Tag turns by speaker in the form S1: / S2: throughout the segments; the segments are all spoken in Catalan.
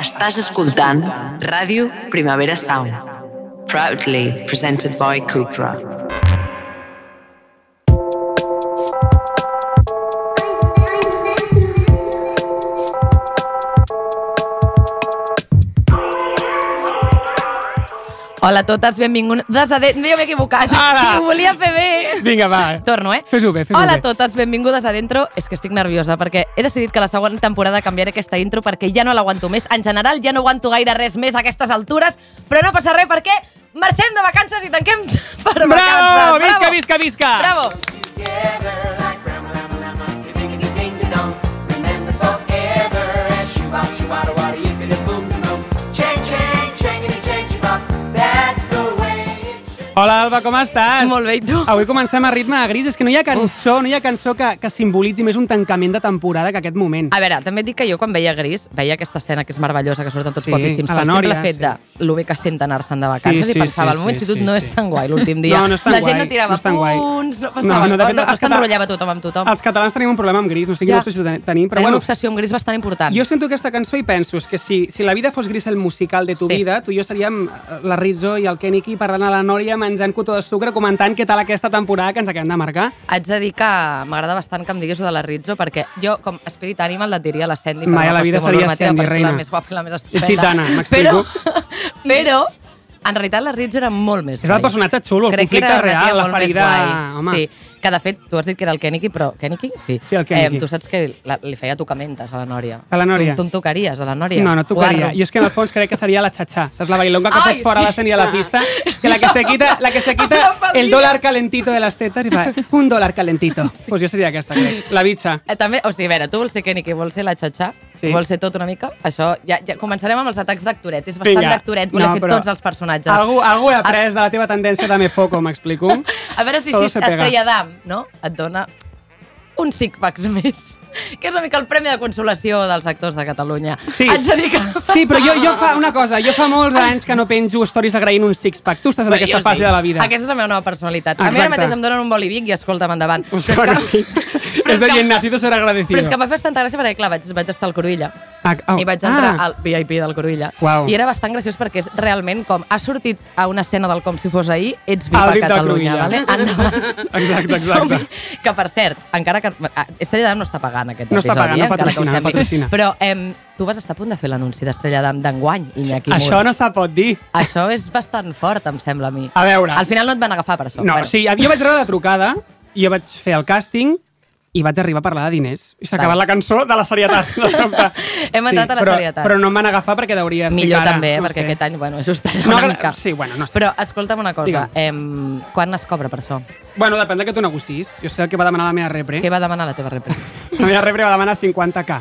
S1: Estàs escoltant Ràdio Primavera Sound. Proudly presented by Cupra.
S2: Hola a totes, benvingudes a... De... Jo m'he equivocat,
S3: Ara!
S2: ho volia fer bé.
S3: Vinga, va.
S2: Torno, eh?
S3: Fes-ho bé, fes-ho
S2: Hola
S3: bé.
S2: a totes, benvingudes a Dentro. És que estic nerviosa perquè he decidit que la següent temporada canviaré aquesta intro perquè ja no l'aguanto més. En general ja no aguanto gaire res més a aquestes altures, però no passa res perquè marxem de vacances i tanquem per
S3: Bravo!
S2: vacances.
S3: Visca, visca, visca!
S2: Bravo!
S3: Hola, Alba, com estàs?
S2: Molt bé, i tu?
S3: Avui comencem a ritme de gris. És que no hi ha cançó, no hi ha cançó que, que simbolitzi més un tancament de temporada que aquest moment.
S2: A veure, també et dic que jo quan veia Gris, veia aquesta escena que és meravellosa, que surten tots
S3: Sí,
S2: guapíssims,
S3: a
S2: però
S3: la
S2: sempre
S3: Nòria,
S2: l'he fet
S3: sí.
S2: de lo bé que sent anar-se'n de vacances
S3: Sí, sí,
S2: i pensava,
S3: sí,
S2: el meu
S3: sí,
S2: institut
S3: sí,
S2: no
S3: sí.
S2: és tan guai l'últim dia.
S3: No, no és tan
S2: la gent no
S3: guai,
S2: tirava
S3: no és tan guai.
S2: punts, no
S3: No,
S2: passava,
S3: no,
S2: no,
S3: de fet,
S2: no,
S3: els
S2: es que
S3: cata-
S2: enrotllava tothom amb tothom.
S3: Els catalans tenim un problema amb gris, no sé quina
S2: Ja.
S3: obsessió ten- tenim, però
S2: Tenim una
S3: bueno,
S2: obsessió amb Gris bastant important.
S3: jo sento aquesta cançó i penso és que si, si la vida fos gris el musical de tu
S2: Sí.
S3: vida, tu i jo seríem eh, la Rizzo i el Keniki parlant a la Nòria, menjant cotó de sucre, comentant què tal aquesta temporada que ens acabem de marcar.
S2: Haig de dir que m'agrada bastant que em diguis-ho de la Rizzo, perquè jo, com a Spirit Animal, la diria la Sandy. per
S3: Mai
S2: una
S3: a la vida
S2: qüestió molt
S3: seria
S2: normativa,
S3: Sandy,
S2: per ser
S3: reina.
S2: La més guapa i la més estupenda.
S3: gitana, m'explico.
S2: Però, però, en realitat, la Rizzo era molt més
S3: És el
S2: guai.
S3: personatge xulo, el
S2: Crec que era una
S3: conflicte real,
S2: tia
S3: la
S2: molt més
S3: ferida...
S2: guai,
S3: Home,
S2: Sí, que de fet, tu has dit que era el Keniki, però... Keniki? Sí.
S3: Sí, el Keniki.
S2: Eh, tu saps que la, li feia tocamentes a la Nòria.
S3: A la Nòria.
S2: Tu, tu em tocaries, a la Nòria.
S3: No, no et tocaria.
S2: Guarro.
S3: Jo és que en el fons crec que seria la xatxà. Saps la bailonga que
S2: Ai,
S3: fots fora
S2: sí.
S3: sí. l'escena i a la pista? Que la que se quita, la que se
S2: Amb la
S3: quita
S2: faldilla.
S3: el dòlar calentito de les tetes i fa un dòlar calentito. Doncs pues jo seria aquesta, crec. La bitxa.
S2: Eh, també, o sigui, a veure, tu vols ser Kenny, que vols ser la xatxa,
S3: Sí.
S2: sí. vols ser tot una mica, això, ja, ja començarem amb els atacs d'actoret, és
S3: Vinga.
S2: bastant d'actoret, voler
S3: No,
S2: fer
S3: però
S2: tots els personatges.
S3: Algú, algú he après de la teva tendència de me foco, m'explico?
S2: A veure si
S3: Todo
S2: sí,
S3: se pega.
S2: Estrella d'Am, no? Et dona un six packs més, que és una mica el premi de consolació dels actors de Catalunya.
S3: Sí.
S2: Haig de dir que...
S3: Sí, però jo, jo fa una cosa, jo fa molts anys que no penjo stories agraint un six-pack. Tu estàs en
S2: Bueno, jo
S3: aquesta
S2: sí.
S3: fase de la vida.
S2: Aquesta és la meva nova personalitat. A mi
S3: Exacte.
S2: ara mateix em donen un bolivic i escolta'm endavant.
S3: Pues,
S2: Però
S3: bueno,
S2: és
S3: sí.
S2: que- però
S3: És de
S2: que-
S3: bien nacido ser agradecido.
S2: Però és que m'ha fet tanta gràcia perquè, clar, vaig, vaig estar al Cruïlla
S3: Ah, oh,
S2: i vaig entrar
S3: ah.
S2: al VIP del Cruïlla.
S3: Uau.
S2: I era bastant graciós perquè és realment com has sortit a una escena del Com si fos ahir, ets VIP a
S3: Al VIP de
S2: Catalunya.
S3: Cruïlla.
S2: Vale? Endavant.
S3: Exacte, exacte.
S2: Som-hi. Que, per cert, encara que... ah, Estrella d'Am no està pagant aquest
S3: No està
S2: episodi.
S3: pagant,
S2: eh? encara que
S3: no
S2: ho
S3: patrocina, no
S2: sembli.
S3: patrocina.
S2: Però em, tu vas estar a punt de fer l'anunci d'Estrella d'Am d'enguany, Iñaki Mur.
S3: Això no se pot dir.
S2: Això és bastant fort, em sembla a mi.
S3: A veure.
S2: Al final no et van agafar per això.
S3: No, bueno. sí, jo vaig rebre la trucada, jo vaig fer el càsting i vaig arribar a parlar de diners. I s'ha
S2: Clar.
S3: acabat la cançó de la serietat. De sobte.
S2: Hem entrat a la
S3: però,
S2: serietat.
S3: Però no em van agafar perquè deuria ser
S2: Millor
S3: cara,
S2: també,
S3: no
S2: perquè
S3: sé.
S2: aquest any, bueno, ajustarà
S3: No,
S2: una
S3: que-
S2: mica.
S3: sí, bueno, no sé.
S2: Però escolta'm una cosa,
S3: Digue'm.
S2: em, quan es cobra per això?
S3: Bueno, depèn de què tu negocis. Jo sé el que va demanar la meva repre.
S2: Què va demanar la teva repre?
S3: La meva repre va demanar 50K,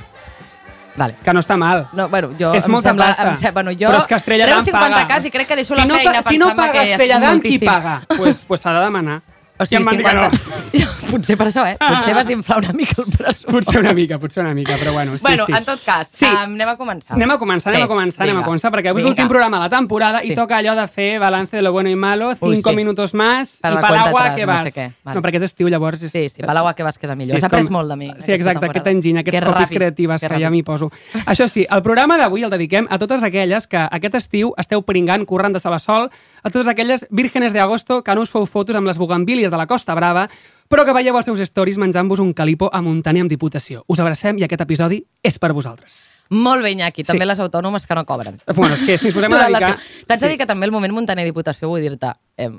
S2: vale.
S3: que no està mal.
S2: No, bueno, jo
S3: És
S2: em
S3: molta
S2: sembla,
S3: pasta.
S2: Em sembla, bueno, jo
S3: Però és que Estrella
S2: treu
S3: d'Am
S2: 50
S3: paga.
S2: cas i crec que deixo
S3: si
S2: la
S3: no,
S2: feina
S3: pa- Si no
S2: pensant-me
S3: paga
S2: que és
S3: Estrella d'Am, qui
S2: moltíssim.
S3: paga? Pues, pues s'ha de demanar.
S2: O
S3: I
S2: sigui,
S3: em van dir que
S2: 50.
S3: no. Ah.
S2: Potser per això, eh? Potser vas inflar una mica el pressupost.
S3: Potser una mica, potser una mica, però bueno, sí,
S2: bueno,
S3: sí.
S2: en tot cas,
S3: Sí.
S2: em, anem a començar.
S3: Anem a començar, anem a començar, anem a
S2: vinga,
S3: començar, perquè avui és
S2: vinga.
S3: l'últim programa de la temporada i
S2: Sí.
S3: toca allò de fer balance de lo bueno y malo,
S2: Ui,
S3: 5
S2: sí.
S3: minutos más,
S2: Per
S3: i
S2: la
S3: per
S2: cuenta
S3: l'aigua
S2: atrás,
S3: que
S2: no
S3: vas.
S2: sé què, vale.
S3: No, perquè és estiu, llavors... És,
S2: Sí, sí, per l'aigua que vas queda millor.
S3: és
S2: Has après
S3: com-
S2: molt de mi.
S3: Sí,
S2: aquesta
S3: exacte,
S2: temporada.
S3: aquest enginy, aquests
S2: Que
S3: toques
S2: ràpid,
S3: creatives, que, ja
S2: ràpid.
S3: m'hi poso. Això sí, el programa d'avui el dediquem a totes aquelles que aquest estiu esteu pringant, corrent de sol a sol, a totes aquelles vírgenes d'agosto que no us feu fotos amb les bugambílies de la Costa Brava, però que veieu els seus stories menjant-vos un calipo a muntanya amb diputació. Us abracem i aquest episodi és per vosaltres.
S2: Molt bé, Iñaki. També
S3: Sí.
S2: les autònomes que no cobren.
S3: Bueno, és que si ens posem a
S2: Però la-
S3: dedicar...
S2: T'haig de dir que també el moment Montaner Diputació, vull dir-te, eh,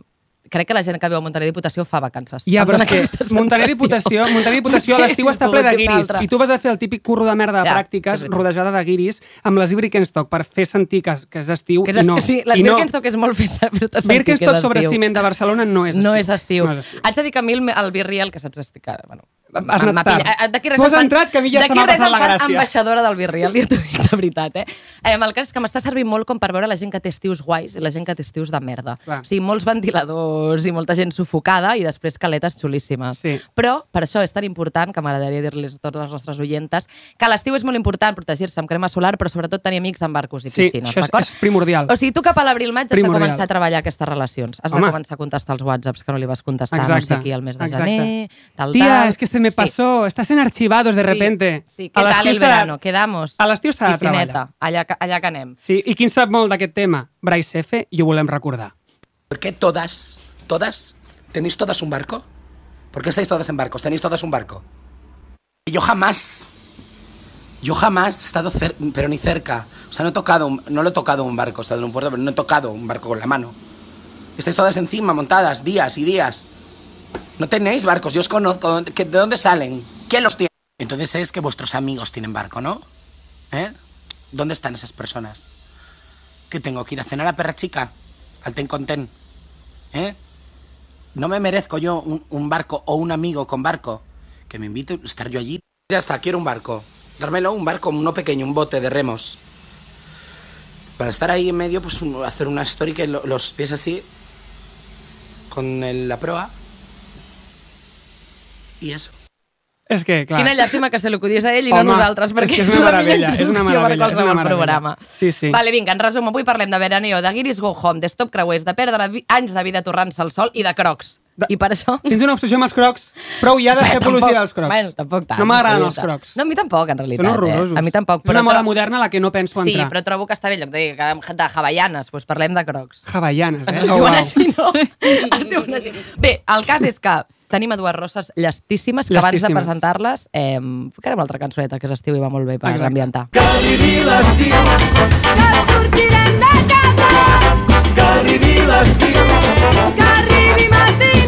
S2: crec que la gent que viu a Montaner Diputació fa vacances.
S3: Ja,
S2: Em
S3: però
S2: dóna
S3: és que
S2: aquesta sensació.
S3: Montaner Diputació, Montaner Diputació a
S2: Potser
S3: l'estiu
S2: si
S3: està
S2: es
S3: ple de
S2: pogués dir un
S3: guiris
S2: altre.
S3: i tu vas a fer el típic curro de merda de
S2: Ja, és
S3: pràctiques
S2: veritat.
S3: rodejada de guiris amb les Birkenstock per fer sentir que, és- que és estiu
S2: Que és
S3: i no.
S2: estiu- sí, les
S3: i no.
S2: Birkenstock és molt fissa, però t'has sentit que és
S3: Birkenstock
S2: estiu.
S3: sobre ciment de Barcelona no és estiu.
S2: No és estiu.
S3: No és estiu.
S2: Haig de dir que a mi el, el birriel, que saps estic ara, bueno,
S3: Has anat
S2: m'ha
S3: tard.
S2: pillat- D'aquí res
S3: Tu has
S2: em fan-
S3: entrat, que a mi ja se
S2: d'aquí
S3: m'ha
S2: res
S3: passat
S2: em
S3: la
S2: fan
S3: gràcia.
S2: ambaixadora del birriel, jo t'ho dic de veritat, eh? eh? El cas és que m'està servint molt com per veure la gent que té estius guais i la gent que té estius de merda.
S3: Clar.
S2: O sigui, molts ventiladors i molta gent sufocada i després caletes xulíssimes.
S3: Sí.
S2: Però per això és tan important, que m'agradaria dir-los a tots els nostres oientes, que a l'estiu és molt important protegir-se amb crema solar, però sobretot tenir amics amb barcos i
S3: Sí,
S2: piscines,
S3: això és-
S2: d'acord?
S3: és primordial.
S2: O sigui, tu cap a l'abril-maig has de
S3: Primordial.
S2: començar a treballar aquestes relacions. Has
S3: Home.
S2: de començar a contestar els whatsapps que no li vas contestar,
S3: Exacte.
S2: no sé qui, el mes de
S3: Exacte.
S2: gener, tal,
S3: Tia,
S2: tal.
S3: és que se me pasó, estás en archivados de
S2: Sí,
S3: repente.
S2: Sí, què
S3: A
S2: tal
S3: l'estiu
S2: el
S3: s'ha de-
S2: verano? Quedamos.
S3: A l'estiu s'ha de treballar.
S2: Piscineta, allà, que- allà que anem.
S3: Sí, i qui en sap molt d'aquest tema? Bryce F. i ho volem recordar.
S4: ¿Por qué todas, todas, tenéis todas un barco? ¿Por qué estáis todas en barcos? ¿Tenéis todas un barco? Yo jamás, yo jamás he estado, cer- pero ni cerca. O sea, no he tocado, un- no lo he tocado un barco, he estado en un puerto, pero no he tocado un barco con la mano. Estáis todas encima, montadas, días y días. No tenéis barcos, yo os conozco. ¿De dónde salen? ¿Quién los tiene? Entonces es que vuestros amigos tienen barco, ¿no? ¿Eh? ¿Dónde están esas personas? ¿Qué tengo que ir a cenar a Perra Chica? Al Ten con Ten. ¿Eh? No me merezco yo un, un barco o un amigo con barco. Que me invite a estar yo allí. Ya está, quiero un barco. Dármelo, un barco, no pequeño, un bote de remos. Para estar ahí en medio, pues un- hacer una story que lo- los pies así, con el- la proa. Y eso.
S3: És que, clar...
S2: Quina llàstima que se l'ocudies a ell i no a
S3: Home,
S2: nosaltres, perquè
S3: és que
S2: és,
S3: és una
S2: la millor
S3: meravella, és una
S2: introducció per
S3: meravella, és una
S2: qualsevol
S3: meravella.
S2: programa.
S3: Sí, sí.
S2: Vale, vinga, en resum, avui parlem de veraneo, de guiris go home, de stop creuers, de perdre vi- anys de vida torrant-se al sol i de crocs.
S3: De-
S2: I per això...
S3: Tens una obsessió amb els crocs, prou hi ha de fer
S2: Tampoc-
S3: apologia dels crocs.
S2: Bueno, tampoc tant.
S3: No m'agraden
S2: en
S3: els
S2: realitat.
S3: crocs.
S2: No, a mi tampoc, en realitat.
S3: Són
S2: Eh?
S3: horrorosos.
S2: A mi tampoc.
S3: És una moda
S2: tro-
S3: moderna a la que no penso
S2: Sí,
S3: entrar.
S2: però trobo que està bé, en lloc de, dir de hawaianes, doncs parlem de crocs.
S3: Havaianes, eh?
S2: Es, es
S3: Oh,
S2: diuen
S3: uau.
S2: així, no? Es diuen així. Bé, el cas és que tenim a dues rosses llestíssimes que abans de
S3: Llestíssimes.
S2: presentar-les eh, ficarem una altra cançoneta que és estiu i va molt bé per
S3: Exacte.
S2: ambientar.
S5: que sortirem de casa. Que arribi l'estiu. Que arribi matiner.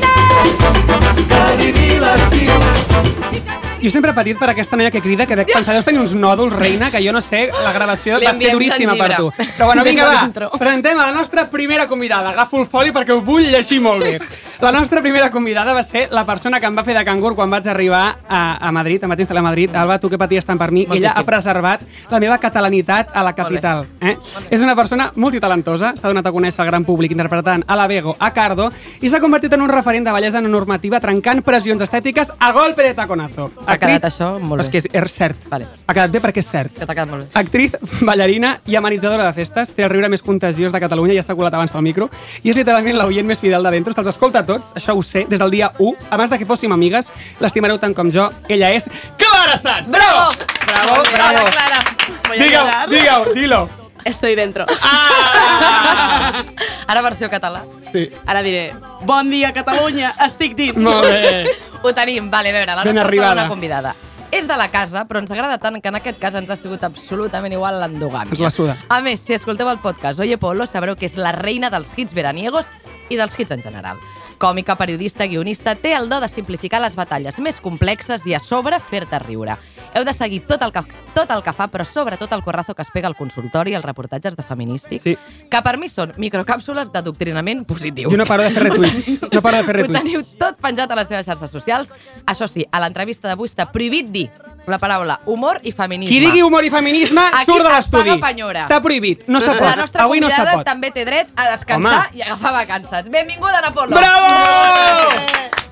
S3: Jo sempre he patit per aquesta noia que crida, que dec pensar, deus tenir uns nòduls, reina, que jo no sé, la gravació
S2: Li
S3: va ser
S2: enviem
S3: duríssima per tu.
S2: gengibre.
S3: Però bueno,
S2: Des
S3: vinga,
S2: de
S3: va,
S2: l'intro.
S3: presentem a la nostra primera convidada. Agafo el foli perquè ho vull llegir molt bé. La nostra primera convidada va ser la persona que em va fer de cangur quan vaig arribar a, a Madrid, em vaig instal·lar a Madrid. Alba, tu que paties tant per mi, ella ha
S2: Moltíssim.
S3: preservat la meva catalanitat a la capital. Eh? És una persona multitalentosa, s'ha donat a conèixer al gran públic interpretant a la Bego, a Cardo, i s'ha convertit en un referent de bellesa no normativa trencant pressions estètiques a golpe de taconazo.
S2: Ha quedat això molt
S3: És que és, és cert.
S2: Vale.
S3: Ha quedat bé perquè és cert.
S2: Que t'ha quedat molt bé.
S3: Actriz, ballarina i amenitzadora de festes, té el riure més contagiós de Catalunya, ja s'ha colat abans pel micro, i és literalment l'oient més fidel de Dentro, se'ls escolta a tots, això ho sé, des del dia 1, abans de que fóssim amigues, l'estimareu tant com jo, ella és Clara Sanz! Bravo! Bravo, bravo!
S2: Hola, Clara.
S3: Digue-ho, digue-ho, dilo!
S6: Estoy dentro.
S3: Ah!
S2: Ara versió català.
S3: Sí,
S6: Ara diré, bon dia Catalunya, estic dins.
S3: molt bé.
S2: Ho tenim, vale, a veure, la
S3: Ben
S2: nostra
S3: arribada.
S2: segona convidada. És de la casa, però ens agrada tant que en aquest cas ens ha sigut absolutament igual l'endogàmia.
S3: Ens la suda.
S2: A més, si escolteu el podcast Oye Polo, sabreu que és la reina dels hits veraniegos i dels hits en general. Còmica, periodista, guionista, té el do de simplificar les batalles més complexes i a sobre fer-te riure. Heu de seguir tot el, que, tot el que fa, però sobretot el corrazo que es pega al consultori, els reportatges de feministi,
S3: Sí.
S2: que per mi són microcàpsules d'adoctrinament positiu.
S3: Jo no paro de fer retuit. No paro de fer
S2: Ho
S3: retuit.
S2: teniu tot penjat a les seves xarxes socials. Això sí, a l'entrevista d'avui està prohibit dir la paraula humor i feminisme.
S3: Qui digui humor i feminisme
S2: Aquí
S3: surt de
S2: es
S3: l'estudi.
S2: paga penyora.
S3: Està prohibit. No se
S2: La
S3: pot.
S2: nostra
S3: Avui no se
S2: convidada
S3: pot.
S2: també té dret a descansar
S3: Home.
S2: i agafar vacances. Benvinguda, Ana Polo.
S3: Bravo!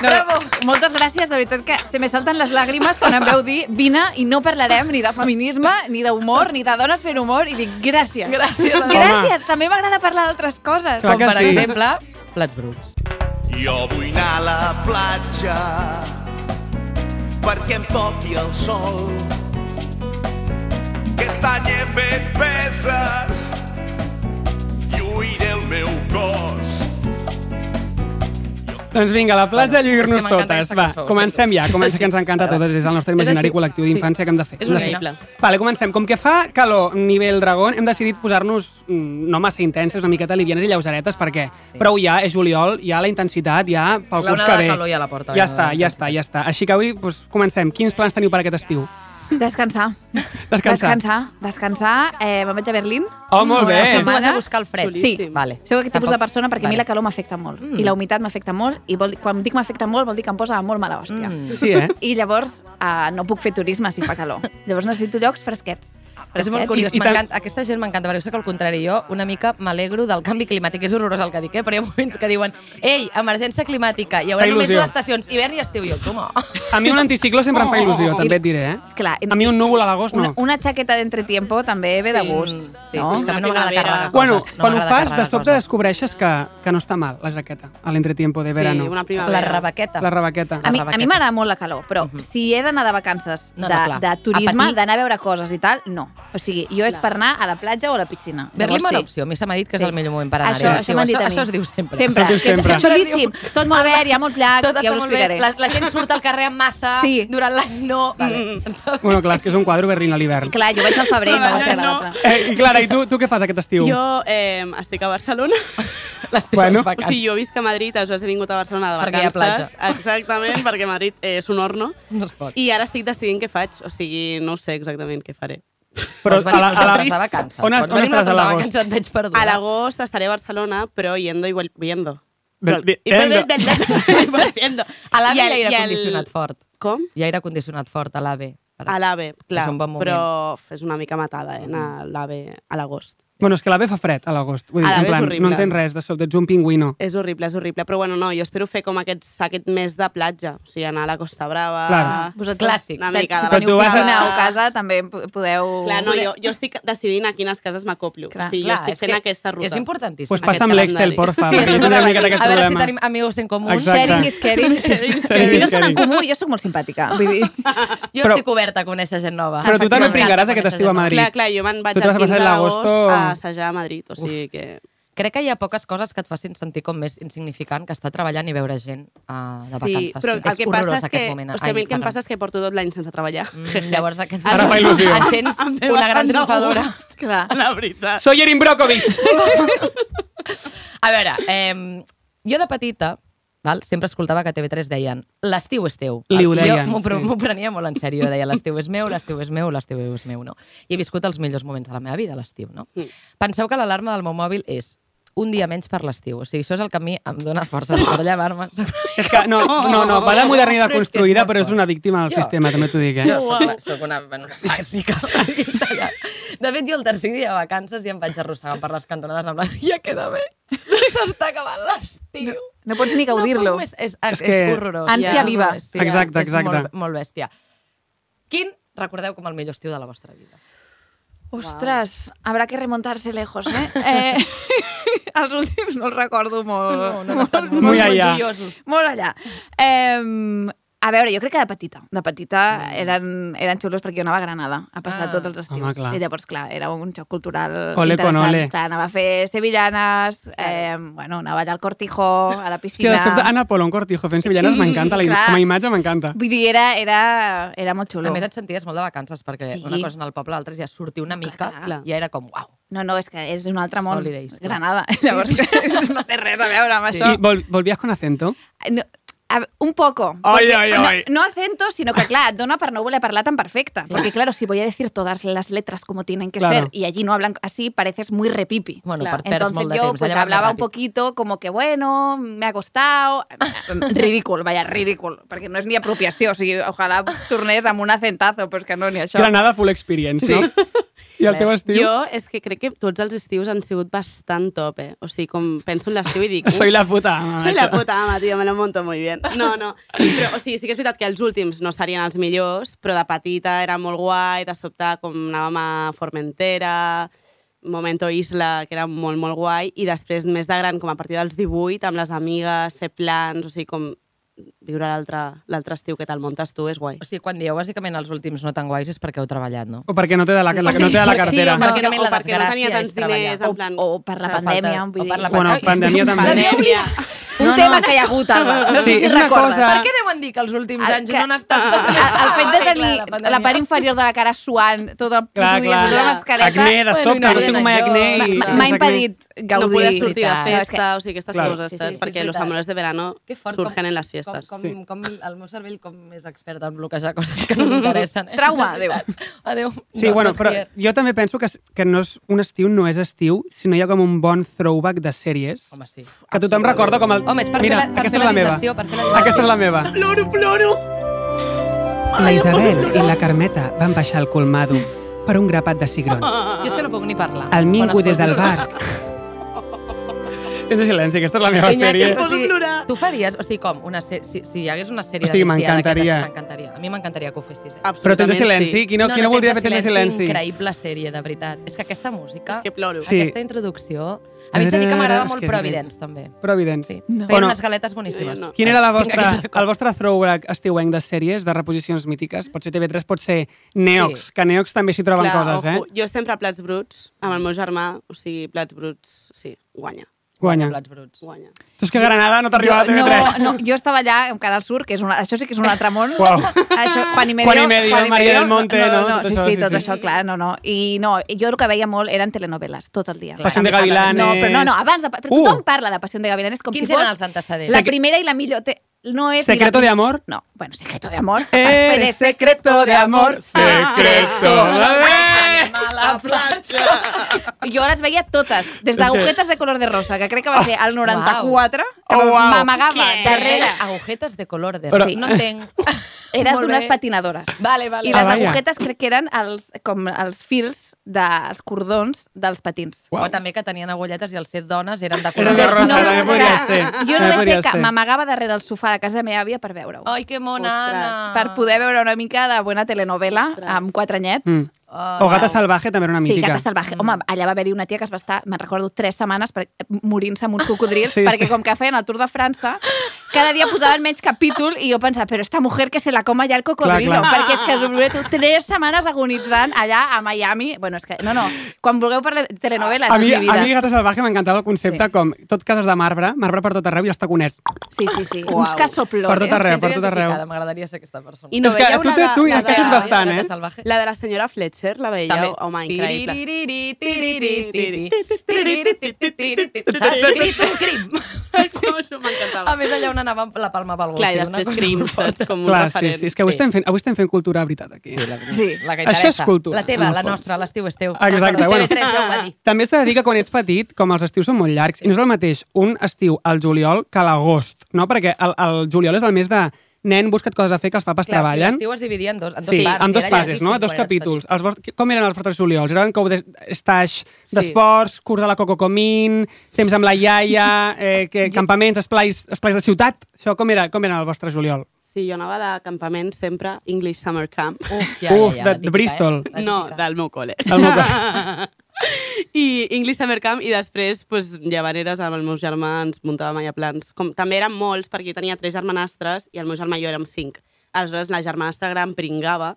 S7: No,
S2: Bravo!
S7: moltes gràcies, de veritat que se me salten les llàgrimes quan em veu dir vine i no parlarem ni de feminisme, ni d'humor, ni de dones fent humor, i dic gràcies.
S2: Gràcies, Ana.
S7: Gràcies, també m'agrada parlar d'altres coses.
S3: Clar
S2: Com
S3: que
S2: per
S3: sí.
S2: exemple, Plats Bruts.
S8: Jo vull anar a la platja perquè em toqui el sol. Aquest any he fet peces i oiré el meu cos.
S3: Doncs vinga, a la platja a
S2: Bueno, és
S3: lluir-nos
S2: que m'encanta
S3: totes.
S2: aquesta
S3: Va,
S2: cançó,
S3: comencem ja. Comença que ens encanta a totes. És el nostre
S2: És
S3: imaginari
S2: així.
S3: col·lectiu d'infància que hem de fer.
S2: És
S3: Hem de
S2: horrible.
S3: fer. Vale, comencem. Com que fa calor nivell dragón, hem decidit posar-nos mm, no massa intenses, una miqueta livianes i lleugeretes, perquè prou ja és juliol, ja la intensitat, ja pel
S2: La
S3: curs
S2: onada
S3: que
S2: de
S3: ve.
S2: calor ja la porta, eh,
S3: Ja
S2: la
S3: està, ja
S2: intensitat.
S3: està, ja està. Així que avui doncs, comencem. Quins plans teniu per aquest estiu?
S7: Descansar.
S3: Descansar.
S7: Descansar. Descansar. Eh, me'n vaig a Berlín.
S3: Oh, molt
S7: Una
S3: bé.
S2: Si
S7: setmana.
S2: tu vas a eh? buscar el fred.
S7: Sí.
S2: Vale.
S7: Sou aquest tipus de persona perquè a
S2: Vale.
S7: mi
S2: Mm.
S7: la calor m'afecta molt i la humitat m'afecta molt i vol dir, quan dic m'afecta molt vol dir que em posa molt mala hòstia.
S2: Mm.
S3: Sí, eh?
S7: I llavors eh, no puc fer turisme si fa calor. Llavors necessito llocs fresquets.
S2: És molt
S7: Fresquets.
S2: curiós,
S3: I- i tant-
S2: m'encanta. Aquesta gent m'encanta, perquè jo sé que al contrari, jo una mica m'alegro del canvi climàtic. És horrorós el que dic, eh? però hi ha moments que diuen ei, emergència climàtica, hi haurà
S3: Fa
S2: només
S3: il·lusió.
S2: dues estacions, hivern i estiu. I jo, com?
S3: A mi un anticicló sempre em fa il·lusió, també et diré, eh?
S7: Clar, clar...
S3: A mi un núvol a l'agost
S7: Una,
S3: no.
S7: una xaqueta d'entretiempo també ve de gust,
S2: Sí,
S7: no?
S2: però és que a mi no
S6: Una
S2: m'agrada
S6: primavera.
S2: carregar coses.
S3: Bueno,
S2: no
S3: quan ho
S2: m'agrada
S3: fas,
S2: carregar
S3: de sobte
S2: coses.
S3: descobreixes que, que no està mal la jaqueta a l'entretiempo de verano.
S6: Sí, una primavera.
S2: La rebaqueta.
S3: La rebaqueta.
S7: A mi, a mi
S2: rebaqueta.
S7: m'agrada molt la calor, però si he d'anar de vacances,
S2: Mhm. No, no,
S7: de,
S2: clar.
S7: de
S2: A
S7: turisme,
S2: patir.
S7: d'anar a veure coses i tal, no. O sigui, jo és per anar a la platja o a la piscina.
S2: Berlín
S7: Llavors,
S2: bona
S7: sí.
S2: opció. A mi se m'ha dit que és
S7: Sí.
S2: el millor moment per anar.
S7: Això, això m'han dit a mi.
S2: Això es diu sempre.
S7: Sempre,
S3: Es diu
S7: que és-
S3: sempre.
S7: és xulíssim. Tot molt bé, hi ha molts llacs,
S2: Tot està
S7: ja us ho
S2: molt bé.
S7: explicaré.
S2: La, la gent surt al carrer en massa,
S7: Sí.
S2: durant l'any no. Vale.
S3: Bueno, clar, és que és un quadre Berlín a l'hivern.
S7: Clar, jo vaig al febrer i no va ser
S6: Treballant, no.
S7: agradable.
S3: Eh, I Clara, i tu, tu què fas aquest estiu?
S6: Jo eh, estic a Barcelona.
S2: Les teves
S3: Bueno.
S6: O
S2: vacances.
S6: sigui, jo visc a Madrid, aleshores he vingut a Barcelona de
S2: Perquè hi ha
S6: vacances. Exactament, perquè Madrid eh, és un horno.
S2: No es pot.
S6: I ara estic decidint què faig, o sigui, no sé exactament què faré.
S3: Però
S2: Pots venir
S3: a la- a la-
S2: nosaltres Doncs, de vacances.
S3: On,
S2: Pots
S3: on
S2: venir
S3: estàs a
S2: nosaltres de
S3: l'agost?
S2: vacances, et veig perduda.
S6: A l'agost estaré a Barcelona, però yendo i vol- viendo.
S3: Ve- vi-
S6: I vol-
S3: viendo.
S6: i volviendo.
S2: A l'AVE hi ha
S6: I el-
S2: aire
S6: i el-
S2: condicionat fort.
S6: Com?
S2: Hi ha aire condicionat fort a l'AVE. per-
S6: A l'AVE, clar.
S2: És un bon moment.
S6: però uf, és una mica matada, eh, anar a l'AVE a l'agost.
S3: Bueno, és que l'AVE fa fred a l'agost. Vull dir,
S6: A l'AVE
S3: en
S6: és
S3: plan,
S6: horrible.
S3: no entens res, de sobte ets un pingüino.
S6: És horrible, és horrible. Però bueno, no, jo espero fer com aquest, aquest mes de platja. O sigui, anar a la Costa Brava...
S3: Clar.
S2: Vosaltres, Ah, clàssic.
S6: Una mica
S7: Si
S6: de
S3: Però
S7: teniu
S3: tu vas a-
S7: piscina o casa, també po- podeu...
S6: Clar, no, jo, jo estic decidint a quines cases m'acoplo.
S7: Clar,
S6: Clar, sí, jo
S2: Clar,
S6: estic
S2: és
S6: fent
S2: que
S6: aquesta ruta.
S2: És importantíssim.
S3: Pues
S6: Aquest
S3: passa amb l'Excel,
S6: calendari.
S3: porfa,
S6: Sí,
S3: sí, perquè
S6: això
S3: jo tinc
S6: és
S3: una
S6: el
S3: mica
S6: que-
S3: d'aquest
S2: A veure si
S3: problema.
S2: tenim amics en comú.
S3: Exacte.
S7: Sharing is caring.
S6: Sharing is
S7: I si no
S3: caring.
S7: són en comú, jo sóc molt simpàtica. Vull dir,
S2: Jo
S3: Però-
S2: estic oberta a conèixer gent nova.
S3: Però tu també
S2: M'encanta
S3: pringaràs aquest
S2: conèixer
S3: estiu
S2: gent
S3: a
S2: nova.
S3: Madrid.
S6: Clar, clar, jo me'n vaig
S3: Tu te vas
S6: el
S3: a passar
S6: 15 d'agost
S3: l'agosto-
S6: a assajar a Madrid, o sigui que...
S2: Crec que hi ha poques coses que et facin sentir com més insignificant que estar treballant i veure gent uh, de vacances.
S6: però el que
S2: horrorós
S6: passa és que...
S2: aquest moment.
S6: o sigui, a mi el que em
S2: Instagram.
S6: passa és que porto tot l'any sense treballar.
S2: Mm, llavors aquest
S6: Ara
S3: fa il·lusió.
S2: Et sents
S6: Em ve
S2: una gran
S6: bastant de
S2: triomfadora.
S6: gust.
S7: clar.
S6: La veritat.
S3: Soy Erin Brockovich!
S2: A veure, eh, jo de petita val, sempre escoltava que a TV3 deien l'estiu és teu.
S3: Li ho deien,
S2: Jo m'ho pre-
S3: sí.
S2: m'ho prenia molt en sèrio, deia l'estiu és meu, l'estiu és meu, l'estiu és meu, no. I he viscut els millors moments de la meva vida, l'estiu, no?
S6: Mm.
S2: Penseu que l'alarma del meu mòbil és un dia menys per l'estiu. O sigui, això és el que a mi em dóna força per llevar-me.
S3: És que no, no, no, va de modernitat
S2: Però és que és
S3: construïda,
S2: molt
S3: però és
S2: fort.
S3: una víctima del
S2: Jo.
S3: sistema, també t'ho dic, eh?
S2: Jo soc, la, soc una, bueno, una bàsica. o sigui, tallada. de fet, jo el tercer dia de vacances ja em vaig arrossegant per les cantonades amb la... Ja queda bé. S'està acabant l'estiu.
S7: No pues, pots ni gaudir-lo.
S2: No, és, és, és,
S3: És que-
S2: és horrorós.
S7: Ànsia viva.
S2: Sí,
S3: Exacte,
S2: és
S3: exacte.
S2: Molt, molt bèstia. Quin recordeu com el millor estiu de la vostra vida?
S7: Ostres, habrá que remontarse lejos, eh? eh els últims no els recordo molt.
S2: No, no han estat molt-
S3: Muy allà.
S2: joiosos.
S7: Molt allà. Eh, a veure, jo crec que de petita. De petita eren, eren xulos perquè jo anava a Granada a passar
S2: Mm. Ah.
S7: tots els estius.
S3: Home, clar.
S7: I llavors, clar, era un xoc cultural
S3: Ole con
S7: interessant.
S3: ole.
S7: Clar, anava a fer sevillanes, eh, bueno, anava allà al cortijo, a la
S3: Hòstia,
S7: piscina...
S3: de sobte, Anna Polón Cortijo fent sevillanes m'encanta,
S6: Mm,
S3: la im-
S7: clar.
S3: com a imatge m'encanta.
S7: Vull dir, era, era, era molt xulo.
S2: A més, et senties molt de vacances, perquè
S7: Sí.
S2: sí. una cosa en el poble, l'altra és ja sortir una mica,
S7: clar.
S2: i ja era com, uau.
S7: No, no, és que és un altre món.
S2: Holidays, clar.
S7: Granada. Llavors, no té res a veure amb
S3: I
S7: això.
S3: vol, volvies con acento?
S7: No, a ver, un poco.
S3: Ay,
S7: porque
S3: ay, ay.
S7: No, no acento, sino que, claro, dona para no voler parlar tan perfecta. Porque, claro, si voy a decir todas las letras como tienen que
S3: Claro.
S7: ser y allí no hablan así, pareces muy repipi.
S2: Bueno, per
S6: Clar.
S2: perds
S7: Entonces
S2: molt de
S7: yo
S2: temps.
S7: pues
S2: allà va
S7: hablaba un
S2: ràpid.
S7: poquito como que, bueno, me ha costado... ridículo, vaya, ridículo. Porque no es ni apropiación. O sigui, ojalá tornés amb un acentazo, però és que no, ni això.
S3: Granada full experience, no? I el teu estiu?
S6: Jo és que crec que tots els estius han sigut bastant top, eh? O sigui, com penso en l'estiu i dic...
S3: Soy la puta. ama,
S6: Soy la
S3: macho.
S6: puta ama, tio, me lo monto muy bien. No, no. Però, o sigui, sí que és veritat que els últims no serien els millors, però de petita era molt guai, de sobte com anàvem a Formentera, Momento Isla, que era molt, molt guai, i després, més de gran, com a partir dels 18, amb les amigues, fer plans, o sigui, com viure l'altre l'altre estiu que te'l montes tu és guai.
S2: O sigui, quan dieu, bàsicament, els últims no tan guais és perquè heu treballat, no?
S3: O perquè no te da la, la, no te da la
S6: Sí,
S3: cartera.
S6: o perquè no,
S2: Bàsicament, la
S6: o perquè no tenia
S2: desgràcia
S6: tants
S2: és treballar.
S6: diners,
S2: O-
S6: en plan...
S7: O per la
S2: O sigui,
S7: pandèmia,
S2: falta-
S7: vull
S2: o per la
S7: dir.
S3: Bueno, pandèmia també.
S6: pandèmia.
S7: Un
S3: No,
S7: tema
S3: no.
S7: que hi ha hagut, Alba. No
S3: Sí,
S7: sé si
S3: és una
S7: recordes.
S3: cosa-
S2: Per què deuen dir que els últims
S7: El
S2: anys
S7: Ah, que-
S2: no han estat...
S7: el, el fet de tenir
S2: Clar,
S7: la, part inferior de la cara suant tot el puto
S3: Clar,
S7: dia
S3: clar.
S7: sota tota la mascareta...
S3: Acné de sobte,
S2: no
S7: bueno,
S2: estic
S7: sí.
S2: mai acné
S3: i-
S7: M'ha-
S3: i
S7: M'ha
S3: acné.
S7: impedit gaudir.
S6: no poder sortir de
S2: veritat.
S6: festa, o sigui, aquestes
S3: Clar.
S6: coses,
S2: Sí, sí,
S6: saps?
S2: sí,
S6: perquè
S2: és
S6: los
S2: veritat.
S6: amores de verano
S2: Que fort,
S6: surgen
S2: com,
S6: en las fiestes.
S2: Com,
S6: Com,
S2: com, com el meu cervell com és expert en bloquejar coses que no m'interessen. Eh?
S7: Trauma,
S2: De veritat. Adéu.
S3: Sí, bueno, però jo també penso que, que no és, un estiu no és estiu, sinó hi ha com un bon throwback de sèries.
S2: Home, sí.
S3: que tothom recorda com el...
S2: Home, és per
S3: Mira,
S2: fer la- per
S3: aquesta
S2: fer
S3: és
S2: la
S3: la meva.
S2: digestió, per fer la digestió.
S3: Aquesta és la meva.
S6: Ploro, ploro!
S3: La Isabel i la Carmeta van baixar al Colmado per un grapat de cigrons.
S2: Jo és que no puc ni parlar.
S3: El Mingo
S2: Quan
S3: des del
S2: escolto-
S3: bar. Tens de silenci, aquesta és la meva
S2: Iñaki,
S3: sèrie.
S2: o sigui,
S6: plorar.
S2: Tu faries, o sigui, com? Una se si, si hi hagués una sèrie
S3: O sigui,
S2: de migdiada
S3: m'encantaria.
S2: d'aquestes, T'encantaria. A mi m'encantaria que ho fessis. Eh?
S3: Però temps de
S6: Absolutament
S3: silenci,
S6: sí.
S3: qui no, qui no, voldria fer
S2: Temps de
S3: temps de silenci?
S2: Increïble sèrie, de veritat. És que aquesta música,
S6: És que ploro.
S3: Sí.
S2: aquesta introducció... A mi t'he dit que m'agradava molt Providence, també.
S3: Providence.
S2: Sí.
S3: No.
S2: Feien
S3: O no?
S2: unes galetes boníssimes.
S6: No, no.
S3: Quin era la
S2: Vinga,
S3: vostra,
S2: que-
S3: el vostre throwback estiuenc de sèries, de reposicions mítiques? Pot ser TV3, pot ser Neox, que a Neox també s'hi troben
S6: Clar,
S3: coses,
S6: ojo,
S3: eh?
S6: Jo sempre a plats bruts, amb el meu germà, o sigui, plats bruts, sí, guanya,
S3: Guanya.
S2: Plats bruts.
S6: guanya.
S3: Tu és que Granada no t'arribava a
S7: no,
S3: TV3.
S7: no, jo estava allà en Canal Sur, que és una, això sí que és un altre món. Ah,
S3: Uau.
S7: Això, Juan i Medio.
S3: Juan y Medio, María del Monte,
S7: no,
S3: no?
S7: no,
S3: Tot
S7: sí,
S3: això,
S7: sí,
S3: sí,
S7: tot
S3: sí.
S7: això, clar, no, no. I no, jo el que veia molt eren telenovel·les, tot el dia.
S3: Pasión de Gavilanes.
S7: No, però no, no, abans de... Però
S3: Uh!
S7: tothom parla de Pasión de Gavilanes com
S2: Quins
S7: si
S2: eren
S7: fos
S2: els antecedents?
S7: la
S3: Secre-
S7: primera i la millor. Te... No és ni
S3: Secreto
S7: la...
S3: de amor.
S7: No, bueno, Secreto de amor.
S3: Eres secreto de amor, secreto
S7: ah.
S3: de...
S2: Anem a la platja!
S7: Jo les veia totes, des d'agujetes de color de rosa, que crec que va ser el 94, que
S3: Oh, wow.
S7: m'amagava
S2: Darrere,
S7: darrere.
S2: agujetes de color de...
S7: Però-
S2: Sí. No entenc.
S7: Era
S2: Molt
S7: d'unes
S2: bé.
S7: patinadores.
S2: Vale, vale.
S7: I les
S3: Ah, vaja.
S7: agujetes crec que eren els, com els fils dels cordons dels patins.
S2: O també que tenien agulletes i els set dones eren de
S3: Eren
S2: color
S3: de rosa,
S7: no,
S3: també
S7: no,
S3: podria
S7: no.
S3: ser.
S7: Jo
S3: També
S7: només sé
S3: podria
S7: que
S3: ser.
S7: m'amagava darrere el sofà de casa meva àvia per veure-ho.
S2: Ai, que mona, Anna.
S7: Per poder veure una mica de bona telenovela amb quatre anyets.
S3: Mm.
S2: Oh,
S3: O Gata
S2: uau.
S3: Salvaje també era una
S7: Sí,
S3: mítica.
S7: Gata Salvaje. Home, allà va haver-hi una tia que es va estar, me'n recordo, tres setmanes per, morint-se amb uns cocodrils,
S3: Sí,
S7: sí,
S3: sí.
S7: perquè sí. com que feien el Tour de França, cada dia posaven menys capítol i jo pensava, però esta mujer que se la coma ja el cocodrilo,
S3: Clar, clar.
S7: perquè és que sobretot tres setmanes agonitzant allà a Miami. Bueno, és que, no, no, quan vulgueu parlar de telenovel·les,
S3: A mi,
S7: és mi vida.
S3: a mi Gata Salvaje m'encantava el concepte com tot cases de marbre, marbre per tot arreu i els taconets.
S7: Sí, sí, sí. Uns casoplores.
S3: Per tot arreu.
S2: Em sento
S3: per tot arreu.
S2: identificada, M'agradaria ser aquesta persona.
S6: I no
S3: És que
S6: veieu
S3: tu
S6: la
S3: te-
S6: de,
S3: tu hi
S6: la,
S3: encaixes
S6: de,
S3: bastant, eh?
S2: Salvaje.
S6: la de la senyora Fletcher, la
S2: També.
S6: veieu? Home, increïble.
S2: Tiririririri, tiririririri, tiririririri, Saps? Crit, un crim.
S6: Això
S2: A
S6: m'encantava.
S2: més, allà on anava la palma pel gos.
S6: Clar, i
S2: sí, una
S6: després
S2: cosa
S6: Crim,
S2: molt
S6: saps? Com un
S3: Clar, sí,
S6: referent.
S3: sí, és que avui,
S2: Sí.
S3: estem fent, avui estem fent cultura de veritat aquí. Sí, la
S7: Sí.
S2: La que
S3: Això
S2: interessa.
S3: és cultura,
S2: La teva,
S3: en el
S2: la
S3: fons.
S2: nostra, l'estiu és teu.
S3: Exacte,
S2: Recordo,
S3: bueno.
S2: TV3 ja ho va dir.
S3: També s'ha de dir que quan ets petit, com els estius són molt llargs, i no és el mateix un estiu al juliol que a l'agost, no? Perquè el, el juliol és el mes de nen, busca't coses a fer que els papes
S2: Clar, sí,
S3: treballen.
S2: l'estiu es dividia en dos, en dos
S3: Sí,
S2: parts.
S3: amb dos
S2: era
S3: fases, no?
S2: llarguíssim
S3: Dos
S2: quan eres
S3: capítols. Els vostres, com eren els vostres juliols? Eren cou d'estaix d'esports, curs de la Coco Comín, temps amb la iaia, eh, que, campaments, esplais, esplais de ciutat. Això com era, com era el vostre juliol?
S6: Sí, jo anava d'acampament sempre, English Summer Camp.
S2: petit. Uf, ja, ja,
S3: Uf,
S2: ja,
S3: de-
S2: la
S3: de
S2: típica,
S3: Bristol.
S2: eh? La
S6: No,
S2: típica.
S6: del meu col·le.
S3: Del meu
S6: I English Summer Camp i després pues, llevaneres amb el meu germà, ens muntàvem allà plans. Com, també eren molts, perquè jo tenia tres germanastres i el meu germà i jo érem cinc. Aleshores, la germanastra gran pringava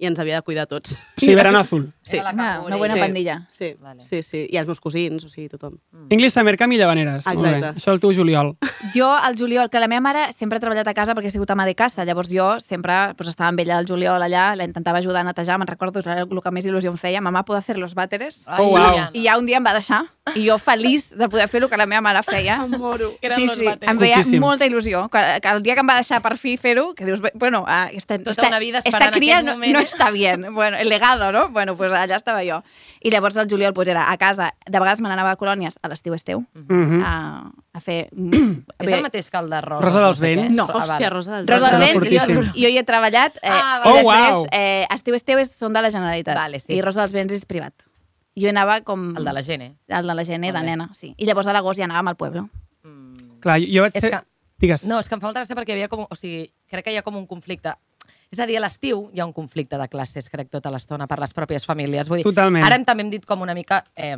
S6: i ens havia de cuidar tots.
S3: Sí, verano azul.
S6: Sí.
S2: Era la
S7: Una-
S2: Kakuri.
S7: una bona
S6: sí.
S7: pandilla.
S6: Sí,
S2: Vale.
S6: sí, sí. I els meus cosins, o sigui, tothom.
S2: Mm.
S3: English Summer Camp i Llevaneres. Molt bé.
S6: Exacte.
S3: Això el teu juliol.
S7: Jo, al juliol, que la meva mare sempre ha treballat a casa perquè he sigut ama de casa, llavors jo sempre pues, estava amb ella al juliol allà, la intentava ajudar a netejar, me'n recordo, era el que més il·lusió em feia, mamà, puedo hacer los váteres?
S2: Ai,
S3: Oh, uau.
S2: Mariana.
S7: I ja un dia em va deixar, i jo feliç de poder fer el que la meva mare feia.
S6: Em moro.
S7: Sí, sí, em feia
S3: Coquíssim.
S7: molta il·lusió. Que, que el dia que em va deixar per fi fer-ho, que dius, bé, bueno, ah, esta,
S2: Tota
S7: esta,
S2: una vida esperant
S7: esta cria
S2: aquest
S7: no,
S2: moment.
S7: no està bien. Bueno, el legado, no? Bueno, pues allà estava jo. I llavors el juliol pues, era a casa, de vegades me n'anava a colònies, a l'estiu esteu,
S3: Mhm.
S2: Ah.
S7: a, a fer...
S2: És el mateix que el de Rosa.
S3: Rosa
S2: no
S3: dels
S2: sé què.
S3: Vents?
S7: No.
S2: Ah, vale.
S6: Hòstia, Rosa del
S7: Rosa
S3: Rosa
S7: dels
S3: del
S7: Vents, jo,
S3: Fortíssim.
S7: jo hi he treballat, eh,
S2: Ah, vale.
S7: ah, i
S3: Oh,
S7: després
S3: uau.
S7: eh, Estiu Esteu és, són de la Generalitat,
S2: Vale, sí.
S7: i Rosa dels Vents és privat. Jo hi anava com...
S2: El de la gent, eh?
S7: El de la gent, eh, de
S2: Molt bé.
S7: nena, sí. I llavors a l'agost ja anàvem al Pueblo.
S3: Clar, jo vaig
S2: És
S3: ser...
S2: que-
S3: Digues.
S2: No, és que em fa molta gràcia perquè hi havia com... O sigui, crec que hi ha com un conflicte. És a dir, a l'estiu hi ha un conflicte de classes, crec, tota l'estona, per les pròpies famílies. Vull dir,
S3: Totalment.
S2: Ara hem, també hem dit com una mica... Eh,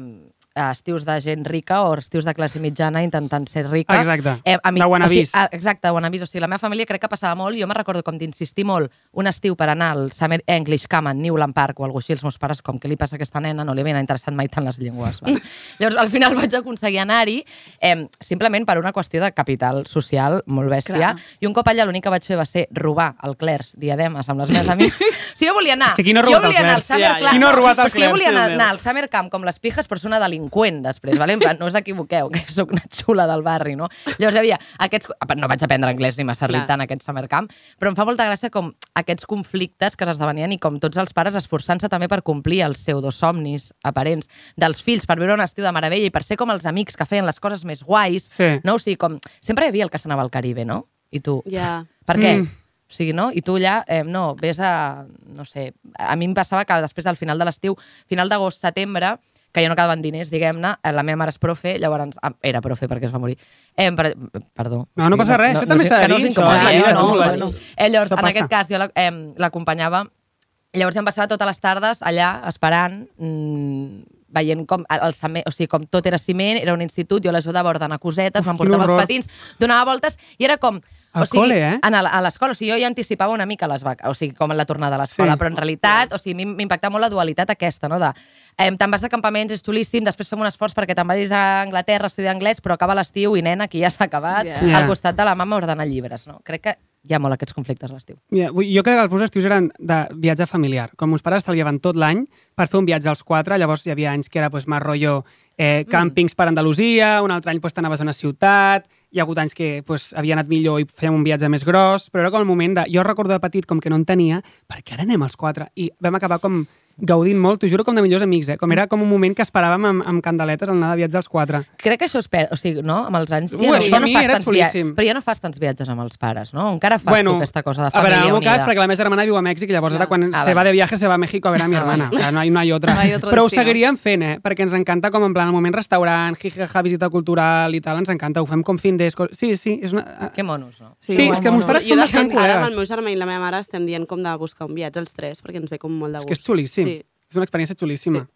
S2: estius de gent rica o estius de classe mitjana intentant ser rica.
S3: Exacte.
S2: eh, a
S3: De
S2: o sigui,
S3: wannabes.
S2: a, exacte, wannabes. O sigui, la meva família crec que passava molt. Jo me recordo com d'insistir molt un estiu per anar al Summer English Camp a Newland Park o alguna cosa així. Els meus pares, com que li passa a aquesta nena, no li havien interessat mai tant les llengües. Val? Llavors, al final vaig aconseguir anar-hi eh, simplement per una qüestió de capital social molt bèstia.
S7: Clar.
S2: I un cop allà l'únic que vaig fer va ser robar al Clers diademes amb les meves amigues. si jo volia anar...
S3: És que qui no ha
S2: jo
S3: robat al
S2: volia anar al
S3: Clers?
S2: Summer
S6: Ja, ja.
S2: Camp.
S3: Qui no ha robat
S2: Però
S3: al
S2: és que jo
S3: Clers?
S2: volia anar,
S3: Déu meu.
S2: anar al Summer Camp com les pijes, però ser una delinqüent després, vale? En plan, no us equivoqueu, que sóc una xula del barri, no? Llavors hi havia aquests... No vaig aprendre anglès ni massa
S6: Clar.
S2: tant en aquest Summer Camp, però em fa molta gràcia com aquests conflictes que s'esdevenien i com tots els pares esforçant-se també per complir els pseudosomnis aparents dels fills, per viure un estiu de meravella i per ser com els amics que feien les coses més guais,
S3: Sí.
S2: no? O sigui, com... Sempre hi havia el que s'anava al Caribe, no? I tu...
S6: Ja.
S2: Per què?
S3: Mm.
S2: O sigui, no? I tu allà, eh, no, vés a... No sé, a mi em passava que després, al final de l'estiu, final d'agost, setembre, que ja no quedaven diners, diguem-ne, eh, la meva mare és profe, llavors ah, era profe perquè es va morir. Eh, per, perdó.
S3: No, no passa res, això també
S2: sé-
S3: s'ha de
S2: que no
S3: dir,
S2: us
S3: això,
S2: incomodi,
S3: la
S2: eh,
S3: vida,
S2: no,
S3: no,
S2: no,
S3: la-
S2: no, no. Eh, llavors,
S3: Això
S2: en aquest
S3: passa.
S2: cas, jo la- em, l'acompanyava Llavors em passava totes les tardes allà, esperant, mmm, veient com, el cement, o sigui, com tot era ciment, era un institut, jo l'ajudava a ordenar cosetes,
S3: Uf,
S2: me'n portava
S3: quin
S2: els
S3: horror.
S2: patins, donava voltes, i era com... o
S3: Al
S2: sigui,
S3: cole, eh?
S2: en el- a l'escola, o sigui, jo ja anticipava una mica les vaques, o sigui, com en la tornada a l'escola,
S3: Sí.
S2: però en realitat, o sigui, a mi m'impacta molt la dualitat aquesta, no? De, eh, te'n vas de campaments, és xulíssim, després fem un esforç perquè te'n vagis a Anglaterra a estudiar anglès, però acaba l'estiu i nena, aquí ja s'ha acabat,
S7: Ja.
S3: Ja.
S2: al costat de la mama ordenant llibres, no? Crec que hi ha molt aquests conflictes a l'estiu.
S3: Ja, vull- jo crec que els meus estius eren de viatge familiar. Com uns pares estalviaven tot l'any per fer un viatge als quatre, llavors hi havia anys que era pues, més rotllo eh, càmpings per Andalusia, un altre any pues, t'anaves a una ciutat, hi ha hagut anys que pues, havia anat millor i fèiem un viatge més gros, però era com el moment de... Jo recordo de petit com que no en tenia, perquè ara anem als quatre? I vam acabar com gaudint molt, t'ho juro, com de millors amics, eh? Com era com un moment que esperàvem amb, amb candeletes al anar de viatge als quatre.
S2: Crec que això es perd, o sigui, no? Amb els anys ja,
S3: Ui,
S2: no,
S3: això
S2: ja
S3: a
S2: no
S3: mi
S2: fas
S3: era
S2: tants viatges,
S3: xulíssim.
S2: però ja no fas tants viatges amb els pares, no? Encara fas tu aquesta cosa de
S3: a veure,
S2: família
S3: en el meu
S2: unida.
S3: cas, perquè la meva germana viu a Mèxic i llavors ara quan
S2: Ah,
S3: se va
S2: vale. Ah,
S3: de viaje se va a México a ver a mi hermana. O sea, no hay una i otra.
S7: No hay otro
S3: Però ho
S7: destino.
S3: seguiríem fent, eh? Perquè ens encanta com en plan el moment restaurant, jijaja, visita cultural i tal, ens encanta. Ho fem com fin d'esco... Sí, sí, és una... eh,
S2: Que monos, no?
S3: Sí, sí és que meus pares
S6: jo,
S3: són
S6: de
S3: bastant
S6: fet, ara amb el meu
S3: col·legues.
S6: germà i la meva mare estem dient com de buscar un viatge els tres, perquè ens ve com molt de
S3: És
S6: gust.
S3: que és xulíssim.
S6: Sí.
S3: És una experiència xulíssima.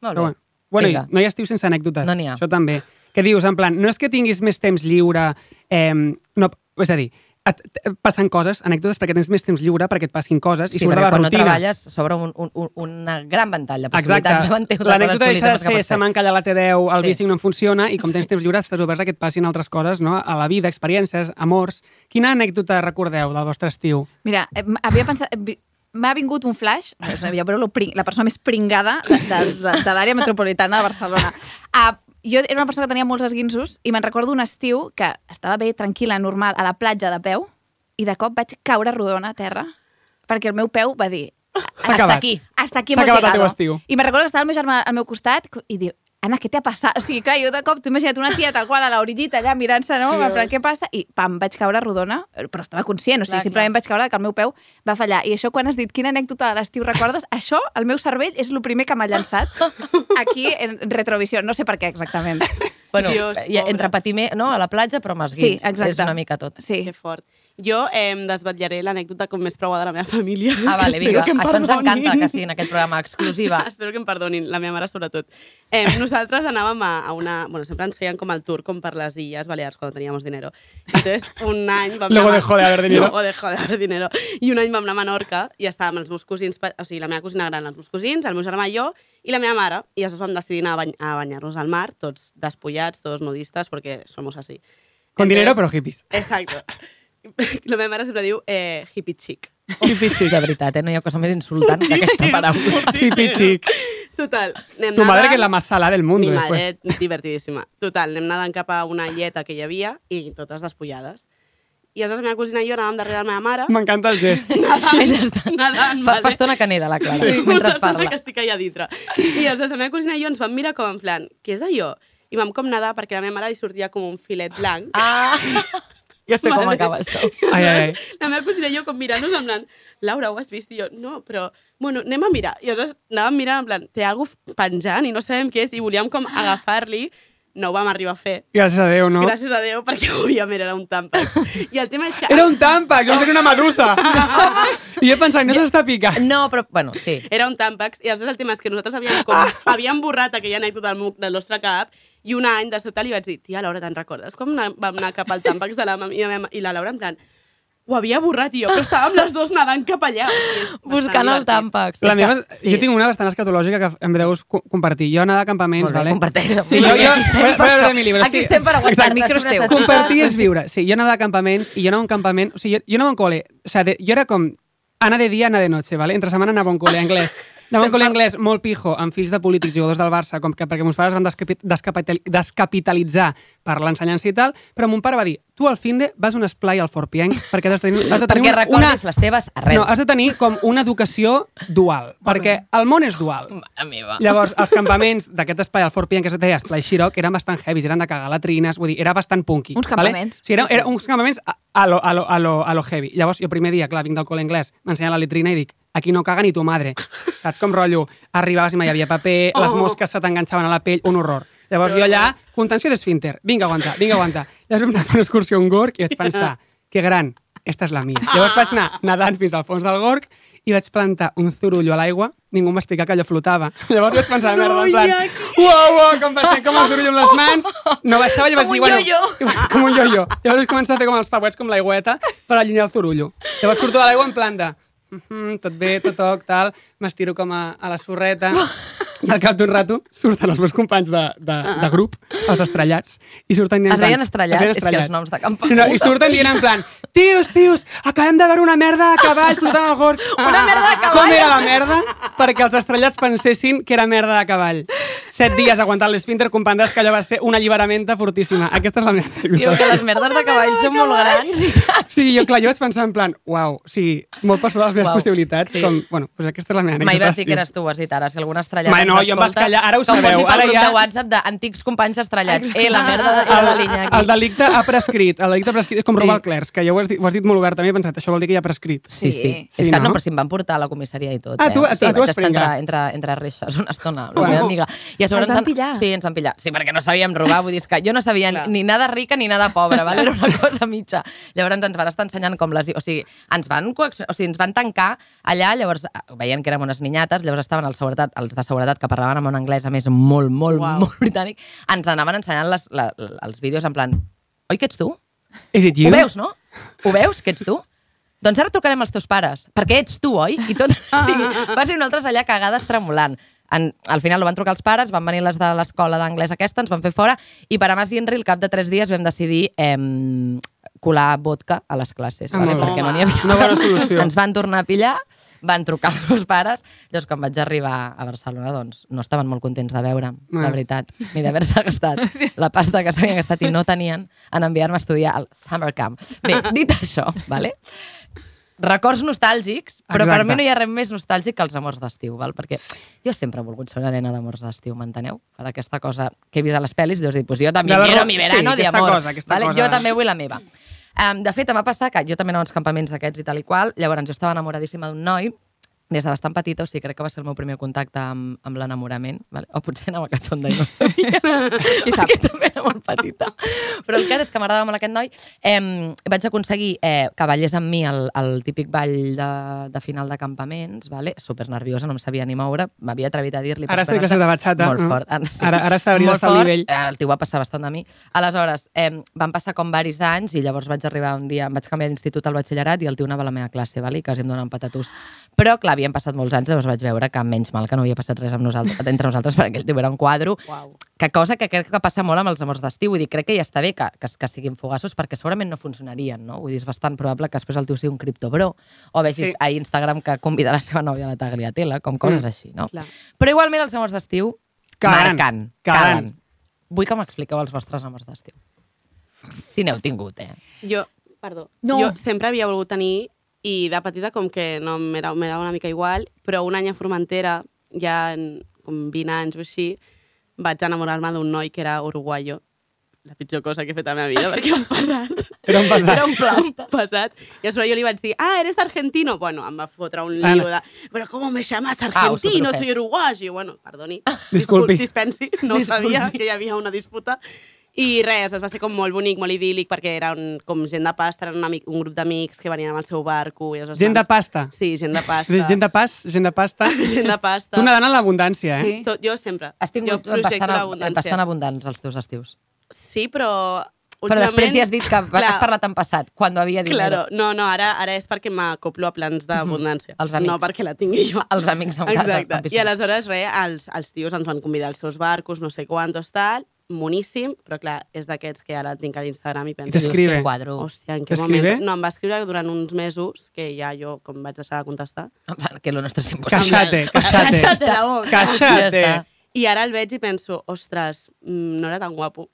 S2: Molt
S3: Però
S2: bé.
S3: bueno, bueno i
S2: Vinga.
S3: no hi ha estiu sense anècdotes.
S2: No n'hi ha.
S3: Això també. Què dius? En plan, no és que tinguis més temps lliure... Eh, no, és a dir, et, et passen coses, anècdotes, perquè tens més temps lliure, perquè et passin coses, i
S2: Sí,
S3: surt de
S2: perquè
S3: la
S2: quan no
S3: rutina.
S2: treballes s'obre un, un, un, una gran ventall de
S3: Exacte.
S2: possibilitats davant teu. de
S3: L'anècdota
S2: coses
S3: deixa de
S2: xulíssimes que
S3: ser,
S2: pots
S3: se
S2: fer.
S3: m'ha encallat la T10, el
S2: Sí.
S3: sí. bicing no em funciona, i com tens temps lliure estàs oberts a que et passin altres coses, no? A la vida, experiències, amors... Quina anècdota recordeu del vostre estiu?
S7: Mira, eh, m- havia pensat... vi- M'ha vingut un flash, és una- ja veureu lo pring- la persona més pringada de, de, de, de l'àrea metropolitana de Barcelona. Ah, jo era una persona que tenia molts esguinços i me'n recordo un estiu que estava bé, tranquil·la, normal, a la platja de peu, i de cop vaig caure rodona a terra perquè el meu peu va dir
S3: S'ha
S2: Hasta
S3: acabat.
S2: aquí.
S7: hasta aquí
S3: S'ha
S7: hemos
S3: acabat el
S7: llegado.
S3: teu estiu.
S7: I me'n recordo que estava el meu germà al meu costat co- i diu, Anna, què t'ha passat? O sigui, clar, jo de cop, t'ho imagina't una tia tal qual a l'orillita allà mirant-se, no? En plan, què passa? I pam, vaig caure rodona, però estava conscient, o sigui,
S2: Clar,
S7: clar,
S2: clar.
S7: simplement clar. vaig caure que el meu peu va fallar. I això, quan has dit quina anècdota de l'estiu recordes, això, el meu cervell, és el primer que m'ha llançat aquí en retrovisió. No sé per què exactament.
S2: Bueno, eh,
S6: Dios,
S2: ja,
S6: pobre.
S2: entre patir me- no, a la platja, però amb els
S7: Sí,
S2: guins.
S7: exacte.
S2: És una mica tot.
S7: Sí.
S6: Que fort. Jo eh, em desvetllaré l'anècdota com més prova de la meva família.
S2: Ah, vale,
S6: Espero
S2: vinga,
S6: que em
S2: això ens
S6: perdonin.
S2: encanta que sigui en aquest programa exclusiva.
S6: Espero que em perdonin, la meva mare sobretot. Eh, nosaltres anàvem a, a una... Bueno, sempre ens feien com el tour, com per les Illes Balears, quan teníamos dinero. Entonces, un any vam
S3: Luego
S6: anar-
S3: dejó de haber dinero.
S6: Luego dejó de haber dinero. I un any vam anar a Menorca i estàvem els meus cosins, pe- o sigui, la meva cosina gran, els meus cosins, el meu germà i jo, i la meva mare. I llavors vam decidir anar a, bany a banyar-nos al mar, tots despullats, tots nudistes, perquè somos así.
S3: Con dinero,
S6: Entonces-
S3: però hippies.
S6: Exacto. La meva mare sempre diu eh, hippie chic.
S2: Hippies chic. De veritat, eh? No hi ha cosa més insultant que aquesta paraula.
S3: Hippie chic.
S6: Total. anem
S3: Tu madre
S6: nedant.
S3: que es la más salada del mundo.
S6: Mi
S3: después.
S6: mare és divertidíssima. Total, anem nedant cap a una illeta que hi havia i totes despullades. I aleshores la meva cosina i jo anàvem darrere la meva mare.
S3: M'encanta el gest.
S2: Ella
S6: Nadant,
S2: està-
S6: nadant,
S2: Fa, fa
S6: vale?
S2: estona que neda, la Clara,
S6: Sí,
S2: mentre
S6: molta
S2: es
S6: estona
S2: parla.
S6: que estic allà dintre. I aleshores la meva cosina i jo ens vam mirar com en plan, què és d'allò? I vam com nedar perquè a la meva mare li sortia com un filet blanc.
S2: Ah, jo sé com
S6: Vale.
S2: acaba això.
S3: Ai, ai, ai.
S6: Aleshores, La meva cosina i jo com mirant-nos en plan, Laura, ho has vist? I jo, no, però, bueno, anem a mirar. I aleshores anàvem mirant en plan, té alguna cosa penjant i no sabem què és i volíem com agafar-li. No ho vam arribar a fer.
S3: Gràcies a Déu, no?
S6: Gràcies a Déu, perquè òbviament era un tàmpax. I el tema és que...
S3: Era un tàmpax, jo sé que era una medusa. I he pensat, no s'està picant.
S2: No, però, bueno, sí.
S6: Era un tàmpax, i aleshores el tema és que nosaltres havíem, com,
S3: Ah.
S6: havíem borrat aquella anècdota del, meu- del nostre cap, i un any de sobte li vaig dir, tia Laura, te'n recordes quan ana- vam anar cap al tàmpax de la mam i la, meva, i la Laura en plan, ho havia borrat i jo, però estàvem les dues nedant cap allà.
S2: Buscant el tàmpax.
S3: La
S2: És
S3: meva,
S2: que-
S3: jo tinc una bastant escatològica que em deus co- compartir. Jo anar de
S2: Molt
S3: campaments,
S2: bé,
S3: vale?
S2: comparteix.
S3: Sí, jo, jo,
S2: Aquí estem
S3: però,
S2: per
S3: però,
S2: això.
S3: però, mi llibre,
S2: Aquí
S3: sí.
S2: estem per aguantar-te.
S7: Exacte, el micro
S2: si
S7: és teu.
S2: necessites.
S3: Compartir és viure. Sí, jo anava a campaments i jo anava a un campament... O sigui, jo, jo anava a un col·le... O sigui, jo era com... Anar de dia, anar de noche, ¿vale? Entre setmana anava a un col·le anglès. Anava a un col·le anglès molt pijo, amb fills de polítics jugadors del Barça, com que perquè mos pares van descapi- descapital- descapitalitzar per l'ensenyança i tal, però mon pare va dir, tu al finde vas a un esplai al Fort Pienc perquè has de tenir, has de tenir
S2: Perquè
S3: una,
S2: recordis les teves arrels.
S3: No, has de tenir com una educació dual, perquè el món és dual.
S2: Mare meva.
S3: Llavors, els campaments d'aquest espai, al Fort Pian, que es deia Esplai Xiroc, eren bastant heavies, eren de cagar latrines, vull dir, era bastant punky.
S7: Uns campaments.
S3: Vale? Sí, eren, eren uns campaments a, a, lo, a, lo, a, lo, a lo heavy. Llavors, jo primer dia, clar, vinc del col·le anglès, m'ensenyen la letrina i dic, aquí no caga ni tu madre. Saps com rotllo? Arribaves i mai hi havia paper, oh. les mosques se t'enganxaven a la pell, un horror. Llavors jo allà, contenció d'esfínter, vinga, aguanta, vinga, aguanta. Llavors vam anar a fer una excursió a un gorg i vaig pensar, que gran, esta és la mia. Llavors vaig anar nadant fins al fons del gorg i vaig plantar un zurullo a l'aigua, ningú em va explicar que allò flotava. Llavors vaig pensar, merda, en plan, uau, uau, com va ser, com el zurullo amb les mans, no baixava, i vaig
S2: Com
S3: dir,
S2: un
S3: bueno,
S2: yo-yo.
S3: i vaig- com un yo-yo. Llavors començar a fer com els pauets, com l'aigüeta, per allunyar el zurullo. Llavors surto de l'aigua en plan de, "Mhm, tot bé, tot toc, tal, m'estiro com a, a la sorreta, i al cap d'un rato surten els meus companys de, de, de grup, els estrellats, i surten dient...
S2: Es deien
S3: tant-
S2: estrellats?
S3: es deien
S2: És que els noms de camp-
S3: No, I surten dient en plan, tios, tios, acabem de veure una merda de cavall flotant al gorg.
S2: Una merda de cavall?
S3: Com era la merda? Perquè els estrellats pensessin que era merda de cavall. Set dies aguantant l'esfínter, comprendràs que allò va ser una alliberamenta fortíssima. Aquesta és la meva
S2: Tio,
S3: anècdota.
S2: que les merdes de cavall són molt grans.
S3: Sí, jo, clar, jo vaig pensar en plan, uau, sí, molt per sobre de les meves
S2: Uau,
S3: possibilitats.
S2: sí.
S3: Com, bueno, doncs aquesta és la meva
S2: Mai
S3: anècdota.
S2: vas dir
S3: d'estiu.
S2: que eres tu, has dit ara, si alguna estrellada
S3: Mai, no,
S2: ens
S3: jo em vaig
S2: escolta,
S3: callar, ara ho
S2: que
S3: sabeu,
S2: posi pel
S3: ara
S2: grup
S3: ja-
S2: de WhatsApp d'antics companys estrellats. Eh, la merda de la línia
S3: el, el
S2: aquí.
S3: delicte ha prescrit, el delicte ha prescrit, és com
S2: Sí.
S3: sí. robar el clers, que ja ho has dit, ho has dit molt obert, també he pensat, això vol dir que ja ha prescrit.
S2: Sí, sí. és
S3: Sí,
S2: que no?
S3: no?
S2: però si em van portar a la comissaria i tot.
S3: Ah, tu-
S2: eh?
S3: a tu-
S2: sí,
S3: a
S2: vaig
S3: tu vas
S2: estar entre,
S3: pringar.
S2: entre, entre reixes una estona, la
S3: Bueno.
S2: meva amiga. I a sobre
S7: Et van
S2: ens han-
S7: pillar?
S2: Sí, ens van pillar. Sí, perquè no sabíem robar, vull dir, és que jo no sabia ni, ni nada rica ni nada pobra, val? era una cosa mitja. Llavors ens van estar ensenyant com les... O sigui, ens van, coaccio- o sigui, ens van tancar allà, llavors eh, veien que érem unes ninyates, llavors estaven els, seguretat, els de seguretat que parlaven amb un anglès, a més, molt, molt, molt britànic, ens anaven ensenyant les, la, la- els vídeos en plan... Oi que ets tu?
S3: Is it you?
S2: Ho veus, no? Ho veus, que ets tu? Doncs ara trucarem als teus pares, perquè ets tu, oi? I tot... o sigui, va ser nosaltres allà cagades tremolant. En, al final ho van trucar els pares, van venir les de l'escola d'anglès aquesta, ens van fer fora, i per a Mas i Henry, al cap de tres dies, vam decidir em, colar vodka a les classes,
S3: Ah,
S2: vale?
S3: molt bé.
S2: perquè no n'hi havia.
S3: Una bona solució.
S2: Ens van tornar a pillar, van trucar els meus pares, llavors quan vaig arribar a Barcelona doncs no estaven molt contents de veure'm,
S3: Ah.
S2: la veritat, ni d'haver-se gastat la pasta que s'havien gastat i no tenien en enviar-me a estudiar al Summer Camp. Bé, dit això, vale? records nostàlgics, però Exacte. per
S3: Exacte.
S2: mi no hi ha res més nostàlgic que els amors d'estiu, val? perquè jo sempre he volgut ser una nena d'amors d'estiu, m'enteneu? Per aquesta cosa que he vist a les pel·lis, llavors he dit, pues jo també
S3: De la
S2: quiero
S3: ro-
S2: mi verano
S3: sí,
S2: de
S3: aquesta
S2: amor.
S3: cosa, aquesta
S2: vale?
S3: cosa.
S2: Jo també vull la meva. Um, de fet, em va passar que jo també anava als campaments d'aquests i tal i qual, llavors jo estava enamoradíssima d'un noi, des de bastant petita, o sigui, crec que va ser el meu primer contacte amb, amb l'enamorament, vale? o potser anava cachonda i no ho sabia, perquè també era molt petita. Però el cas és que m'agradava molt aquest noi. Eh, vaig aconseguir eh, que ballés amb mi el, el típic ball de, de final de campaments, vale? super nerviosa, no em sabia ni moure, m'havia atrevit a dir-li... per
S3: Ara estic classes de bachata,
S2: Molt
S3: no?
S2: fort. Ara, sí.
S3: Ara- ara sabries
S2: Molt
S3: estar al
S2: fort,
S3: nivell.
S2: eh, el tio va passar bastant de mi. Aleshores, eh, van passar com varis anys i llavors vaig arribar un dia, em vaig canviar d'institut al batxillerat i el tio anava a la meva classe, vale? i quasi em donaven patatús. Però, clar, havien passat molts anys, llavors vaig veure que menys mal que no havia passat res amb nosaltres, entre nosaltres, perquè el tio era un quadro. Wow. Que cosa que crec que passa molt amb els amors d'estiu. Vull dir, crec que ja està bé que, que, que siguin fugassos perquè segurament no funcionarien, no? Vull dir, és bastant probable que després el tio sigui un criptobro o vegis
S3: Sí.
S2: a Instagram que convida la seva nòvia a la tagliatela, com coses
S3: Mm.
S2: així, no?
S6: Clar.
S2: Però igualment els amors d'estiu
S3: Calen.
S2: Marquen.
S3: Calen.
S2: Calen. Vull que m'expliqueu els vostres amors d'estiu. Si n'heu tingut, eh?
S6: Jo, perdó,
S7: No.
S6: no. jo sempre havia volgut tenir i de petita com que no m'era m'era una mica igual, però un any a Formentera, ja en, com 20 anys o així, vaig enamorar-me d'un noi que era uruguaio. La pitjor cosa que he fet a la meva vida, perquè em passat.
S3: Era un pesat.
S6: Era un plasta. Pesat. I a sobre jo li vaig dir, ah, eres argentino? Bueno, em va fotre un lío de... Però com me llamas argentino?
S2: superofès.
S6: Soy uruguayo. Bueno, perdoni.
S3: Ah, Disculpi.
S6: Discul- Dispensi, no ho sabia, que hi havia una disputa. I res, es va ser com molt bonic, molt idíl·lic, perquè era un, com gent de pasta, eren un, amic, un grup d'amics que venien amb el seu barco. I els
S3: Gent de pasta.
S6: Sí, gent de pasta.
S3: Gent de pas, gent de pasta.
S6: Gent de pasta.
S3: Tu nedant en l'abundància, eh?
S7: Sí.
S6: Tot, jo sempre.
S2: Has
S6: jo
S2: tingut
S6: projecto
S2: bastant,
S6: l'abundància.
S2: bastant abundants els teus estius.
S6: Sí, però...
S2: Però després
S6: últimament-
S2: ja has dit que va- has parlat en passat, quan havia dit
S6: Claro, no, no, ara, ara és perquè m'acoplo a plans d'abundància.
S2: Els Mhm. amics.
S6: No perquè la tingui jo.
S2: Els amics en casa,
S6: Exacte.
S2: en piscina.
S6: I aleshores, res, els, els tios ens van convidar als seus barcos, no sé quantos, tal, moníssim, però clar, és d'aquests que ara el tinc a l'Instagram i penso...
S3: I T'escrive.
S2: Dius, "Quin Quadro.
S6: Hòstia, en què
S3: T'escrive?
S6: moment... No, em va escriure durant uns mesos, que ja jo, com vaig deixar de contestar,
S2: En plan, Que lo nostre és impossible.
S3: Caixate, caixate.
S6: Caixate la boca.
S3: Caixate.
S2: Ja està.
S6: i ara el veig i penso, ostres, mm, no era tan guapo.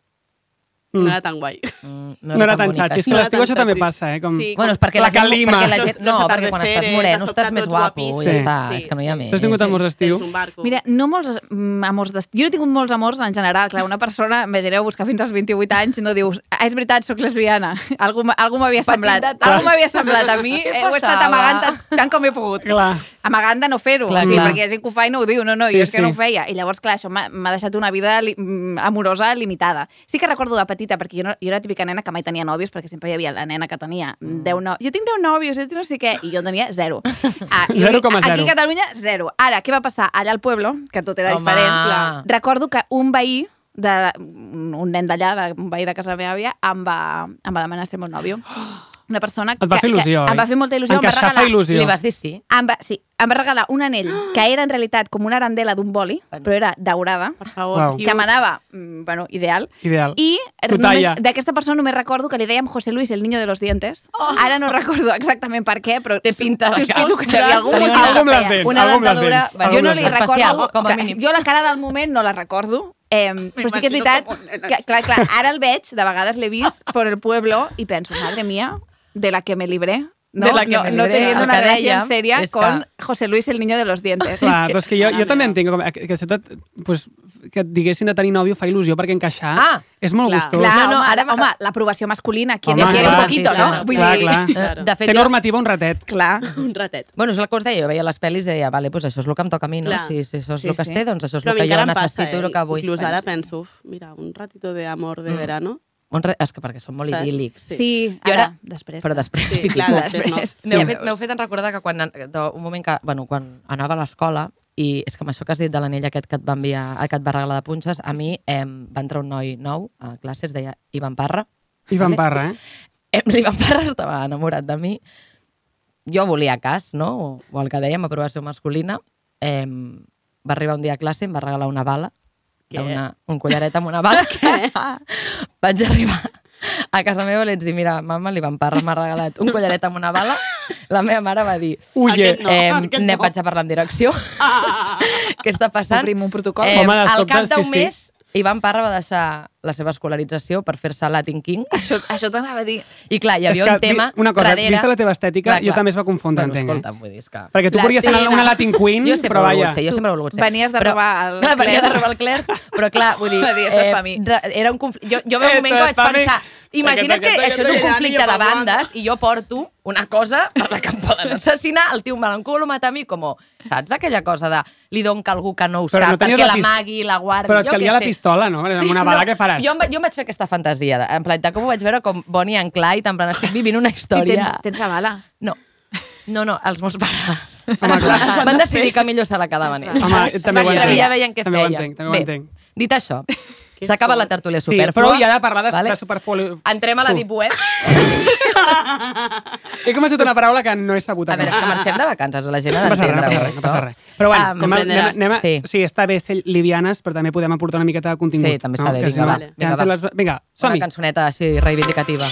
S6: no era tan guai.
S2: Mm,
S3: No era tan
S2: boniques,
S3: xatxi. És que
S6: No
S3: a
S6: era
S3: l'estiu
S6: tan
S3: això també
S6: xatxi.
S3: passa, eh? Com...
S6: Sí,
S2: Bueno, és perquè
S3: La
S2: la, gent,
S3: calima.
S2: perquè la gent...
S6: Los-
S2: No,
S6: los
S2: perquè quan estàs
S6: atardeceres,
S2: moreno
S6: has
S2: estàs
S6: optat
S2: més
S6: tots
S2: guapo i ja
S6: guapíssims.
S2: està,
S6: Sí,
S2: és que no hi ha
S6: sí.
S2: més.
S3: T'has tingut amors d'estiu?
S6: Tens un barco.
S7: Mira, no molts mm, amors d'estiu. Jo no he tingut molts amors en general. Clar, una persona, imagineu, buscar fins als 28 anys i no dius, ah, és veritat, sóc lesbiana. Algú, m- algú m'havia semblat.
S2: detall.
S7: Algú m'havia semblat a mi.
S2: Què
S7: Eh, ho he estat
S2: passava?
S7: amagant tant, tant com he pogut.
S3: Clar.
S7: Amagant de no fer-ho.
S2: Clar,
S7: sí,
S2: clar.
S7: perquè hi ha gent que ho fa i no ho diu. No, no,
S3: Sí,
S7: jo és que
S3: sí.
S7: no ho feia. I llavors, clar, això m'ha m'ha deixat una vida li mm, amorosa limitada. Sí que recordo de petita, perquè jo, no, jo era la típica nena que mai tenia nòvios, perquè sempre hi havia la nena que tenia
S3: Mm.
S7: 10 nòvios. Jo tinc 10 nòvios, jo tinc no sé què. I jo en tenia 0. Ah, i
S3: 0,0.
S7: Aquí a Catalunya, 0. Ara, què va passar? Allà al poble, que tot era
S2: Home.
S7: diferent, clar, recordo que un veí de, un nen d'allà, de- un veí de casa meva àvia, em va, em va demanar ser meu nòvio. Una persona
S3: Et va
S7: que,
S3: fer il·lusió, oi?
S7: que em va fer molta il·lusió. em va
S3: Encaixar fa
S7: regalar,
S3: il·lusió.
S2: Li vas dir sí.
S7: em va, sí, em va regalar un anell que era en realitat com una arandela d'un boli, però era daurada,
S6: Per favor,
S3: Uau.
S6: cute.
S7: que m'anava, mm, bueno, ideal. eh,
S3: Ideal.
S7: I
S3: Tu
S7: només-
S3: talla.
S7: d'aquesta persona només recordo que li dèiem José Luis, el niño de los dientes. Ara no recordo exactament per què, però
S2: Oh. Té pinta de
S7: sospito que hi
S2: Ostres,
S7: havia algú
S2: tenia
S7: motiu
S2: una-
S7: que
S3: Algú amb les
S7: feia.
S3: dents.
S2: Una
S3: algú amb les
S2: dentadura,
S3: dents,
S2: va,
S3: algú
S7: Jo
S3: amb
S7: no
S3: les
S7: li
S3: dents.
S2: Especial,
S7: recordo...
S2: com a
S7: que-
S2: mínim.
S7: Jo la cara del moment no la recordo, Eh, però sí que és veritat que, clar, clar, ara el veig, de vegades l'he vist per el pueblo i penso, madre mía, de la que me libré, no,
S2: De la que
S7: no,
S2: me
S7: no
S2: libré,
S7: teniendo
S2: el
S7: una
S2: que
S7: relación
S2: dèiem,
S7: seria
S2: és
S7: con
S2: que-
S7: José Luis, el niño de los dientes.
S3: Clar,
S7: És que-
S3: però és que jo,
S2: Ah,
S3: jo també entenc com, eh, que, que això tot, pues, que et diguessin de tenir nòvio fa il·lusió perquè encaixar
S2: Ah,
S3: és molt
S6: clar,
S3: gustós.
S7: Clar,
S2: No,
S7: no,
S2: no,
S7: no,
S2: ara-
S7: ara, home, l'aprovació masculina, qui
S3: Home,
S7: decide
S3: clar,
S7: un poquito,
S2: sí,
S7: no?
S2: clar.
S7: Vull
S3: clar,
S7: dir,
S3: clar.
S2: Eh, De fet,
S3: Ser
S2: jo-
S3: normativa un ratet.
S7: clar.
S6: Un ratet.
S2: Bueno, és el que us deia, jo veia les pel·lis i deia, vale, pues això és el que em toca a mi, no?
S6: Clar.
S2: Si, si això és
S7: Sí,
S2: el que
S7: sí.
S2: es té, doncs això és
S6: Però
S2: el
S6: a mi
S2: que jo
S6: encara em passa,
S2: necessito
S6: eh?
S2: i el que vull.
S6: Inclús ara penso, uf, mira, un ratito de amor de verano.
S2: Un re- És que perquè són molt
S6: Saps?
S2: idíl·lics.
S6: Sí.
S7: Sí,
S2: Jo ara-
S7: ara, després.
S2: Però després...
S6: Sí, clar, després no.
S7: Després.
S2: M'heu
S7: Sí,
S2: fet, m'heu fet en recordar que quan, an- de, un moment que, bueno, quan anava a l'escola, i és que amb això que has dit de l'anell aquest que et va enviar, eh, que et va regalar de punxes, a mi em, va entrar un noi nou a classes, deia Ivan Parra.
S3: Ivan Parra, eh?
S2: Em, L'Ivan Parra estava enamorat de mi. Jo volia cas, no? O, o el que dèiem, aprovació masculina. Em, va arribar un dia a classe i em va regalar una bala, una, un collaret amb una bala. Què? Vaig arribar a casa meva i li vaig dir, mira, mama, l'Ivan Parra m'ha regalat un collaret amb una bala. La meva mare va dir,
S3: Uye.
S6: Aquest no.
S2: eh,
S6: aquest
S2: ne
S6: no.
S2: vaig a parlar amb direcció. Què està passant?
S7: Obrim un protocol.
S3: Home, de
S2: al
S3: sobte,
S2: cap d'un
S3: sí, sí.
S2: mes, Ivan Parra va deixar la seva escolarització per fer-se Latin King.
S7: Això, això t'anava a dir.
S2: I clar, hi havia
S3: És que,
S2: un tema
S3: vi- una cosa,
S2: darrere...
S3: vista la teva estètica, jo també es va confondre,
S2: bueno,
S3: entenc, eh?
S2: Escolta'm, vull dir, és que...
S3: Perquè tu
S7: La
S3: podries ser
S7: teva.
S3: una Latin Queen,
S2: Jo sempre
S3: però
S2: he
S3: vaja.
S2: volgut ser, jo sempre he volgut ser.
S7: Venies de robar el
S2: Clar, venia de
S7: Claire's.
S2: robar el Claire's, però clar, vull dir...
S7: Va dir, "Esto es pa mi".
S2: ra- Era un conflicte... Jo, jo ve un
S3: Esto
S2: moment que
S3: es
S2: vaig
S3: pa mi.
S2: pensar...
S3: Taca,
S2: Imagina't que
S3: taca,
S2: això és
S3: taca,
S2: un
S3: taca.
S2: conflicte de
S6: Anillo pa banda.
S2: bandes i jo porto una cosa per la que em poden assassinar, el tio me l'enculo, mata a mi, com... Saps aquella cosa de li don que algú que no ho
S3: Però
S2: sap
S3: no tenies
S2: perquè
S3: la pis-
S2: l'amagui, la guardi...
S3: Però et
S2: jo què
S3: calia la
S2: sé.
S3: pistola, no? Amb una bala, què faràs?
S2: Jo, em, va- jo em vaig fer aquesta fantasia, de, en plan, de com ho vaig veure com Bonnie and Clyde, en plan, estic vivint una
S7: I
S2: història...
S7: tens, tens la bala.
S2: No. No, no, els meus pares.
S3: Home, clar.
S2: Van decidir que millor se la quedaven ells.
S3: Home,
S2: Saps?
S3: també ho
S2: Vaig
S3: entenc.
S2: treballar, veien què
S3: També ho
S2: feia.
S3: entenc, també ho
S2: Bé,
S3: entenc.
S2: dit això, s'acaba la tertúlia
S3: Sí,
S2: superflua.
S3: prou ja de parlar de- de superflu-
S2: Entrem a la
S3: Fu.
S2: Deep Web.
S3: He començat una paraula que no he sabut
S2: A veure, és que marxem de vacances, la gent ha
S3: No passa res,
S2: d'entendre.
S3: no passa res, no passa res. Però bueno,
S2: Em
S3: anem, a- anem, a- anem a, sí.
S2: Sí.
S3: sí, està bé ser livianes, però també podem aportar una miqueta de contingut.
S2: Sí, també està bé,
S3: Que si
S2: vinga,
S3: no,
S2: va,
S3: ja
S2: vinga,
S3: hem fet
S2: va.
S3: les- Vinga,
S2: Una
S3: som-hi.
S2: cançoneta així reivindicativa.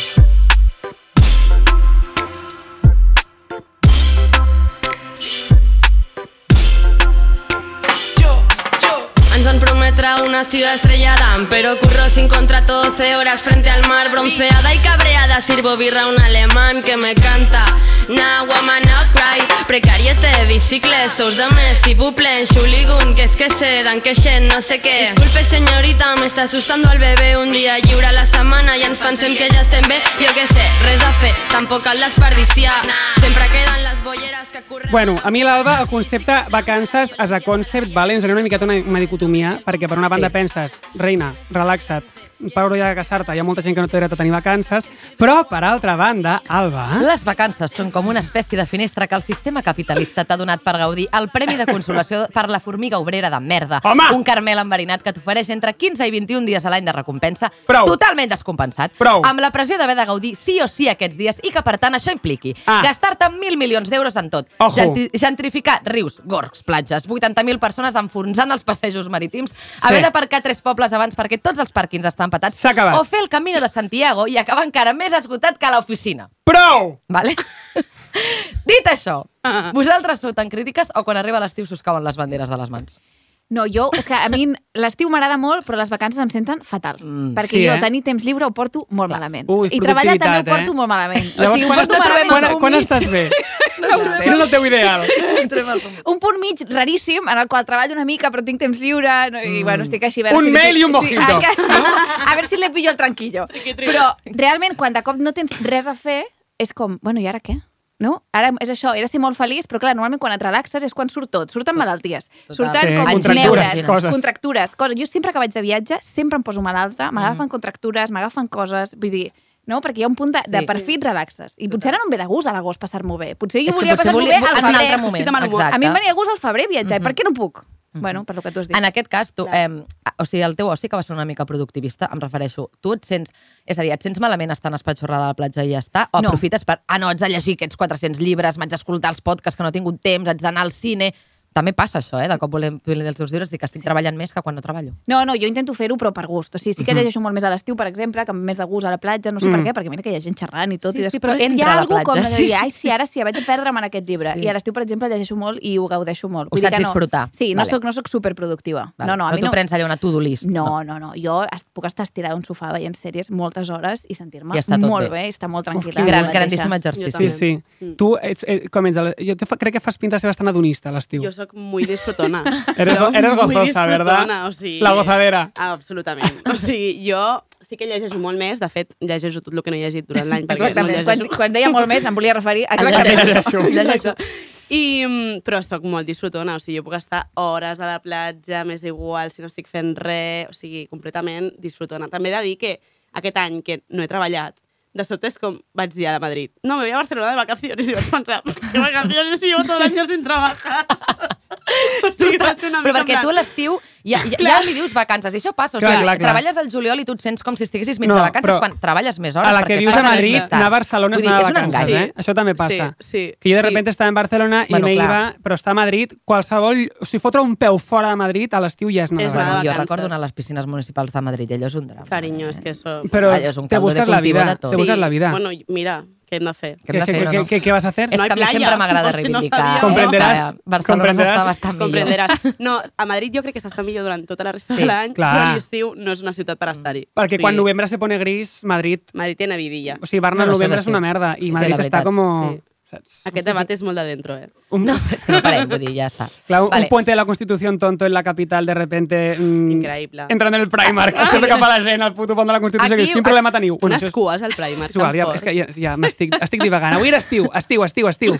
S9: Ens van prometre una estiga estrellada Pero curro sin contrato 12 horas frente al mar Bronceada y cabreada Sirvo birra a un alemán que me canta Now woman, now cry Precariete, bicicle, sous de Messi, buple Xuligun, que es que se dan que xen, no sé què Disculpe senyorita, m'està asustando al bebè Un dia lliure a la setmana i ens pensem que ja estem bé Jo que sé, res a fer, tampoc cal desperdiciar Sempre queden les bolleres que corren
S3: Bueno, a mi l'Alba, el concepte vacances as a concept, vale? ens dona una miqueta una, una dicotomia, perquè per una banda
S2: Sí.
S3: penses, reina, relaxa't, Pau ja de casar-te, hi ha molta gent que no té dret a tenir vacances, però per altra banda, Alba,
S2: Les vacances són com una espècie de finestra que el sistema capitalista t'ha donat per gaudir el Premi de Consolació per la formiga obrera de merda.
S3: Home!
S2: Un caramel enverinat que t'ofereix entre 15 i 21 dies a l'any de recompensa
S3: Prou.
S2: totalment descompensat,
S3: Prou.
S2: amb la pressió d'haver de gaudir sí o sí aquests dies i que, per tant, això impliqui
S3: Ah.
S2: gastar-te mil milions d'euros en tot,
S3: Ojo.
S2: genti- gentrificar rius, gorgs, platges, 80.000 persones enfonsant els passejos marítims,
S3: Sí.
S2: haver d'aparcar tres pobles abans perquè tots els pàrquings estan empatats,
S3: S'ha acabat.
S2: o fer el Camino de Santiago i acabar encara més esgotat que a l'oficina.
S3: prou!
S2: Vale?
S7: Ah.
S2: Dit això, vosaltres sou tan crítiques o quan arriba l'estiu se us cauen les banderes de les mans?
S7: No, jo, és que a mi l'estiu m'agrada molt, però les vacances em senten fatal. Mm, perquè
S3: sí,
S7: jo
S3: eh?
S7: tenir temps lliure ho porto molt malament.
S3: Ui,
S7: I treballar també ho
S3: productivitat, eh?
S7: porto molt malament.
S3: Llavors,
S7: o sigui, ho
S3: quan,
S7: porto malament
S3: quan,
S7: per un
S3: quan
S7: mig.
S3: estàs bé?
S7: No ho sé.
S3: Quin és el teu ideal?
S7: un punt mig raríssim en el qual treballo una mica però tinc temps lliure no, i
S2: Mm.
S7: bueno, estic així a veure
S3: Un
S7: li
S3: mail
S7: pillo-
S3: i un mojito,
S7: a, a veure si le pillo el tranquillo però realment quan de cop no tens res a fer és com, bueno, i ara què? No? Ara és això, he de ser molt feliç, però clar, normalment quan et relaxes és quan surt tot, surten malalties,
S2: Total.
S7: surten
S3: Sí,
S7: com
S2: contractures,
S7: neules,
S3: coses.
S7: contractures, coses. Jo sempre que vaig de viatge sempre em poso
S2: Mm.
S7: malalta, m'agafen contractures, m'agafen coses, vull dir, no? Perquè hi ha un punt de, de
S2: Sí.
S7: per fi et relaxes. I potser ara no em ve de gust a l'agost passar-m'ho bé. Potser jo
S2: És que
S7: volia
S2: potser
S7: passar-m'ho
S2: volia-
S7: bé al
S2: en un
S7: febrer.
S2: altre moment.
S6: Estic de mal humor.
S2: Exacte.
S7: A mi em venia gust al febrer viatjar, mm per què no puc? Bueno, per lo que tu has dit.
S2: En aquest cas, tu, eh, o sigui, el teu oci que va ser una mica productivista, em refereixo, tu et sents, és a dir, et sents malament estant espatxorrada a la platja i ja està, o
S7: No.
S2: aprofites per, ah, no, haig de llegir aquests 400 llibres, m'haig d'escoltar els podcasts que no he tingut temps, haig d'anar al cine... També passa això, eh? De cop volem fer els teus llibres, dic que estic treballant més que quan no treballo.
S7: No, no, jo intento fer-ho però per gust. O sigui, sí que llegeixo molt més a l'estiu, per exemple, que em ve més de gust a la platja, no sé per què, perquè mira que hi ha gent xerrant i tot.
S2: Sí,
S7: i
S2: sí,
S7: després,
S2: però entra
S7: hi
S2: a
S7: ha
S2: la
S7: algú
S2: platja,
S7: com de
S2: sí,
S7: dir,
S2: sí.
S7: ai, sí, ara sí, vaig a perdre'm en aquest llibre.
S2: Sí.
S7: I a l'estiu, per exemple, llegeixo molt i ho gaudeixo molt.
S2: Ho saps
S7: que no.
S2: disfrutar.
S7: Sí, no
S2: Vale.
S7: soc, no soc superproductiva. No, no, a
S2: no
S7: mi
S2: t'ho
S7: no.
S2: prens allà una to-do list.
S7: No, no, no. Jo es- puc estar estirada a un sofà veient sèries moltes hores i sentir-me
S2: I està tot
S7: molt
S2: bé.
S7: bé. i estar molt
S3: Uf,
S7: tranquil·la.
S3: quin
S7: amb
S2: Gran,
S7: mi mateixa.
S2: grandíssim exercici.
S3: Sí,
S6: també.
S3: sí.
S7: Mm.
S3: Tu ets, eh, com ets? Jo te fa, crec que fas pinta de ser bastant adonista a l'estiu.
S6: Yo soy muy disfrutona.
S3: Eres-
S6: Yo
S3: eres
S6: muy
S3: gozosa, ¿verdad?
S6: disfrutona, o sigui-
S3: La gozadera.
S6: Ah, Absolutament. O sigui, jo sí que llegeixo molt més. De fet, llegeixo tot el que no he llegit durant l'any. perquè no
S7: Exactament. Quan,
S6: llegeixo.
S7: quan deia molt més, em volia referir a
S3: Llegeixo.
S7: Llegeixo.
S6: I, mm, però sóc molt disfrutona, o sigui, jo puc estar hores a la platja, m'és igual si no estic fent res, o sigui, completament disfrutona. També he de dir que aquest any que no he treballat, de sobte és com vaig dir a la Madrid, no, me voy a Barcelona de vacaciones, i vaig pensar, que vacaciones si llevo todo el año sin trabajar. o sigui, va ser una
S2: Però
S6: mica en
S2: perquè
S6: plan-
S2: tu a l'estiu ja, ja, ja li dius vacances, i això passa. O sigui,
S3: Clar, clar, clar.
S2: treballes al juliol i tu et sents com si estiguessis mig
S3: No,
S2: de vacances
S3: però
S2: quan treballes més hores.
S3: A la que
S2: perquè
S3: vius a
S2: estàs
S3: Madrid,
S2: més tard.
S3: anar a Barcelona
S2: Vull
S3: és
S2: dir,
S3: anar de
S2: és un
S3: vacances,
S2: engany.
S3: eh? Això també passa.
S6: Sí, sí,
S3: que jo de
S6: sí.
S3: repente estava en Barcelona i
S2: Bueno,
S3: me
S2: clar.
S3: iba, però estava a Madrid, qualsevol... O sigui, fotre un peu fora de Madrid a l'estiu ja és anar
S6: És
S3: de
S6: anar de
S3: vacances.
S2: Jo
S6: vacances.
S2: recordo anar a les piscines municipals de Madrid, allò és un drama.
S6: Carinyo, és que això...
S3: Però
S2: Allò és un
S3: te
S2: caldo de
S3: busques la
S2: cultivo
S3: vida,
S2: de tot.
S3: te busques la vida.
S6: Bueno, mira, què hem de fer?
S2: Que hem de
S3: ¿Qué-
S2: fer,
S3: qué-
S2: no, no.
S3: qué- qué vas a hacer?
S2: És
S6: No hay
S2: que a mi
S6: playa,
S2: sempre m'agrada
S6: por si no
S2: reivindicar.
S6: sabíeu.
S3: Comprenderàs,
S2: eh, que Barcelona
S3: comprenderàs.
S2: està bastant millor.
S6: Comprenderàs. No, a Madrid jo crec que s'està millor durant tota la resta
S2: Sí,
S6: de l'any,
S3: clar.
S6: però l'estiu no és una ciutat
S3: Mm.
S6: per estar-hi.
S3: Perquè
S6: O sigui,
S3: quan novembre se pone gris, Madrid...
S6: Madrid tiene vidilla.
S3: O sigui, Barna
S2: No,
S3: en
S2: no,
S3: novembre
S2: això és
S3: és una
S2: així.
S3: merda
S2: Sí,
S3: i
S2: la
S3: Madrid està
S2: veritat,
S3: com...
S6: sí.
S3: Saps?
S6: Aquest debat és molt de dentro, eh?
S3: Un,
S2: No, és que no parem, vull dir, ja està.
S3: Clar, un,
S2: Vale.
S3: un puente de la Constitución tonto en la capital de repente... Mm,
S6: Increïble.
S3: Entrant en el Primark, sempre cap a la gent, al puto pont de la Constitució.
S2: Ah, Aquí-
S3: Aquí, quin problema teniu? Bueno,
S6: Unes
S3: això és-
S6: cues al Primark.
S3: És igual, ja, és que ja, ja m'estic estic divagant. Avui era estiu, estiu, estiu, estiu.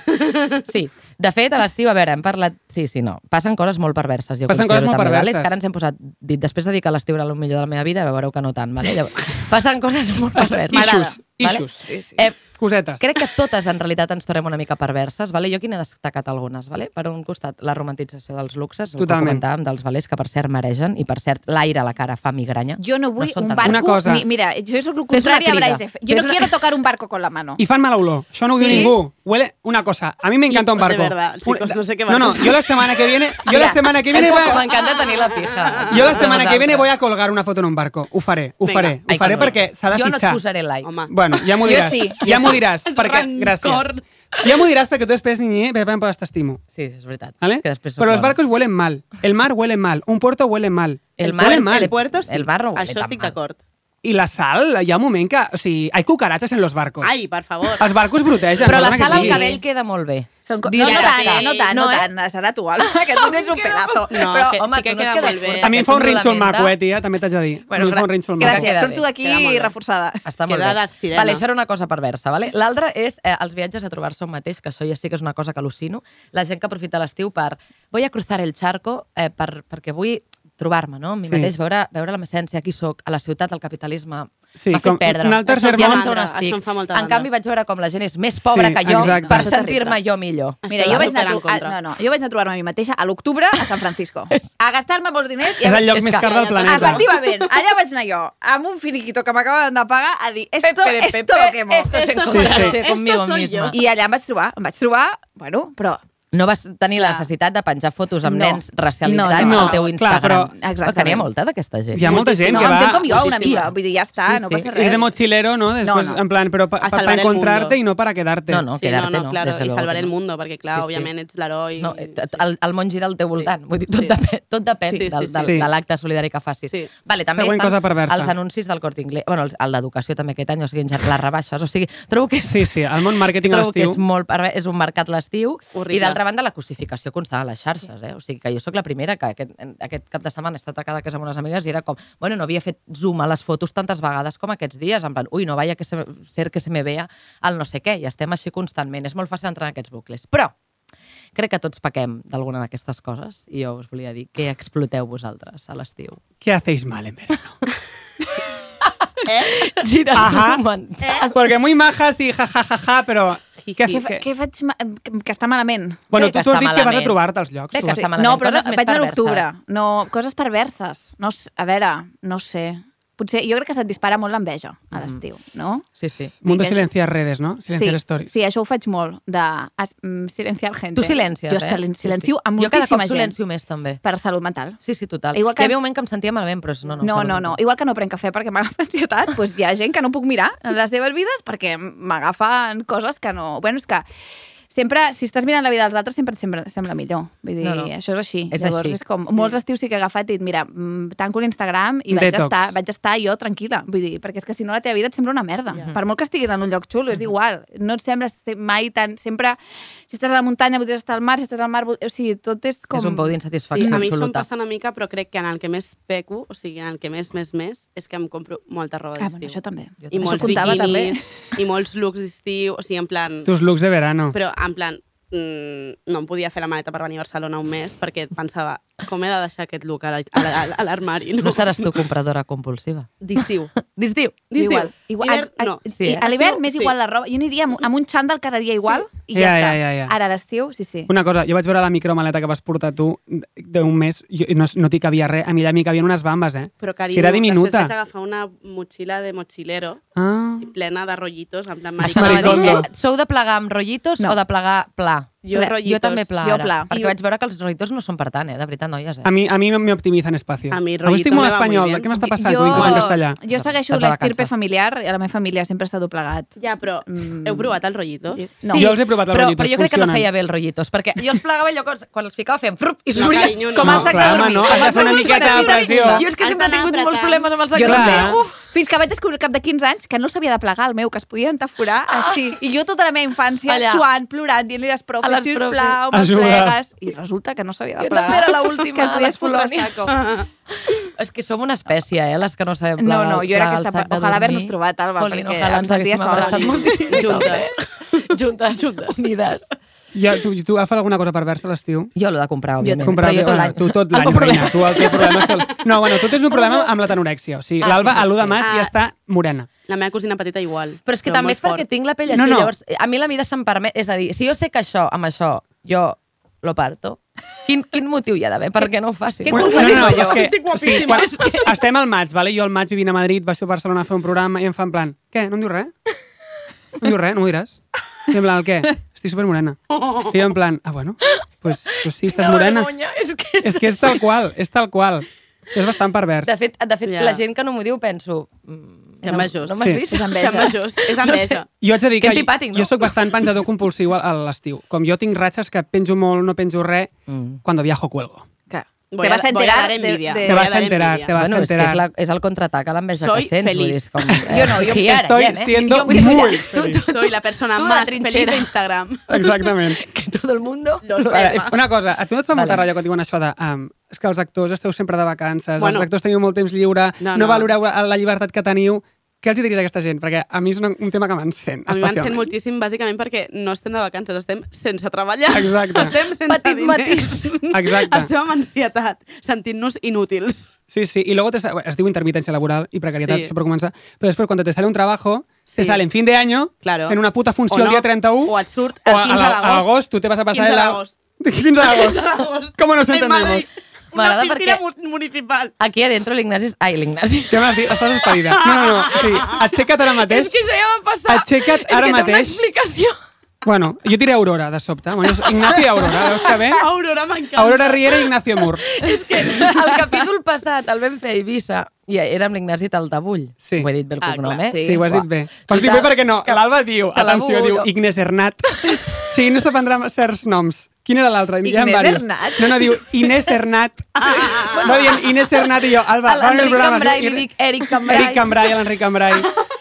S2: Sí. De fet, a l'estiu, a veure, hem parlat... Sí, sí, no. Passen coses molt perverses, jo
S3: Passen
S2: considero
S3: coses molt
S2: també,
S3: perverses.
S2: Vale? És que ara ens hem posat... Dit, després de dir que l'estiu era el millor de la meva vida, ara veureu que no tant, vale? Llavors, passen coses molt perverses.
S3: Issues,
S2: M'agrada,
S3: issues.
S2: Vale? Eh,
S3: Cosetes.
S2: crec que totes en realitat ens tornem una mica perverses, vale? jo aquí n'he destacat algunes. Vale? Per un costat, la romantització dels luxes, el que
S3: Totalment.
S2: comentàvem dels velers, que per cert maregen i per cert l'aire a la cara fa migranya.
S7: Yo no voy
S2: No
S7: a
S2: son
S7: un
S2: tan-
S7: barco.
S3: Una cosa.
S7: ni- mira, yo soy lo
S2: Fes una
S7: contrario a
S2: crida.
S7: Bryce F. Yo
S2: Fes
S7: no
S2: una-
S7: quiero tocar un barco con la mano.
S3: I fan mala olor. Això no ho diu
S7: Sí.
S3: ningú. Huele una cosa. A mi m'encanta un
S6: de
S3: barco.
S6: verdad, chicos, no sé qué
S3: No, no,
S6: barcos.
S3: yo la semana que viene... Yo la
S2: Mira,
S3: semana que viene...
S2: em-
S3: Voy a,
S2: M'encanta tenir la pija.
S3: yo la semana que
S2: Nosaltres.
S3: viene voy a colgar una foto en un barco. Ho faré, ho
S6: Vinga.
S3: faré. Ho
S2: Ai, que
S3: faré
S2: no.
S3: perquè s'ha de
S2: Jo no et
S3: fitxar.
S2: posaré like.
S6: Home.
S3: Bueno, ja m'ho
S7: Jo
S3: diràs.
S7: sí,
S3: ja m'ho diràs, perquè...
S6: Rancor.
S3: Gràcies. Ja m'ho diràs perquè tu després, niñe, per exemple, t'estimo.
S2: Sí, és veritat.
S3: ¿Vale?
S2: Que després
S3: Pero los
S2: s'ho
S3: barcos huelen mal. El mar huele mal. Un puerto huele mal.
S2: El mar-
S3: huele mal.
S2: el puer-
S6: Puerto, sí.
S2: El barro huele
S6: Això
S2: tan
S6: estic
S2: mal.
S6: d'acord.
S3: I la sal, hi ha un moment que... O sigui, hi ha cucaratxes en los barcos.
S6: Ai, per favor.
S3: Els barcos brutegen.
S2: Però la
S3: perdona que
S2: sal al
S3: digui.
S2: cabell queda molt bé.
S7: Son co- no,
S2: Dius-
S7: no
S6: Dilatate,
S7: tant, no tant, no,
S2: no, eh?
S7: tant. Serà tu, Alba, que tu tens un pelazo.
S6: No,
S7: Però,
S6: que-
S7: home,
S6: sí que
S7: tu no et
S6: queda
S7: quedes
S6: molt bé.
S7: curta.
S3: A mi em fa un
S2: Aquest
S3: rinxo el
S2: ondulament
S3: maco,
S2: de-
S3: eh, tia, també t'haig de dir. A mi em fa un rinxo el maco.
S7: Gràcies,
S2: Queda
S7: surto
S2: bé.
S7: d'aquí
S6: Queda molt bé.
S7: reforçada.
S2: Està molt
S6: Queda
S2: bé.
S6: de sirena.
S2: Vale, això era una cosa perversa, vale? L'altra és eh, els viatges a trobar-se un mateix, que això ja sí que és una cosa que al·lucino. La gent que aprofita l'estiu per... Voy a cruzar el charco eh, per, perquè vull trobar-me, no? Amb mi
S3: Sí.
S2: mateix, veure, veure la essència, qui sóc, a la ciutat, el capitalisme...
S3: Sí,
S2: M'ha fet
S3: com
S2: perdre.
S3: un
S2: Això
S3: alter
S2: em fa
S3: sermón.
S2: pensar on
S6: Això em
S2: estic.
S6: fa molta
S2: En
S6: mandra.
S2: canvi, vaig veure com la gent és més pobra
S3: Sí,
S2: que jo
S3: exacte.
S2: per
S7: Això és
S2: sentir-me
S7: terrible.
S2: jo millor.
S7: Mira,
S6: Això
S7: jo
S6: va
S7: vaig, anar a,
S6: superar en
S7: tro- a,
S6: contra.
S7: no, no, jo vaig anar a trobar-me a mi mateixa a l'octubre a San Francisco. A gastar-me molts diners. I
S3: És
S7: a-
S3: el lloc
S7: és
S3: més
S7: que-
S3: car del planeta.
S7: Efectivament, allà vaig anar jo, amb un finiquito que m'acabaven de pagar, a dir, esto, esto lo quemo.
S2: Esto es
S3: Sí, sí.
S2: encontrarse conmigo
S6: soy
S2: misma.
S6: yo.
S7: I allà em vaig trobar, em vaig trobar, bueno, però
S2: no vas tenir la
S7: Clar.
S2: necessitat de penjar fotos amb
S7: No.
S2: nens racialitzats
S7: No, no.
S2: al teu
S3: Clar,
S2: Instagram.
S3: però-
S2: Exactament. Que n'hi ha molta d'aquesta gent.
S3: Hi ha molta gent
S7: no,
S3: que
S7: amb
S3: va...
S7: gent com jo, una
S2: Sí.
S7: mica. Vull dir, ja està,
S2: Sí,
S7: no
S2: sí.
S7: passa
S3: Es
S7: res.
S3: de mochilero, ¿no? Después,
S7: no.
S3: en plan, pero pa- pa-
S6: salvar
S3: para
S6: el
S3: encontrarte
S6: mundo.
S3: y no para quedarte.
S2: No, no,
S6: Sí, no,
S2: quedarte
S6: no,
S2: no.
S6: claro,
S2: desde
S6: i
S2: luego
S6: salvar
S2: que
S6: el
S2: no.
S6: mundo, perquè
S2: Sí,
S6: clar,
S2: sí.
S6: òbviament ets l'heroi.
S2: No,
S6: i-
S2: eh, t- el, el món gira al teu voltant. Vull dir, tot,
S6: Sí.
S2: depèn, tot depèn
S6: Sí, sí,
S2: del, del,
S3: sí.
S2: de l'acte solidari que facis.
S6: Sí.
S2: Vale, també
S3: Següent cosa perversa.
S2: els anuncis del Corte Inglés, bueno, els- el d'educació també aquest any, o sigui, en general, les rebaixes, o sigui, trobo que és,
S3: Sí, sí, el món màrqueting a
S2: trobo que
S3: l'estiu.
S2: és, molt, perver- és un mercat l'estiu i
S6: Horrible.
S2: d'altra banda la cosificació constant a les xarxes, eh? o sigui que jo sóc la primera que aquest, en- aquest cap de setmana he estat a cada casa amb unes amigues i era com, bueno, no havia fet zoom a les fotos tantes vegades com aquests dies, en plan, ui, no vaya que se, ser que se me vea el no sé què, i estem així constantment, és molt fàcil entrar en aquests bucles. Però crec que tots pequem d'alguna d'aquestes coses i jo us volia dir que exploteu vosaltres a l'estiu.
S3: ¿Qué hacéis mal en verano?
S2: Gira
S3: Ajá.
S2: eh?
S3: Porque muy majas y jajajaja, pero... ¿Qué
S7: Què,
S3: haces?
S7: fa- què faig ma... que que està malament?
S3: Bueno,
S2: Bé,
S3: tú,
S2: que
S3: tú has
S2: està
S3: dicho que vas a
S2: malament.
S3: trobar-te als llocs.
S2: Bé, que
S3: tu.
S2: està malament.
S7: No, però
S2: Coses
S7: no,
S2: més
S7: vaig a
S2: perverses.
S7: l'octubre. No, coses perverses. No, s- a veure, no sé. Potser, jo crec que se't dispara molt l'enveja
S2: Mm.
S7: a l'estiu, no?
S2: Sí, sí.
S3: Mundo
S7: Vinga,
S3: silencia redes, ¿no? Silenciar
S7: sí,
S3: stories.
S7: Sí, això ho faig molt, de as- mm, silenciar gent.
S2: Tu silencies,
S7: jo
S2: eh?
S7: silen-
S2: Sí,
S7: silencio
S2: sí.
S7: sí, sí. amb
S2: Jo cada
S7: moltíssima
S2: cop
S7: gent
S2: silencio més, també.
S7: per salut mental.
S2: Sí, sí, total.
S7: Igual que-
S2: Hi havia un moment que em sentia malament, però no, no.
S7: No,
S2: salut
S7: no, no.
S2: mental.
S7: Igual que no prenc cafè perquè m'agafa ansietat, doncs hi ha gent que no puc mirar en les seves vides perquè m'agafen coses que no... Bueno, és que sempre, si estàs mirant la vida dels altres, sempre et sembla, sembla millor. Vull dir,
S2: No,
S7: no,
S2: no.
S7: no. això és així.
S2: És
S7: Llavors,
S2: així.
S7: és com, molts estius sí que he agafat i he dit, mira, mm, tanco l'Instagram i vaig
S3: Detox.
S7: estar, vaig estar jo tranquil·la. Vull dir, perquè és que si no la teva vida et sembla una merda. Per molt que estiguis en un lloc xulo, és igual. No et sembla ser mai tan... Sempre, si estàs a la muntanya, voldries estar al mar, si estàs al mar... vol- O sigui, tot és com...
S2: És un pou
S6: Sí,
S2: d'insatisfacció
S6: a mi això em
S2: absoluta.
S6: passa una mica, però crec que en el que més peco, o sigui, en el que més, més, més, és que em compro molta roba
S7: Ah, bueno,
S6: d'estiu.
S7: això també.
S6: I
S7: Això
S6: molts
S7: comptava, també.
S6: biquinis, i molts looks d'estiu, o sigui, en plan...
S3: Tus looks de verano.
S6: Però en plan, mm, no em podia fer la maleta per venir a Barcelona un mes perquè pensava, com he de deixar aquest look a la- a la- a l'armari?
S2: No seràs tu compradora compulsiva.
S6: D'estiu.
S2: D'estiu.
S6: D'estiu.
S7: Igual. igual.
S6: Hivern,
S7: a, a,
S6: no.
S2: Sí,
S7: sí,
S2: eh?
S7: a l'hivern
S6: Estiu,
S7: m'és
S6: sí.
S7: igual la roba. Jo aniria amb, amb un xandall cada dia igual sí. i ja,
S3: Ja,
S7: està.
S3: ja, ja, ja.
S7: Ara a l'estiu, sí, sí.
S3: Una cosa, jo vaig veure la micromaleta que vas portar tu d'un mes, jo, no, no t'hi cabia res, a mi allà m'hi cabien unes bambes, eh?
S6: Però, carinyo,
S3: si era
S6: després
S3: diminuta.
S6: vaig agafar una motxilla de mochilero
S3: Ah,
S6: plena de rotllitos, en plan
S2: Això anava a dir,
S3: Maricondo.
S2: eh, sou de plegar amb rotllitos
S7: No.
S2: o de plegar pla?
S6: Jo
S2: Ple- Jo
S6: rotllitos.
S2: també pla,
S7: Jo
S2: ara,
S7: pla.
S2: perquè
S6: I-
S2: vaig veure que els rotllitos no són per tant, eh? De veritat, noies, eh?
S3: a mi, a mi me optimizan espacio.
S6: A mi
S3: Avui estic
S6: rollito
S3: molt
S6: me va muy
S3: espanyol,
S6: bien.
S3: què m'està passant? Ho dic tot en castellà.
S7: jo segueixo
S2: Estàs de
S7: l'estirpe
S2: vacances.
S7: familiar i a la meva família sempre s'ha doblegat.
S6: Ja, però mm. heu provat els rotllitos?
S7: No.
S3: Jo els he provat, els
S2: però,
S3: rotllitos,
S2: Però jo crec que no
S3: funcionen.
S2: feia bé els rotllitos, perquè jo els plegava allò, quan, quan els ficava fèiem frup i s'obria
S6: carinyo, no.
S2: com el
S6: No,
S2: sac
S3: clar,
S2: de dormir.
S3: home, no, has de fer una miqueta de pressió.
S2: Jo és que
S6: Has
S2: sempre he
S6: d'anar
S2: tingut molts
S6: apretant.
S2: problemes amb el sac
S3: Jo
S2: de
S3: també.
S2: dormir.
S7: Uf, fins que vaig descobrir al cap de 15 anys que no s'havia de plegar el meu, que es podia entaforar així. I jo tota la meva infància
S2: Ah. Allà.
S7: Allà. suant, plorant, dient-li les
S2: A
S7: profes,
S2: les
S7: sisplau, me'ls
S3: Ajuda.
S7: plegues. I resulta que no s'havia de
S2: Jo
S7: plegar.
S2: també era l'última Ah.
S7: Que el
S2: a les
S7: podies fotre a
S2: colònies.
S7: saco.
S2: És que som una espècie, eh, les que no sabem
S7: No,
S2: plegar.
S7: no, jo era aquesta... pa- Ojalà haver-nos trobat, Alba,
S2: Jolín,
S7: perquè
S2: ojalà ens haguéssim abraçat moltíssim.
S6: Juntes.
S2: Juntes, juntes, unides.
S3: Ja, tu, tu agafes alguna cosa perversa a l'estiu?
S2: Jo l'he de comprar, òbviament.
S3: Comprar,
S2: però jo tot l'any.
S3: tu tot
S2: El
S3: l'any,
S2: meu problema-
S3: reina. Tu el teu problema és tot... No, bueno, tu tens un problema amb la tanorèxia. O sigui,
S2: Ah, sí,
S3: l'Alba,
S2: sí,
S3: a l'1 de
S2: sí.
S3: maig, ja
S6: Ah.
S3: està morena.
S6: La meva cosina petita igual.
S2: Però és que també
S6: molt
S2: és perquè
S6: fort.
S2: tinc la pell així,
S3: No, no.
S2: llavors a mi la mida se'm permet... És a dir, si jo sé que això, amb això, jo lo parto, quin, quin motiu hi ha d'haver perquè no ho faci?
S7: Què culpa tinc jo?
S3: és o sigui, quan estem al maig, vale? jo al maig vivint a Madrid, baixo a Barcelona a fer un programa i em fan plan, què, no em dius res? No em dius res, no m'ho diràs? I en plan, el què? Estic supermorena. I jo en plan, ah, bueno, pues, pues sí, estàs morena.
S2: Vergonya, és que...
S3: És que és tal qual, és tal qual. És bastant pervers.
S2: De fet, de fet
S6: Ja.
S2: la gent que no m'ho diu, penso... mm,
S6: Que envejós.
S2: No, no m'has
S3: Sí.
S2: vist?
S7: És enveja.
S6: Que envejós. És enveja.
S3: Jo haig de dir
S2: Que
S3: que,
S2: antipàtic, no?
S3: jo sóc bastant penjador compulsiu a, a l'estiu. Com jo tinc ratxes que penjo molt, no penjo res, mm. quan viajo cuelgo.
S7: Clar.
S6: Voy a-
S7: Te vas a
S6: voy a
S7: enterar
S6: dar
S7: de-
S6: envidia.
S3: Te
S7: de-
S6: voy a
S3: vas a
S6: dar
S3: enterar,
S6: envidia.
S3: te vas
S2: bueno,
S3: a
S2: és que
S3: enterar.
S2: és, la, és el contraatac a l'enveja
S6: Soy
S2: que sents.
S6: feliz.
S2: Vull dir, és com, eh,
S7: Jo no, jo
S2: Here I
S3: estoy
S2: am, eh?
S3: siendo
S2: Jo vull dir,
S3: muy
S2: mira, tu, tu,
S6: Soy la persona
S2: Tú la
S6: más
S2: trinchera.
S6: feliz de Instagram.
S3: Exactament.
S2: que tot el mundo...
S6: Lo sé.
S3: Ara, eh, una cosa, a tu no et fa molta
S2: Vale.
S3: ràbia quan diuen això de um, és que els actors esteu sempre de vacances, bueno,
S6: Bueno.
S3: els actors teniu molt temps lliure, no,
S6: No,
S3: no.
S6: no.
S3: no valoreu la llibertat que teniu. Què els hi diries a aquesta gent? Perquè a mi és un, un tema que m'encén,
S6: A mi m'encén
S3: especialment.
S6: moltíssim, bàsicament, perquè no estem de vacances, estem sense treballar.
S3: Exacte.
S6: Estem sense
S2: Petit
S6: diners.
S2: matís.
S3: Exacte.
S6: Estem amb ansietat, sentint-nos inútils.
S3: Sí, sí, y luego te sa- bueno, es digo intermitencia laboral y precariedad,
S6: Sí.
S3: eso por comenzar, pero después cuando te sale un trabajo, te
S6: Sí.
S3: sale en fin de año,
S6: Claro.
S3: en una puta función
S6: O
S3: el
S6: no,
S3: día 31,
S6: o et surt
S3: o
S6: el
S3: a-
S6: 15
S3: a- a
S6: d'agost.
S3: agost, tú te vas a pasar
S6: 15
S3: el
S6: d'agost.
S3: 15 de agost.
S6: Agost.
S3: ¿Cómo nos
S6: En
S3: entendemos?
S6: Madrid, Una
S2: M'agrada
S6: piscina
S2: perquè-
S6: mu- municipal.
S2: Aquí a dentro l'Ignasi... és- Ai, l'Ignasi.
S3: ¿Qué más? di- Estás despedida. No, no, no, sí, aixeca't ara mateix.
S2: És que això ja va passar.
S3: Aixeca't
S2: És que
S3: ara
S2: té una
S3: mateix.
S2: explicació.
S3: Bueno, jo diré Aurora, de sobte. Bueno, és Ignacio i Aurora, veus que bé?
S2: Oh,
S6: Aurora m'encanta.
S3: Eh? Aurora Riera i Ignacio Mur.
S2: És que el capítol passat el vam fer a Eivissa i érem l'Ignasi Taltabull.
S3: Sí.
S2: Ho he dit bé el
S6: Ah,
S2: cognom,
S6: clar,
S2: eh?
S6: sí.
S3: Sí, ho has
S2: Uah.
S3: dit bé. Ho has dit bé perquè no.
S2: Que-
S3: L'Alba diu,
S2: que la
S3: atenció, diu
S2: bulo.
S3: Ignes Hernat. Sí, no s'aprendrà certs noms. Quin era l'altre? Hi havia
S7: Ignés
S3: diversos.
S7: Hernat?
S3: No, no, diu Inés Hernat.
S2: Ah,
S3: No, dient Inés Hernat i jo, Alba,
S2: A
S3: vam fer el
S2: l'Enric
S3: programa. es
S2: Cambrai
S3: diu
S2: li dic Eric Cambrai.
S3: Eric Cambrai, a l'Enric Cambrai.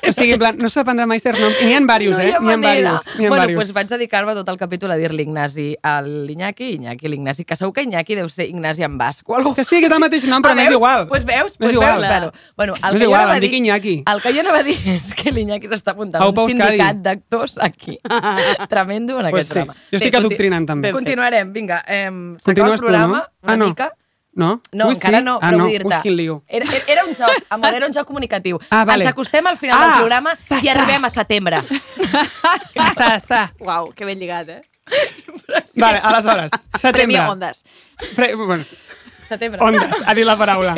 S3: O sigui, en plan, no s'aprendrà mai certs noms. I N'hi ha diversos,
S2: No hi
S3: eh?
S2: ha
S3: N'hi ha
S2: manera.
S3: diversos. N'hi ha
S2: bueno,
S3: diversos.
S2: doncs vaig dedicar-me tot el capítol a dir-li Ignasi a l'Iñaki, Iñaki a l'Ignasi, que segur que Iñaki deu ser Ignasi en basc o algú
S3: Que sí, que és el mateix nom, però
S2: Ah,
S3: no és
S2: veus?
S3: igual.
S2: Pues veus,
S3: No
S2: pues
S3: és igual.
S2: veus. Bueno, bueno, el
S3: No és
S2: que
S3: igual,
S2: jo no va
S3: em dic
S2: dir...
S3: Iñaki.
S2: El que jo no va dir és que l'Iñaki s'està apuntant a
S3: Au,
S2: un
S3: Pau, Euskadi.
S2: sindicat d'actors aquí. Tremendo en
S3: Pues
S2: aquest
S3: sí.
S2: drama.
S3: Jo estic adoctrinant, també.
S2: Continuarem, vinga. Eh, S'acaba el
S3: Continues tu, no?
S2: programa una
S3: Ah, no.
S2: mica.
S3: No?
S2: No,
S3: Ui, sí?
S2: encara no,
S3: ah,
S2: però
S3: no.
S2: vull dir-te.
S3: Ui, quin lío.
S2: Era, era- era un joc, amor, era un joc comunicatiu.
S3: Ah, vale.
S2: Ens acostem al final
S3: Ah!
S2: del programa i arribem a setembre.
S3: Sa, sa.
S7: Uau, que ben lligat, eh?
S3: Vale, aleshores, setembre.
S7: Premi Ondas.
S3: Pre bueno,
S2: setembre.
S3: ondes, ha dit la paraula.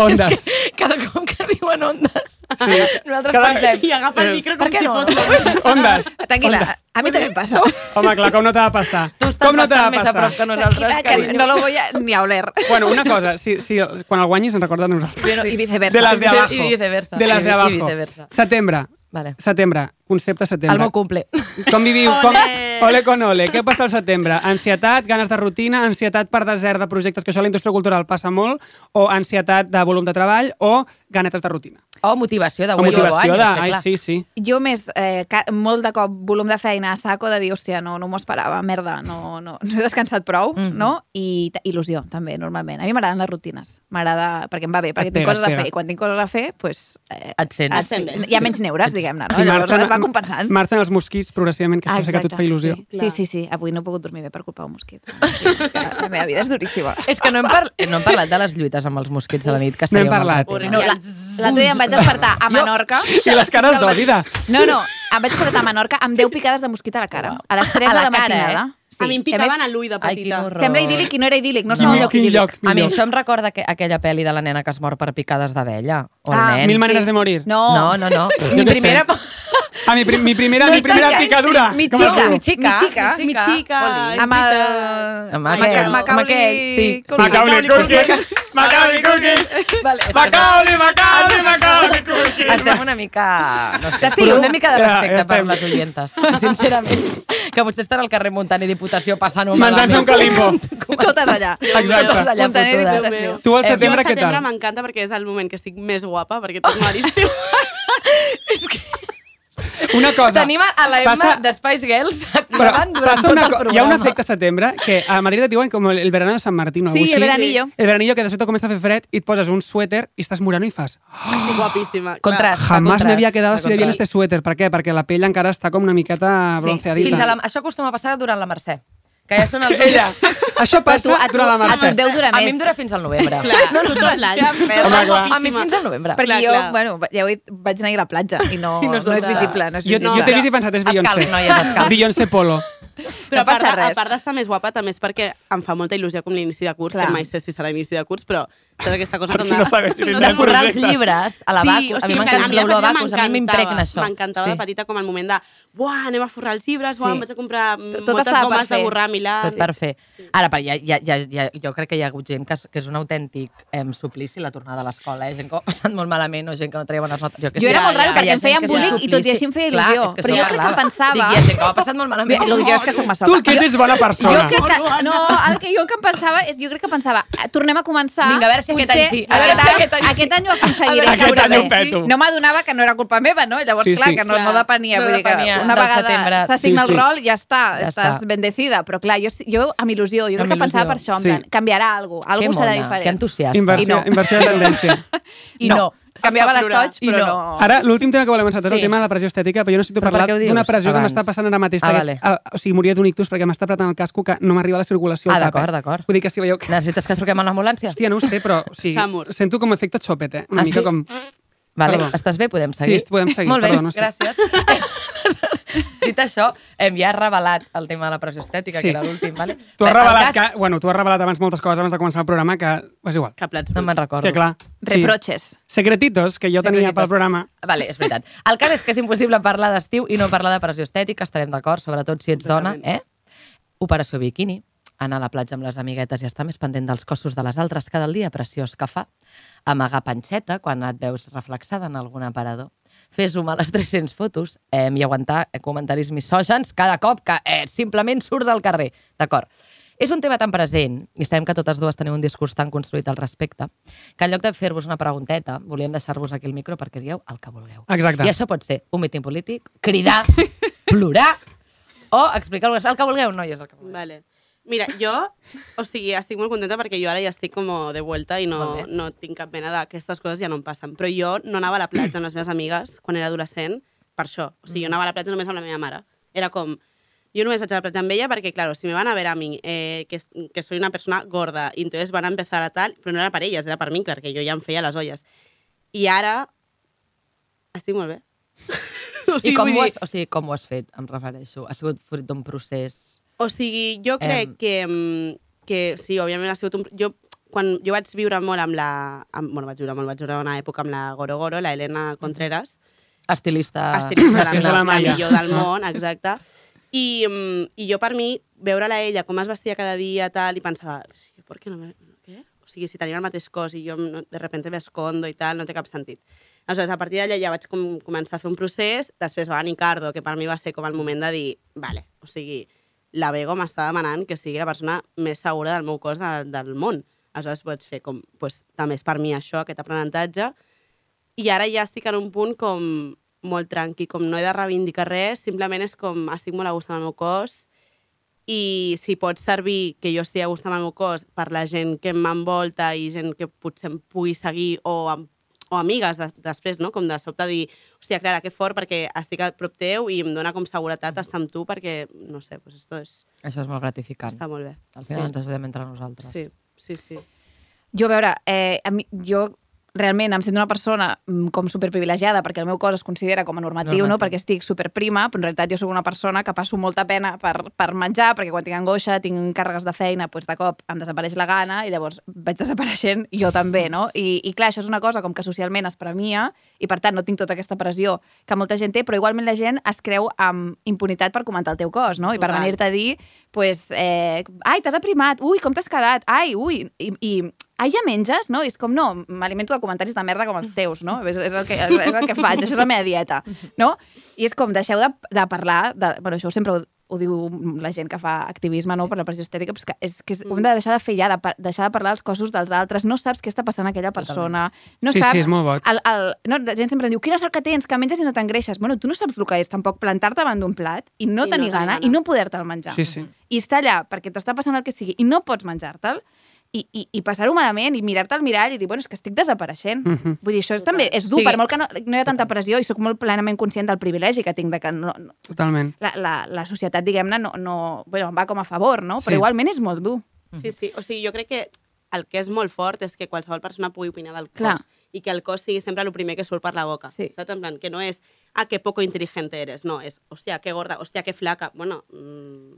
S3: Ondes.
S2: Cada cop que diuen ondes,
S3: Sí.
S2: nosaltres
S3: Cada-
S2: pensem...
S6: I agafa el
S3: És-
S6: micro
S2: Per
S6: com
S2: què
S6: si
S2: no?
S6: fos...
S3: Ondes.
S7: Tranquil·la,
S3: Ondas.
S7: a mi també em passa.
S3: Home, clar, com no t'ha de passar?
S2: Tu estàs
S3: com no t'ha
S2: bastant
S3: de
S2: més a
S3: passar?
S2: prop que nosaltres,
S7: Que
S2: carinyo.
S7: no lo voy a ni a oler.
S3: Bueno, una cosa, si, si, quan el guanyis ens recorda a nosaltres.
S7: Bueno, I viceversa.
S3: De les de
S2: I
S3: abajo.
S2: viceversa.
S3: De les de
S2: I
S3: abajo.
S2: viceversa.
S3: Setembre.
S2: Vale.
S3: Setembre. Concepte setembre.
S2: El meu cumple.
S3: Com viviu? Com...
S6: Ole!
S3: Ole con ole. Què passa al setembre? Ansietat, ganes de rutina, ansietat per desert de projectes, que això a la indústria cultural passa molt, o ansietat de volum de treball, o ganetes de rutina.
S2: O motivació de
S3: O
S2: guany
S3: motivació
S2: guany,
S3: de...
S2: és que
S3: Ai,
S2: clar.
S3: sí, sí.
S7: Jo més, eh, ca- molt de cop, volum de feina a saco de dir, hòstia, no, no m'ho esperava, merda, no, no, no he descansat prou, no? I ta- il·lusió, també, normalment. A mi m'agraden les rutines, m'agrada, perquè em va bé, perquè
S3: Et
S7: tinc
S3: pega,
S7: coses a
S3: et pega.
S7: fer, i quan tinc coses a fer, doncs... Eh,
S2: Et sents.
S7: et- hi ha menys neures, diguem-ne, no?
S3: I
S7: Llavors
S3: marxen-
S7: es va compensant.
S3: Marxen els mosquits progressivament, que això sé que a tu et fa il·lusió.
S7: Sí. sí, sí, sí. Avui no he pogut dormir bé per culpa d'un mosquit. És que la meva vida és duríssima.
S2: És que no hem, par... no hem parlat de les lluites amb els mosquits a la nit, que seria
S3: n'hem parlat.
S2: un altre
S7: No,
S2: tema.
S7: la- L'altre dia em vaig despertar a Menorca.
S3: I les cares d'odi de...
S7: No, no, em vaig despertar a Menorca amb 10 picades de mosquit a la cara. A les 3
S2: A la
S7: de la
S2: cara,
S7: matinada.
S2: eh?
S7: Sí.
S6: A mi em
S7: Que
S6: picaven
S7: més,
S6: a l'ull de
S2: Ai, quin
S6: petita.
S2: horror.
S7: Sembla idíl·lic i no era idíl·lic, no es
S3: No.
S7: no. un lloc
S3: Quin
S7: idíl·lic.
S3: lloc,
S2: A mi
S3: millor.
S2: això em recorda que aquella pel·li de la nena que es mor per picades d'abella. O el
S7: Ah,
S2: nen.
S3: Mil maneres de morir.
S7: No.
S2: No, no, no.
S3: Jo
S2: Mi
S3: què
S2: primera...
S3: sé. Ah, mi, pri- mi primera,
S7: No,
S3: mi primera
S7: chica,
S3: picadura.
S7: mi
S3: Com es
S7: chica.
S3: diu?
S2: Mi chica.
S7: Mi
S3: Ah,
S7: chica,
S6: mi chica.
S2: Oli.
S7: Amb el...
S2: Amb
S6: Ai,
S2: aquell.
S7: Maca- Macaulay-
S2: Amb aquell, sí.
S7: Culkin.
S3: Macaulay Culkin. Macaulay Culkin.
S2: Vale, és que
S3: Macaulay, Macaulay, Macaulay Culkin.
S2: Estem una mica... No sé,
S7: T'estimo.
S2: una mica de
S3: Ja, ja
S2: respecte per
S3: estem.
S2: les oientes, sincerament. Que potser estan al carrer Montant i Diputació passant-ho
S3: Menjant-se un calimbo.
S7: Totes allà.
S3: Exacte.
S2: Totes allà
S7: Muntaner i
S2: fotudes.
S7: Diputació.
S3: Tu al
S2: Eh,
S6: Jo
S3: setembre
S6: el
S3: què
S6: setembre
S3: tal?
S6: m'encanta perquè és el moment que estic més guapa, perquè tot l'estiu. és que...
S3: Una cosa.
S2: Tenim a la Emma
S3: Passa-
S2: de Spice Girls
S3: Però
S2: acabant durant
S3: passa
S2: tot el
S3: una co-
S2: programa.
S3: hi ha un efecte setembre que a Madrid et diuen com el el verano de San Martín o
S7: Sí,
S3: alguna
S7: el
S3: cosa així.
S7: veranillo.
S3: El veranillo que de sobte comença a fer fred i et poses un suèter i estàs morant i fas
S6: Estic guapíssima.
S2: Contrast. fa
S3: Jamás me
S2: contrast,
S3: había quedado
S2: fa
S3: así de bien
S2: contrast.
S3: este suéter. Per què? Perquè la pell encara està com una miqueta
S7: Sí,
S3: bronceadita.
S2: Fins a la... Això acostuma a passar durant la Mercè. Que ja són els...
S3: Ella. Això
S7: Però tu,
S3: passa
S7: a tu,
S3: durant la
S7: a tu
S3: Mercè.
S7: et deu durar
S2: A mi
S7: més.
S2: em dura fins al novembre.
S6: Clar, no, no, tot l'any.
S3: Home, clar.
S2: A mi fins al novembre.
S7: Perquè
S6: Clar,
S7: jo,
S6: clar.
S7: bueno, ja ho he, dit, vaig anar a la platja i no,
S2: I no
S7: no,
S2: es
S7: és
S2: nota.
S7: visible. No és
S3: Jo,
S7: visible.
S3: jo t'he vist i he pensat, és
S2: Es
S3: Beyoncé.
S2: calmi, noies, es calmi.
S3: Beyoncé Polo.
S6: Però
S7: No
S6: a part,
S7: passa
S6: de, a
S7: res.
S6: part d'estar més guapa, també és perquè em fa molta il·lusió com l'inici de curs,
S7: Clar.
S6: que mai sé si serà inici de curs, però saps aquesta cosa...
S3: Perquè
S6: com de-
S3: no sabes si
S2: de
S3: tindràs
S2: forrar els
S3: projectes.
S2: llibres a la
S6: sí,
S2: Bacus.
S6: o
S2: a mi
S6: sigui,
S2: m'encanta
S6: de
S2: l'olor a
S6: petita
S2: Bacus, a mi
S6: m'encantava.
S2: m'impregna això.
S6: M'encantava de petita com el moment de buah, anem a forrar els llibres, buah,
S7: Sí.
S6: em vaig a comprar
S7: Tot
S6: moltes
S7: estava per
S6: gomes de
S7: fer.
S6: borrar a Milà.
S2: Tot per fer. Ara, per, ja, ja, ja, ja, jo crec que hi ha hagut gent que, és- que és un autèntic em, suplici la tornada a l'escola. Eh? Gent que ho ha passat molt malament o gent que no treia bones notes. Jo, que
S7: Jo
S2: sé.
S7: era molt raro perquè
S2: Hi ha gent
S7: em feien
S2: que és
S7: bullying
S2: un
S7: i tot i
S2: suplici.
S7: així em feia
S2: Clar,
S7: il·lusió.
S2: és que
S7: Però
S2: això
S7: jo crec que
S2: parlava.
S7: em pensava-
S2: Dic, hi ha gent que ho ha passat molt malament.
S7: El que jo és que sóc massa
S3: Tu el que ets ets bona persona.
S7: Jo crec que, no, el que jo el que em pensava és, jo crec que pensava, "Ah, tornem a començar.
S2: Vinga, a veure si aquest
S7: potser
S2: any sí,
S7: A veure si aquest any,
S2: sí.
S7: aquest any ho aconseguiré.
S2: Aquest
S7: segurament.
S3: any ho peto.
S7: No m'adonava que no era culpa meva, no? Llavors,
S3: Sí,
S7: clar,
S3: sí.
S7: que no, no
S2: Clar.
S7: depenia.
S2: No
S7: vull dir que
S2: depenia
S7: una
S2: del
S7: vegada
S2: setembre.
S7: s'assigna
S3: Sí,
S7: el
S3: sí.
S7: rol, ja està,
S2: Ja
S7: estàs
S2: està.
S7: bendecida. Però clar, jo, jo amb il·lusió,
S2: Amb
S7: jo crec que pensava per
S2: il·lusió.
S7: això, en
S3: Sí.
S7: plan, canviarà alguna cosa,
S2: Que
S7: alguna serà
S2: mona, que
S7: diferent.
S2: entusiasta.
S3: Inversió,
S7: I no.
S3: inversió de tendència.
S2: I no.
S7: Canviava
S6: Em fa plorar.
S7: l'estoig, però
S2: I no.
S7: no.
S3: Ara, l'últim tema que volem encetar és
S2: Sí.
S3: el tema de la pressió estètica, però jo necessito
S2: Però per
S3: parlar
S2: què ho dius
S3: d'una pressió
S2: abans?
S3: que m'està passant ara mateix.
S2: Ah,
S3: perquè,
S2: vale.
S3: ah, o sigui, moria d'un ictus perquè m'està apretant el casco que no m'arriba la circulació
S2: Ah,
S3: al cap.
S2: d'acord,
S3: eh?
S2: d'acord.
S3: Vull dir que si veieu que...
S2: Necessites que truquem a l'ambulància?
S3: Hòstia, no ho sé, però o sigui,
S6: Samur.
S3: sento com efecte xopet, eh? Una
S2: Ah,
S3: mica
S2: sí?
S3: com...
S2: Vale,
S3: Perdó.
S2: estàs bé? Podem
S3: Sí,
S2: seguir?
S3: podem seguir,
S2: Molt bé,
S3: perdó, no sé.
S2: gràcies. Dit això, hem ja revelat el tema de la pressió estètica,
S3: Sí.
S2: que era l'últim, vale?
S3: Tu has
S2: Bé, el
S3: revelat,
S2: cas-
S3: que, bueno, tu has revelat abans moltes coses abans de començar el programa que és igual.
S6: Que plats
S2: No me'n
S3: És
S2: recordo.
S3: que clar. sí.
S7: Reproches.
S3: Secretitos que jo tenia pel
S2: Secretitos.
S3: programa.
S2: Vale, és veritat. El cas és que és impossible parlar d'estiu i no parlar de pressió estètica, estarem d'acord, sobretot si ets dona, eh? Operació Bikini, anar a la platja amb les amiguetes i estar més pendent dels cossos de les altres cada dia, preciós que fa, amagar panxeta quan et veus reflexada en algun aparador, fer zoom a les 300 fotos eh, i aguantar eh, comentaris misògens cada cop que eh, simplement surts al carrer. D'acord. És un tema tan present, i sabem que totes dues teniu un discurs tan construït al respecte, que en lloc de fer-vos una pregunteta, volíem deixar-vos aquí el micro perquè digueu el que vulgueu.
S3: Exacte.
S2: I això pot ser un míting polític, cridar, plorar, o explicar el que, el que vulgueu, noies, el que vulgueu.
S6: Vale. Mira, jo, o sigui, estic molt contenta perquè jo ara ja estic com de vuelta i
S2: Molt bé.
S6: no, no tinc cap mena d'aquestes coses ja no em passen. Però jo no anava a la platja amb les meves amigues quan era adolescent per això. O
S2: Mm.
S6: sigui, jo anava a la platja només amb la meva mare. Era com... Jo només vaig a la platja amb ella perquè, claro, si me van a ver a mi, eh, que, que soy una persona gorda, i entonces van a empezar a tal, però no era per elles, era per mi, perquè jo ja em feia les olles. I ara estic molt bé. o
S2: I com
S6: vull
S2: ho,
S6: dir-
S2: has, o sigui, com ho has fet, em refereixo? Ha sigut fruit d'un procés...
S6: O sigui, jo crec
S2: Em.
S6: que, mm, que sí, òbviament ha sigut un... Jo, quan jo vaig viure molt amb la... Amb, bueno, vaig viure molt, vaig viure una època amb la Goro Goro, la Elena Contreras,
S2: Estilista...
S6: estilista, la,
S3: Estilista de
S6: la,
S3: la
S6: la
S3: Maya.
S6: millor del món, exacte. I, mm, I jo per mi, veure-la a ella, com es vestia cada dia, tal, i pensava, per què no me... Què? O sigui, si tenim el mateix cos i jo no- de repente me escondo i tal, no té cap sentit. Aleshores, a partir d'allà ja vaig com començar a fer un procés, després va venir Cardo, que per mi va ser com el moment de dir, vale, o sigui, la Bego m'està demanant que sigui la persona més segura del meu cos del, del món. Aleshores vaig fer com, pues, també és per mi això, aquest aprenentatge, i ara ja estic en un punt com molt tranqui, com no he de reivindicar res, simplement és com estic molt a gust amb el meu cos i si pot servir que jo estigui a gust amb el meu cos per la gent que m'envolta i gent que potser em pugui seguir o, am- o amigues de, després, no? com de sobte dir, hòstia, Clara, que fort perquè estic a prop teu i em dona com seguretat estar amb tu perquè, no sé, pues esto és,
S2: Això és molt gratificant.
S6: està molt bé.
S2: Al final ens ajudem entre nosaltres.
S6: Sí, sí, sí.
S7: Jo, a veure, eh, a mi, jo realment em sento una persona mm, com superprivilegiada perquè el meu cos es considera com a normatiu, normatiu.
S2: Normatiu.
S7: no? perquè estic superprima, però en realitat jo sóc una persona que passo molta pena per, per menjar, perquè quan tinc angoixa, tinc càrregues de feina, doncs de cop em desapareix la gana i llavors vaig desapareixent jo també, no? I, I clar, això és una cosa com que socialment es premia i per tant no tinc tota aquesta pressió que molta gent té, però igualment la gent es creu amb impunitat per comentar el teu cos, no? I per
S6: Total.
S7: venir-te a dir, pues, eh, ai, t'has aprimat, ui, com t'has quedat, ai, ui, i, i ai, ja menges, no? I és com, no, m'alimento de comentaris de merda com els teus, no? És, és, el, que, és, és el que faig, això és la meva dieta, no? I és com, deixeu de, de parlar, de, bueno, això sempre ho, ho diu la gent que fa activisme no, per la pressió estètica, però és que, és, que és, ho hem de deixar de fer ja, de, par- deixar de parlar dels cossos dels altres, no saps què està passant a aquella persona, no
S3: Sí, sí,
S7: saps...
S3: és molt boig.
S7: El, el, no, la gent sempre em diu, quina sort que tens, que menges i no t'engreixes. Bueno, tu no saps el que és tampoc plantar-te davant d'un plat i no
S6: I no
S7: tenir
S6: tenir
S7: gana,
S6: gana.
S7: i no poder-te'l menjar.
S3: Sí, sí.
S7: I està allà perquè t'està passant el que sigui i no pots menjar-te'l i, i, i passar-ho malament i mirar-te al mirall i dir, bueno, és que estic desapareixent.
S3: Mhm.
S7: Vull dir, això és, també és dur,
S2: Sí.
S7: sí. per molt que no, no hi ha tanta pressió i sóc molt plenament conscient del privilegi que tinc de que no, no,
S3: Totalment.
S7: la, la, la societat, diguem-ne, no, no, bueno, em va com a favor, no?
S3: Sí.
S7: Però igualment és molt dur.
S6: Sí, sí. O sigui, jo crec que el que és molt fort és que qualsevol persona pugui opinar del cos
S7: Clar.
S6: i que el cos sigui sempre el primer que surt per la boca.
S7: Sí.
S6: Saps? En plan, que no és, ah, que poco inteligente eres. No, és, hòstia, que gorda, hòstia, que flaca. Bueno, mm,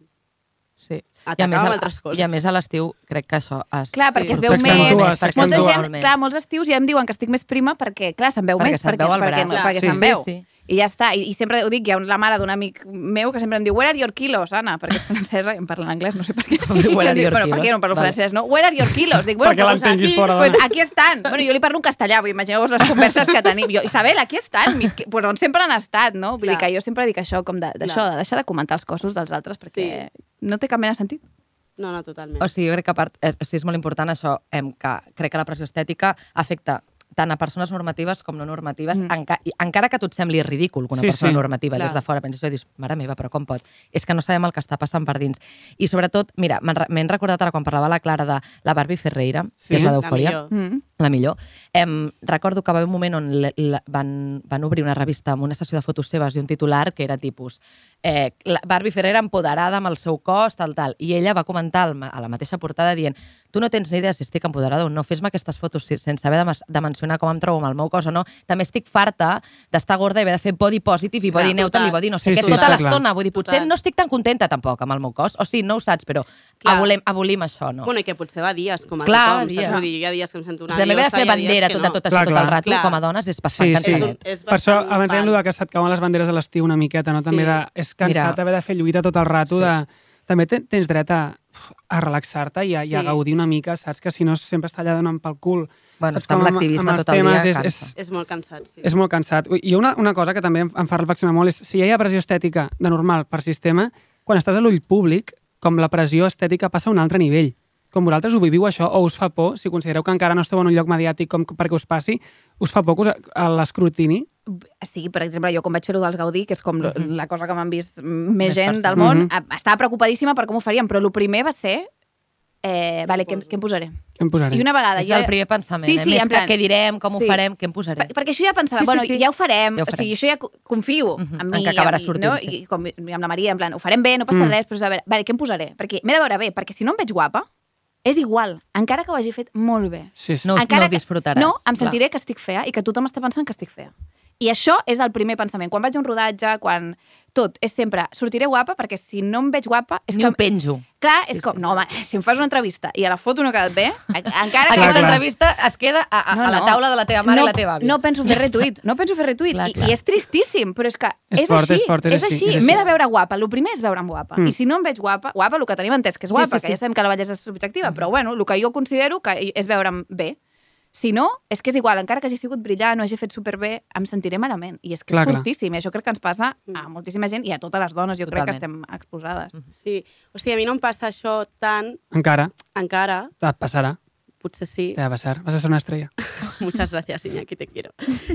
S2: Sí.
S6: Atacava
S2: a-
S6: altres coses.
S2: I a més a l'estiu crec que això es...
S7: Clar, perquè es veu
S3: S'accentua,
S7: més.
S3: s'accentua.
S7: Molta gent,
S2: Molt més.
S7: clar, molts estius ja em diuen que estic més prima perquè, clar, se'n veu
S2: Perquè
S7: més,
S2: se't veu el
S7: perquè,
S2: braç.
S7: perquè, perquè
S3: Sí,
S7: se'n
S3: sí,
S7: veu.
S2: sí.
S7: I ja està. I, I sempre ho dic, hi ha la mare d'un amic meu que sempre em diu where are your kilos, Anna? Perquè és francesa i em parla en anglès, no sé per què.
S2: Where are
S7: Dic,
S2: your
S7: bueno, per
S2: kilos?
S7: què no parlo
S2: Vale.
S7: francès, no? Where are your kilos? Dic, bueno,
S3: Perquè
S7: doncs
S3: l'entenguis
S7: aquí-
S3: fora, dona.
S7: Pues aquí estan. Bueno, jo li parlo en castellà, vull imagineu-vos les converses que tenim. Jo, Isabel, aquí estan. Mis, qui- pues on sempre han estat, no? Vull dir
S6: Clar.
S7: que jo sempre dic això, com de, d'això, de deixar de comentar els cossos dels altres, perquè no té cap mena de sentit.
S6: no, no, totalment.
S2: O sigui, jo crec que a part, eh, o sigui, és molt important això, em, que crec que la pressió estètica afecta tant a persones normatives com no normatives, mm. enca i, encara que a tu et sembli ridícul que una
S3: Sí,
S2: sí, persona
S3: sí.
S2: sí. normativa
S6: Clar.
S2: Clar. des de fora pensi això i dius, mare meva, però com pot? És que no sabem el que està passant per dins. I sobretot, mira, m'han re- m'he recordat ara quan parlava la Clara de la Barbie Ferreira,
S3: Sí.
S2: que és la
S6: La
S2: d'Eufòria,
S6: millor.
S7: Mm.
S2: la millor. Em, recordo que va haver un moment on la- la- van, van obrir una revista amb una sessió de fotos seves i un titular que era tipus eh, la Barbie Ferrer empoderada amb el seu cos, tal, tal. I ella va comentar al ma- a la mateixa portada dient tu no tens ni idea si estic empoderada o no, fes-me aquestes fotos si- sense haver de, mas- de mencionar com em trobo amb el meu cos o no. També estic farta d'estar gorda i haver de fer body positive i body
S6: Clar,
S2: neutral i
S6: total.
S2: body no sé
S3: Sí,
S2: què
S3: sí,
S2: tota
S3: està
S2: l'estona.
S3: clar.
S2: Vull dir, potser
S6: Total.
S2: no estic tan contenta tampoc amb el meu cos. O sigui, no ho saps, però
S6: Clar.
S2: abolem, abolim això, no?
S6: Bueno, i que potser va dies, com a
S2: Clar,
S6: tothom,
S2: dies.
S6: saps? Vull dir, jo hi ha dies que em sento una
S2: També haver de
S6: diosa,
S2: fer
S6: hi ha dies
S2: bandera tota tot,
S6: que no.
S2: tot això
S3: Clar,
S2: tot el
S3: clar.
S2: rato
S6: Clar.
S2: com a dones és
S3: Sí,
S2: bastant
S3: sí.
S6: És, un,
S2: cansadet.
S6: és
S3: Per això,
S6: bastant
S3: abans dèiem
S6: pal.
S3: allò de que se't cauen les banderes a l'estiu una miqueta, no? També
S6: Sí.
S3: de, és cansat
S2: Mira.
S3: haver de fer lluita tot el rato, de, també te- tens dret a, a relaxar-te i, a- i a
S6: Sí.
S3: gaudir una mica, saps? Que si no sempre està allà donant pel cul.
S2: Bueno,
S3: Saps
S2: estar amb
S3: com amb-
S2: l'activisme
S3: amb els
S2: tot el dia
S3: temes és-
S2: cansa.
S6: És molt cansat, sí.
S3: És molt cansat. I una, una cosa que també em, em fa reflexionar molt és si ja hi ha pressió estètica de normal per sistema, quan estàs a l'ull públic, com la pressió estètica passa a un altre nivell. Com vosaltres ho viviu això o us fa por, si considereu que encara no esteu en un lloc mediàtic com perquè us passi, us fa por que us- a l'escrutini?
S7: Sí, per exemple, jo quan vaig fer-ho dels Gaudí, que és com lo- la cosa que m'han vist més,
S2: Mhm. Més Mhm.
S7: gent del
S2: persones.
S7: món, a- estava preocupadíssima per com ho faríem, però el primer va ser... Eh, vale, què, què em posaré?
S3: Què em posaré?
S7: I una vegada...
S2: És el primer pensament,
S7: Sí,
S2: eh?
S7: sí,
S2: Més
S7: en
S2: que
S7: plan-
S2: què direm, com ho
S7: Sí.
S2: farem, què em posaré.
S7: Per, perquè això ja pensava,
S2: Sí,
S7: sí,
S2: sí,
S7: bueno,
S2: sí.
S7: sí, ja ho farem,
S2: Ja ho farem.
S7: ja ho farem. o sigui, això ja co- confio
S2: Mhm,
S7: en
S2: en
S7: mi.
S2: que acabarà
S7: i,
S2: sortint,
S7: No?
S2: sí.
S7: I com amb la Maria, en plan, ho farem bé, no passa
S3: Mm.
S7: mm. res, però és a veure, vale, què em posaré? Perquè m'he de veure bé, perquè si no em veig guapa, és igual, encara que ho hagi fet molt bé.
S3: Sí, sí.
S2: No, ho-
S7: Encara
S2: no ho disfrutaràs.
S7: Que, no,
S2: clar.
S7: em sentiré que estic fea i que tothom està pensant que estic fea. I això és el primer pensament. Quan vaig a un rodatge, quan... Tot, és sempre, sortiré guapa perquè si no em veig guapa... És
S2: Ni
S7: que...
S2: ho penjo.
S7: Clar, és com, no, home, si em fas una entrevista i a la foto no ha quedat bé, en- encara que...
S2: Aquesta
S3: clar.
S2: entrevista es queda a, a, a la taula de la teva mare
S7: no,
S2: i la teva àvia.
S7: No penso fer retuit, no penso fer retuit.
S2: Clar,
S7: I,
S2: clar.
S7: I és tristíssim, però és que
S3: És
S7: és,
S3: fort,
S7: així.
S3: és fort, és així,
S7: així.
S3: és així.
S7: M'he de veure guapa. El primer és veure'm guapa.
S3: Mm.
S7: I si no em veig guapa, guapa, el que tenim entès que és
S2: Sí,
S7: guapa,
S2: sí, sí.
S7: que ja sabem que la bellesa és subjectiva, però bueno, el que jo considero que és veure'm bé. Si no, és que és igual, encara que hagi sigut brillant o hagi fet superbé, em sentiré malament. I és que
S3: Clar,
S7: és
S3: clar.
S7: fortíssim. I això crec que ens passa a moltíssima gent i a totes les dones. Jo crec que estem
S2: Mm. Totalment. Mm-hmm.
S7: exposades.
S6: Sí. O sigui, a mi no em passa això tant
S3: Encara.
S6: encara,
S3: Et passarà.
S6: potser sí.
S3: Te va passar. Vas a ser una estrella.
S6: Muchas gracias, Iñaki, te quiero.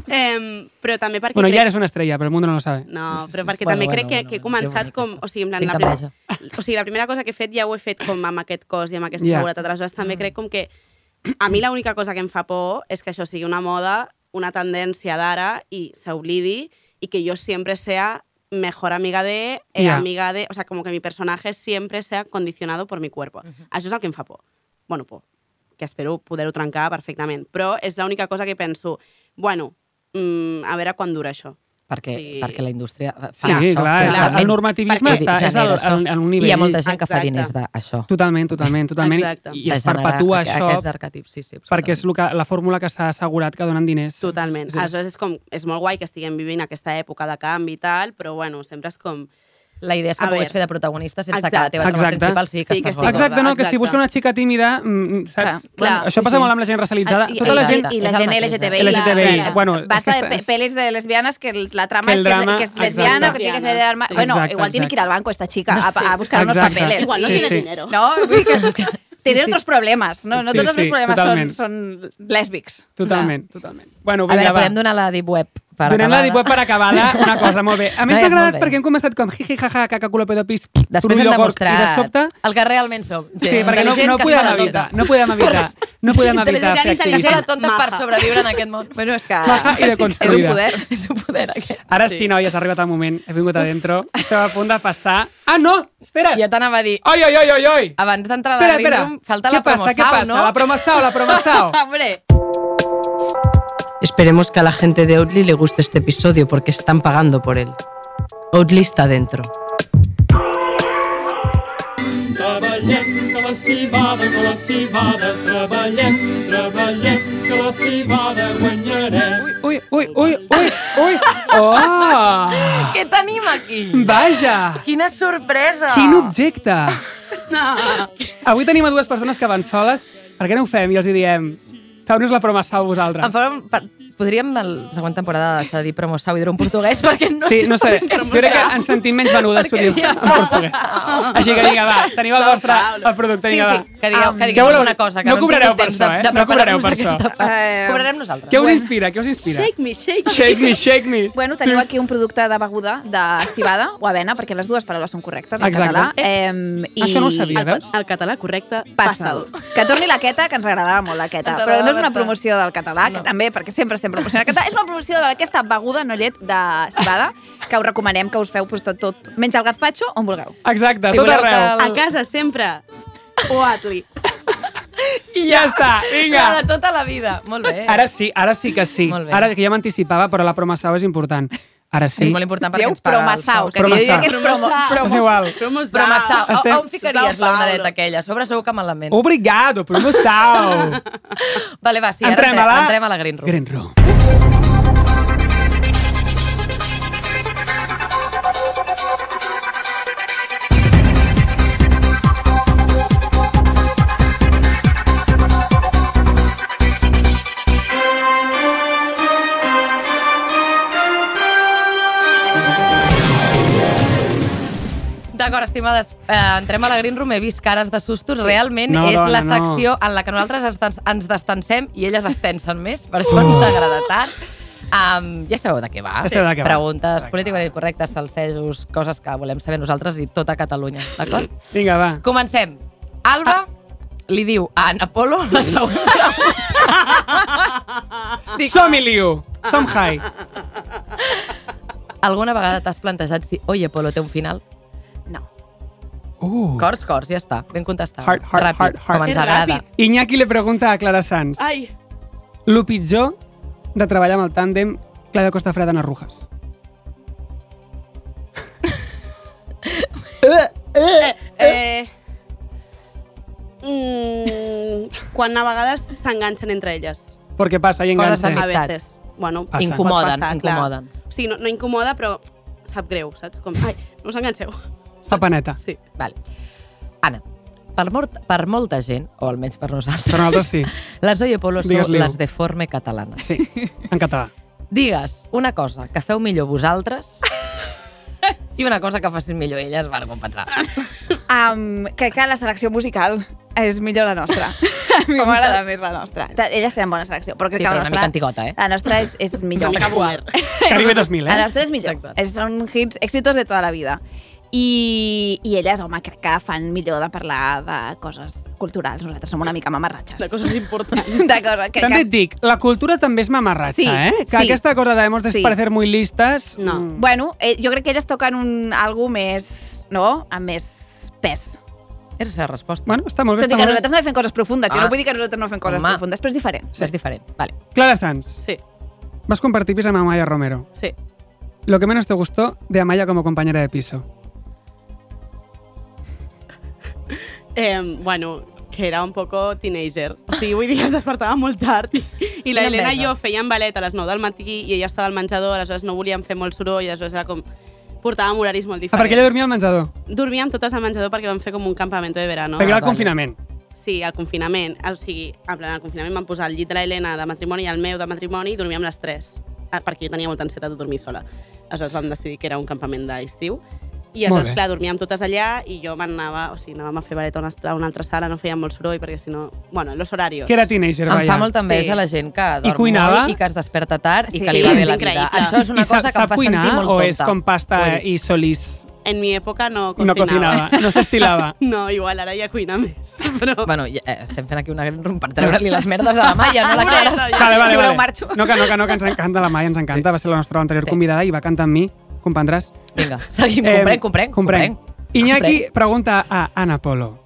S6: Em, però també perquè...
S3: bueno,
S6: crec...
S3: ya eres una estrella, però el mundo no lo sabe.
S6: No, però perquè
S2: Bueno,
S6: també
S2: bueno,
S6: crec que,
S2: bueno,
S6: que he
S2: bueno,
S6: començat
S2: que
S6: com...
S2: bonica,
S6: O sigui, en plan,
S2: Tinc
S6: la, primera,
S2: enveja.
S6: o sigui, la primera cosa que he fet ja ho he fet com amb aquest cos i amb aquesta
S3: Ja.
S6: seguretat. Aleshores,
S2: Mm.
S6: també crec com que a mi l'única cosa que em fa por és que això sigui una moda, una tendència d'ara i s'oblidi i que jo sempre sea mejor amiga de, eh,
S3: Ja.
S6: amiga de... O sea, como que mi personaje siempre sea condicionado por mi cuerpo. Això és el que em fa por. Bueno, por que espero poder-ho trencar perfectament. Però és l'única cosa que penso, bueno, mm, a veure quan dura això.
S2: Perquè,
S6: Sí.
S2: perquè la indústria fa
S3: Sí, clar,
S6: és-
S2: constantment.
S6: el
S3: normativisme
S2: Ah, Perquè
S3: està- és
S2: genera
S3: al-
S2: això.
S3: al- a un nivell-
S2: I hi ha molta gent que fa
S6: Exacte.
S2: diners d'això.
S3: Totalment, totalment, totalment.
S6: Exacte.
S3: I, i
S2: de
S3: es
S2: generar
S3: perpetua
S2: aqu-
S3: això
S2: Aquests arquetips, sí, sí.
S3: perquè és
S2: absolutament.
S3: lo que, la fórmula que s'ha assegurat que donen diners.
S6: Totalment.
S3: Doncs És- és-
S6: Aleshores, és, com, és molt guai que estiguem vivint aquesta època de canvi i tal, però bueno, sempre és com...
S2: La idea és que
S6: A
S2: puguis
S6: veure.
S2: fer de protagonista sense que la
S6: Exacte.
S2: teva trama
S3: Exacte.
S2: principal sigui que
S6: Sí, que
S2: estàs
S6: estic
S2: gorda.
S3: Exacte, no, que si
S6: Exacte.
S3: busca una xica tímida, mm, saps?
S7: Clar,
S3: bueno,
S7: clar,
S3: això
S2: sí,
S3: passa
S2: sí.
S3: molt amb la gent racialitzada.
S7: I-
S3: Tota
S7: i
S3: la
S7: la-
S3: gent...
S7: I la
S2: És el
S7: gent
S2: mateix, eh?
S7: LGTBI.
S3: LGTBI,
S7: la-
S3: bueno, és
S7: basta
S3: que
S7: de
S3: està-
S7: pe- pelis de lesbianes que el- la trama
S3: Que el
S7: és que,
S3: drama-
S7: és, que es lesbiana,
S3: exacte.
S7: que tiene que ser... arma-
S6: Sí.
S7: Bueno,
S3: Exacte,
S7: igual tiene que ir al banco esta chica a, a buscar unos
S3: Exacte.
S7: papeles.
S6: Igual no
S3: Sí,
S6: tiene
S3: sí.
S6: dinero.
S7: No, vull dir que... Tiene otros problemas, no, no
S3: Sí,
S7: tots els
S3: sí,
S7: meus problemes
S3: totalment.
S7: són, són lèsbics.
S3: Totalment, totalment. Bueno,
S2: A
S3: vinga,
S2: veure,
S3: va.
S2: podem donar la Deep Web per
S3: Donem la
S2: acabada?
S3: dipuet per acabada, una cosa, molt bé. A més,
S2: Noies,
S3: m'ha
S2: molt
S3: agradat
S2: bé.
S3: perquè hem començat com jiji, jaja, caca, culo, pedo, pis,
S2: Després hem
S3: turullo, gorg,
S2: demostrat
S3: I de sobte...
S2: el que realment som.
S3: Sí, perquè no, no podem evitar, no podem evitar, no podem evitar fer
S6: Intel·ligent,
S2: Que es fa
S6: intel·ligent.
S3: activisme.
S2: tota. la tonta per
S6: Maja.
S2: sobreviure en aquest món.
S7: Bueno, és que...
S3: Maja i
S7: és ah, un
S3: deconstruïda.
S7: poder.
S2: És un poder, aquest.
S3: Ara sí, noies, ha arribat el moment. He vingut a dentro. Estava a punt de passar... Ah, no! Espera!
S2: Jo t'anava a dir,
S3: Oi, oi, oi, oi, oi!
S2: abans d'entrar a la
S3: Espera,
S2: Green
S3: espera.
S2: Room, falta
S3: què
S2: la
S3: passa,
S2: promosau,
S3: què passa?
S2: no?
S3: La promosau, la promosau.
S7: Hombre,
S1: Esperemos que a la gente de Outly le guste este episodio porque están pagando por él. Outly está dentro.
S3: Ui, ui, ui, ui, ui, ui! Oh!
S2: Què tenim aquí?
S3: Vaja!
S2: Quina sorpresa!
S3: Quin objecte! Avui tenim a dues persones que van soles. Per què no ho fem? I els hi diem... Feu-nos la promosau
S2: Em
S3: vosaltres.
S2: fa un- per- Podríem a la següent temporada deixar de dir promosau i dir un portuguès perquè no
S3: Sí, no sé.
S2: podem
S3: Jo crec que ens sentim menys venudes si ho
S2: Perquè
S3: diem
S2: ja
S3: en portuguès.
S2: promosau.
S3: Així que vinga, va, teniu el
S6: Sao
S3: vostre
S6: Paulo.
S3: el producte,
S2: Sí,
S3: vinga,
S2: sí,
S3: va. Ah,
S2: que digueu,
S7: Am.
S2: que
S3: Què
S2: digueu
S3: voleu?
S2: alguna cosa. Que
S3: No
S2: no,
S3: cobrareu
S2: hem tingut
S3: per
S2: temps
S3: això,
S2: de,
S3: eh?
S2: de
S3: No cobrareu per
S2: preparar-nos
S3: això.
S2: aquesta part.
S7: Eh,
S2: Cobrarem nosaltres.
S3: Què us inspira? Què us inspira?
S6: Shake me, shake me.
S3: Shake me, shake me.
S7: Bueno, teniu aquí un producte de beguda de cibada o avena, perquè les dues paraules són correctes en
S3: Exacte.
S7: català. Eh, i
S3: Això no ho sabia,
S6: El,
S3: veus?
S6: el català correcte,
S7: Passa'l.
S6: passa'l.
S7: Que torni la queta, que ens agradava molt la queta.
S2: Ens
S7: Però no és
S2: agradava tant.
S7: una promoció del català, que també, perquè sempre estem promocionant el català. És una promoció d'aquesta beguda no llet de cibada, que us recomanem que us feu pues, tot, tot, menys el gazpacho, on vulgueu.
S3: Exacte,
S2: Si
S3: tot
S2: voleu
S3: arreu.
S2: que
S6: A casa sempre. O Atli.
S3: I ja està, vinga.
S2: Para tota la vida. Molt bé.
S3: Ara sí, ara sí que sí.
S2: Molt bé.
S3: Ara que ja m'anticipava, però la promassau és important. Ara sí.
S2: És molt important perquè
S7: Dieu
S2: ens paga
S7: promassau,
S2: el
S7: que jo diria que és promo.
S3: Promassau.
S7: promo.
S3: És igual.
S6: Somos
S2: Promassau.
S6: Sao.
S2: Estem...
S3: Estem-
S2: On ficaries
S6: Sao
S2: l'onadeta
S6: Paulo.
S2: aquella? A sobre segur que malament.
S3: Obrigado, promassau.
S2: Vale, va, sí, ara
S3: entrem, a la...
S2: entrem a la Green Room.
S3: Uh. Green Room.
S2: D'acord, estimades, eh, entrem a la Green Room, he vist cares de sustos, sí. realment
S3: No,
S2: és
S3: dona,
S2: la
S3: no.
S2: secció en la que nosaltres ens, destens- ens destensem i elles es tensen més, per això ens agrada tant. Um, ja sabeu de què va.
S3: Uh. Ja sabeu de què va.
S2: Preguntes políticament incorrectes, salsejos, coses que volem saber nosaltres i tota Catalunya, d'acord?
S3: Vinga, va.
S2: Comencem. Alba
S3: Ah.
S2: li diu a Ana Polo la següent pregunta.
S3: Som Iliu. Som High.
S2: Alguna vegada t'has plantejat si Oye Polo té un final?
S7: No.
S3: Uh.
S2: Cors, cors, ja està. Ben contestat.
S3: Heart, heart,
S2: Ràpid,
S3: heart, heart.
S2: com ens
S6: Que
S2: agrada.
S6: ràpid.
S3: Iñaki le pregunta a Clara Sanz.
S6: Ai,
S3: Lo pitjor de treballar amb el tàndem Clara Costa Freda Narrujas.
S6: eh... Mm, quan a vegades s'enganxen entre elles.
S3: Porque pasa y
S2: Coses
S3: engancha.
S2: de-
S6: A
S2: Amistats.
S6: veces. Bueno,
S3: Passa.
S2: Incomoden,
S6: pot passar, clar.
S2: incomoden.
S6: O sigui, no, no incomoda, però sap greu, saps? Com, ai, no us enganxeu.
S3: Sapaneta.
S6: Sí.
S2: Vale. Ana, per, mort, per molta gent, o almenys per nosaltres,
S3: Però nosaltres sí.
S2: les Oye Polo són
S3: Digues-li-ho.
S2: les deforme catalanes.
S3: Sí, en català.
S2: Digues una cosa que feu millor vosaltres i una cosa que facin millor elles per compensar.
S6: Ah,
S7: Um, crec que la selecció musical és millor la nostra. A mi m'agrada més la nostra. Ta- Elles tenen bona selecció, però crec
S2: Sí,
S7: que
S2: però
S7: la
S2: una
S7: nostra...
S2: mica antigota, eh?
S7: La nostra és, és millor.
S2: Mica boomer.
S3: Caribe 2000,
S7: La
S3: eh?
S7: nostra és millor.
S2: Exacte.
S7: És, són hits, èxitos de tota la vida. I, I elles, home, crec que fan millor de parlar de coses culturals. Nosaltres som una mica mamarratxes.
S6: De coses importants.
S7: De coses. Crec
S3: També et
S7: que...
S3: dic, la cultura també és mamarratxa,
S7: Sí,
S3: eh? Que
S7: sí.
S3: aquesta cosa de hemos de
S7: Sí.
S3: parecer muy listas...
S6: No.
S3: mm,
S7: Bueno, eh, jo crec que elles toquen un algo més, no?, amb més pes.
S2: És la seva resposta.
S3: Bueno, està molt bé.
S7: Tot i
S3: Està
S7: que
S3: molt
S7: nosaltres no fem coses profundes. Jo
S2: Ah.
S7: no vull dir que nosaltres no fem coses
S2: Home.
S7: profundes, però és diferent.
S2: Sí. És diferent. Vale.
S3: bé. Clara Sanz,
S6: Sí,
S3: vas compartir pis amb Amaya Romero.
S6: sí.
S3: Lo que menos te gustó de Amaya como compañera de piso.
S6: Eh, bueno, que era un poco teenager. O sigui, vull dir que es despertava molt tard i, i
S2: Quina
S6: la Helena i
S2: pena.
S6: jo feien ballet a les 9 del matí i ella estava al menjador, aleshores no volíem fer molt soroll i aleshores era com... Portàvem horaris
S3: Ah,
S6: molt diferents.
S3: perquè ella dormia al menjador.
S6: Dormíem totes al menjador perquè vam fer com un campamento de verano.
S3: perquè era el
S2: vale.
S3: confinament.
S6: Sí, al confinament. O sigui, en plan, al confinament vam posar el llit de la Helena de matrimoni i el meu de matrimoni i dormíem les tres. Ah, Perquè jo tenia molta ansietat de dormir sola. Aleshores vam decidir que era un campament d'estiu. I
S3: Molt
S6: aleshores,
S3: bé.
S6: clar, dormíem totes allà i jo me'n anava, o sigui, anàvem a fer baleta a una, altra- a una altra sala, no feia molt soroll perquè si no... Bueno, los horarios.
S3: Que era teenager,
S2: Em fa
S3: vaja.
S2: molta enveja
S6: Sí.
S2: la gent que dorm
S3: cuinava?
S2: molt i que es desperta tard i
S7: Sí.
S2: que li va bé
S6: És
S2: la vida.
S6: increïble.
S2: Això és una
S3: I sap-
S2: cosa que em
S3: sap
S2: fa
S3: cuinar
S2: sentir molt
S3: o
S2: tonta.
S3: és com pasta
S2: Vull dir,
S3: i solís?
S6: En mi època no
S3: No
S6: cocinava.
S3: cocinava, no s'estilava.
S6: No, igual ara ja cuina més, però...
S2: Bueno, ja, eh, estem fent aquí una gran rum per treure-li les merdes a la Maia, no la
S6: Correcte,
S2: Clara.
S6: ja.
S3: Vale, vale,
S7: Si voleu,
S3: vale.
S7: marxo.
S3: No, que no, que no, que ens encanta la Maia, ens encanta. Va ser la nostra anterior
S2: Sí.
S3: convidada i va cantar amb mi, comprendràs.
S2: Vinga, seguim.
S3: Eh,
S2: Comprenc, comprenc.
S3: comprenc. Iñaki pregunta a Ana Polo.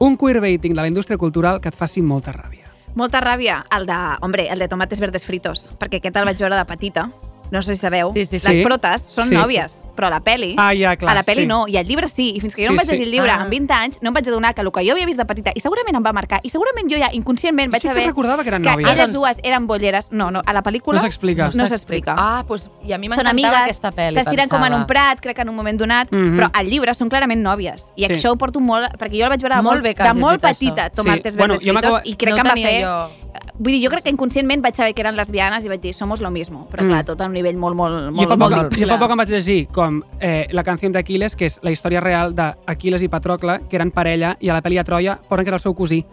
S3: Un queerbaiting de la indústria cultural que et faci molta ràbia.
S7: Molta ràbia el de, hombre, el de tomates verdes fritos, perquè aquest el vaig veure de petita. No sé si sabeu.
S2: Sí, sí,
S3: sí.
S7: Les protes
S3: Sí,
S7: són
S3: sí.
S7: nòvies, però a la peli...
S3: Ah, ja, clar,
S7: a la peli
S3: sí.
S7: no, i al llibre sí. I fins que
S3: Sí,
S7: jo no em vaig
S3: sí.
S7: llegir el llibre
S2: Ah.
S7: amb 20 anys, no em vaig adonar que el que jo havia vist de petita, i segurament em va marcar, i segurament jo ja inconscientment vaig
S3: Sí que
S7: saber
S3: recordava que eren nòvies.
S7: elles
S2: Ah, doncs-
S7: dues eren bolleres. No, no, a la pel·lícula...
S3: No s'explica.
S7: No s'explica.
S2: Ah, doncs, i a mi
S7: Són
S2: m'encantava
S7: amigues,
S2: aquesta pel·li,
S7: s'estiren com en un prat, crec que en un moment donat,
S3: Mhm.
S7: però al llibre són clarament nòvies. I
S3: Sí.
S7: això ho porto molt... Perquè jo el vaig veure
S2: Molt
S7: de molt,
S2: bé que
S7: de
S2: has
S7: molt
S2: llegit això.
S7: petita, Tomates
S3: Sí.
S7: sí.
S3: Bueno,
S7: verdes
S3: jo
S7: fritos,
S3: m'acabo-
S7: i crec
S2: no
S7: que em va
S2: tenia
S7: fer
S2: jo-
S7: Vull dir, jo crec que inconscientment vaig saber que eren lesbianes i vaig dir, somos lo mismo. Però clar, tot a un nivell molt, molt,
S3: Jo
S7: molt,
S3: fa, poc,
S7: molt
S3: jo fa poc em vaig llegir com eh, la canció d'Aquiles, que és la història real d'Aquiles i Patrocle, que eren parella, i a la pel·li de Troia posen que era el seu cosí.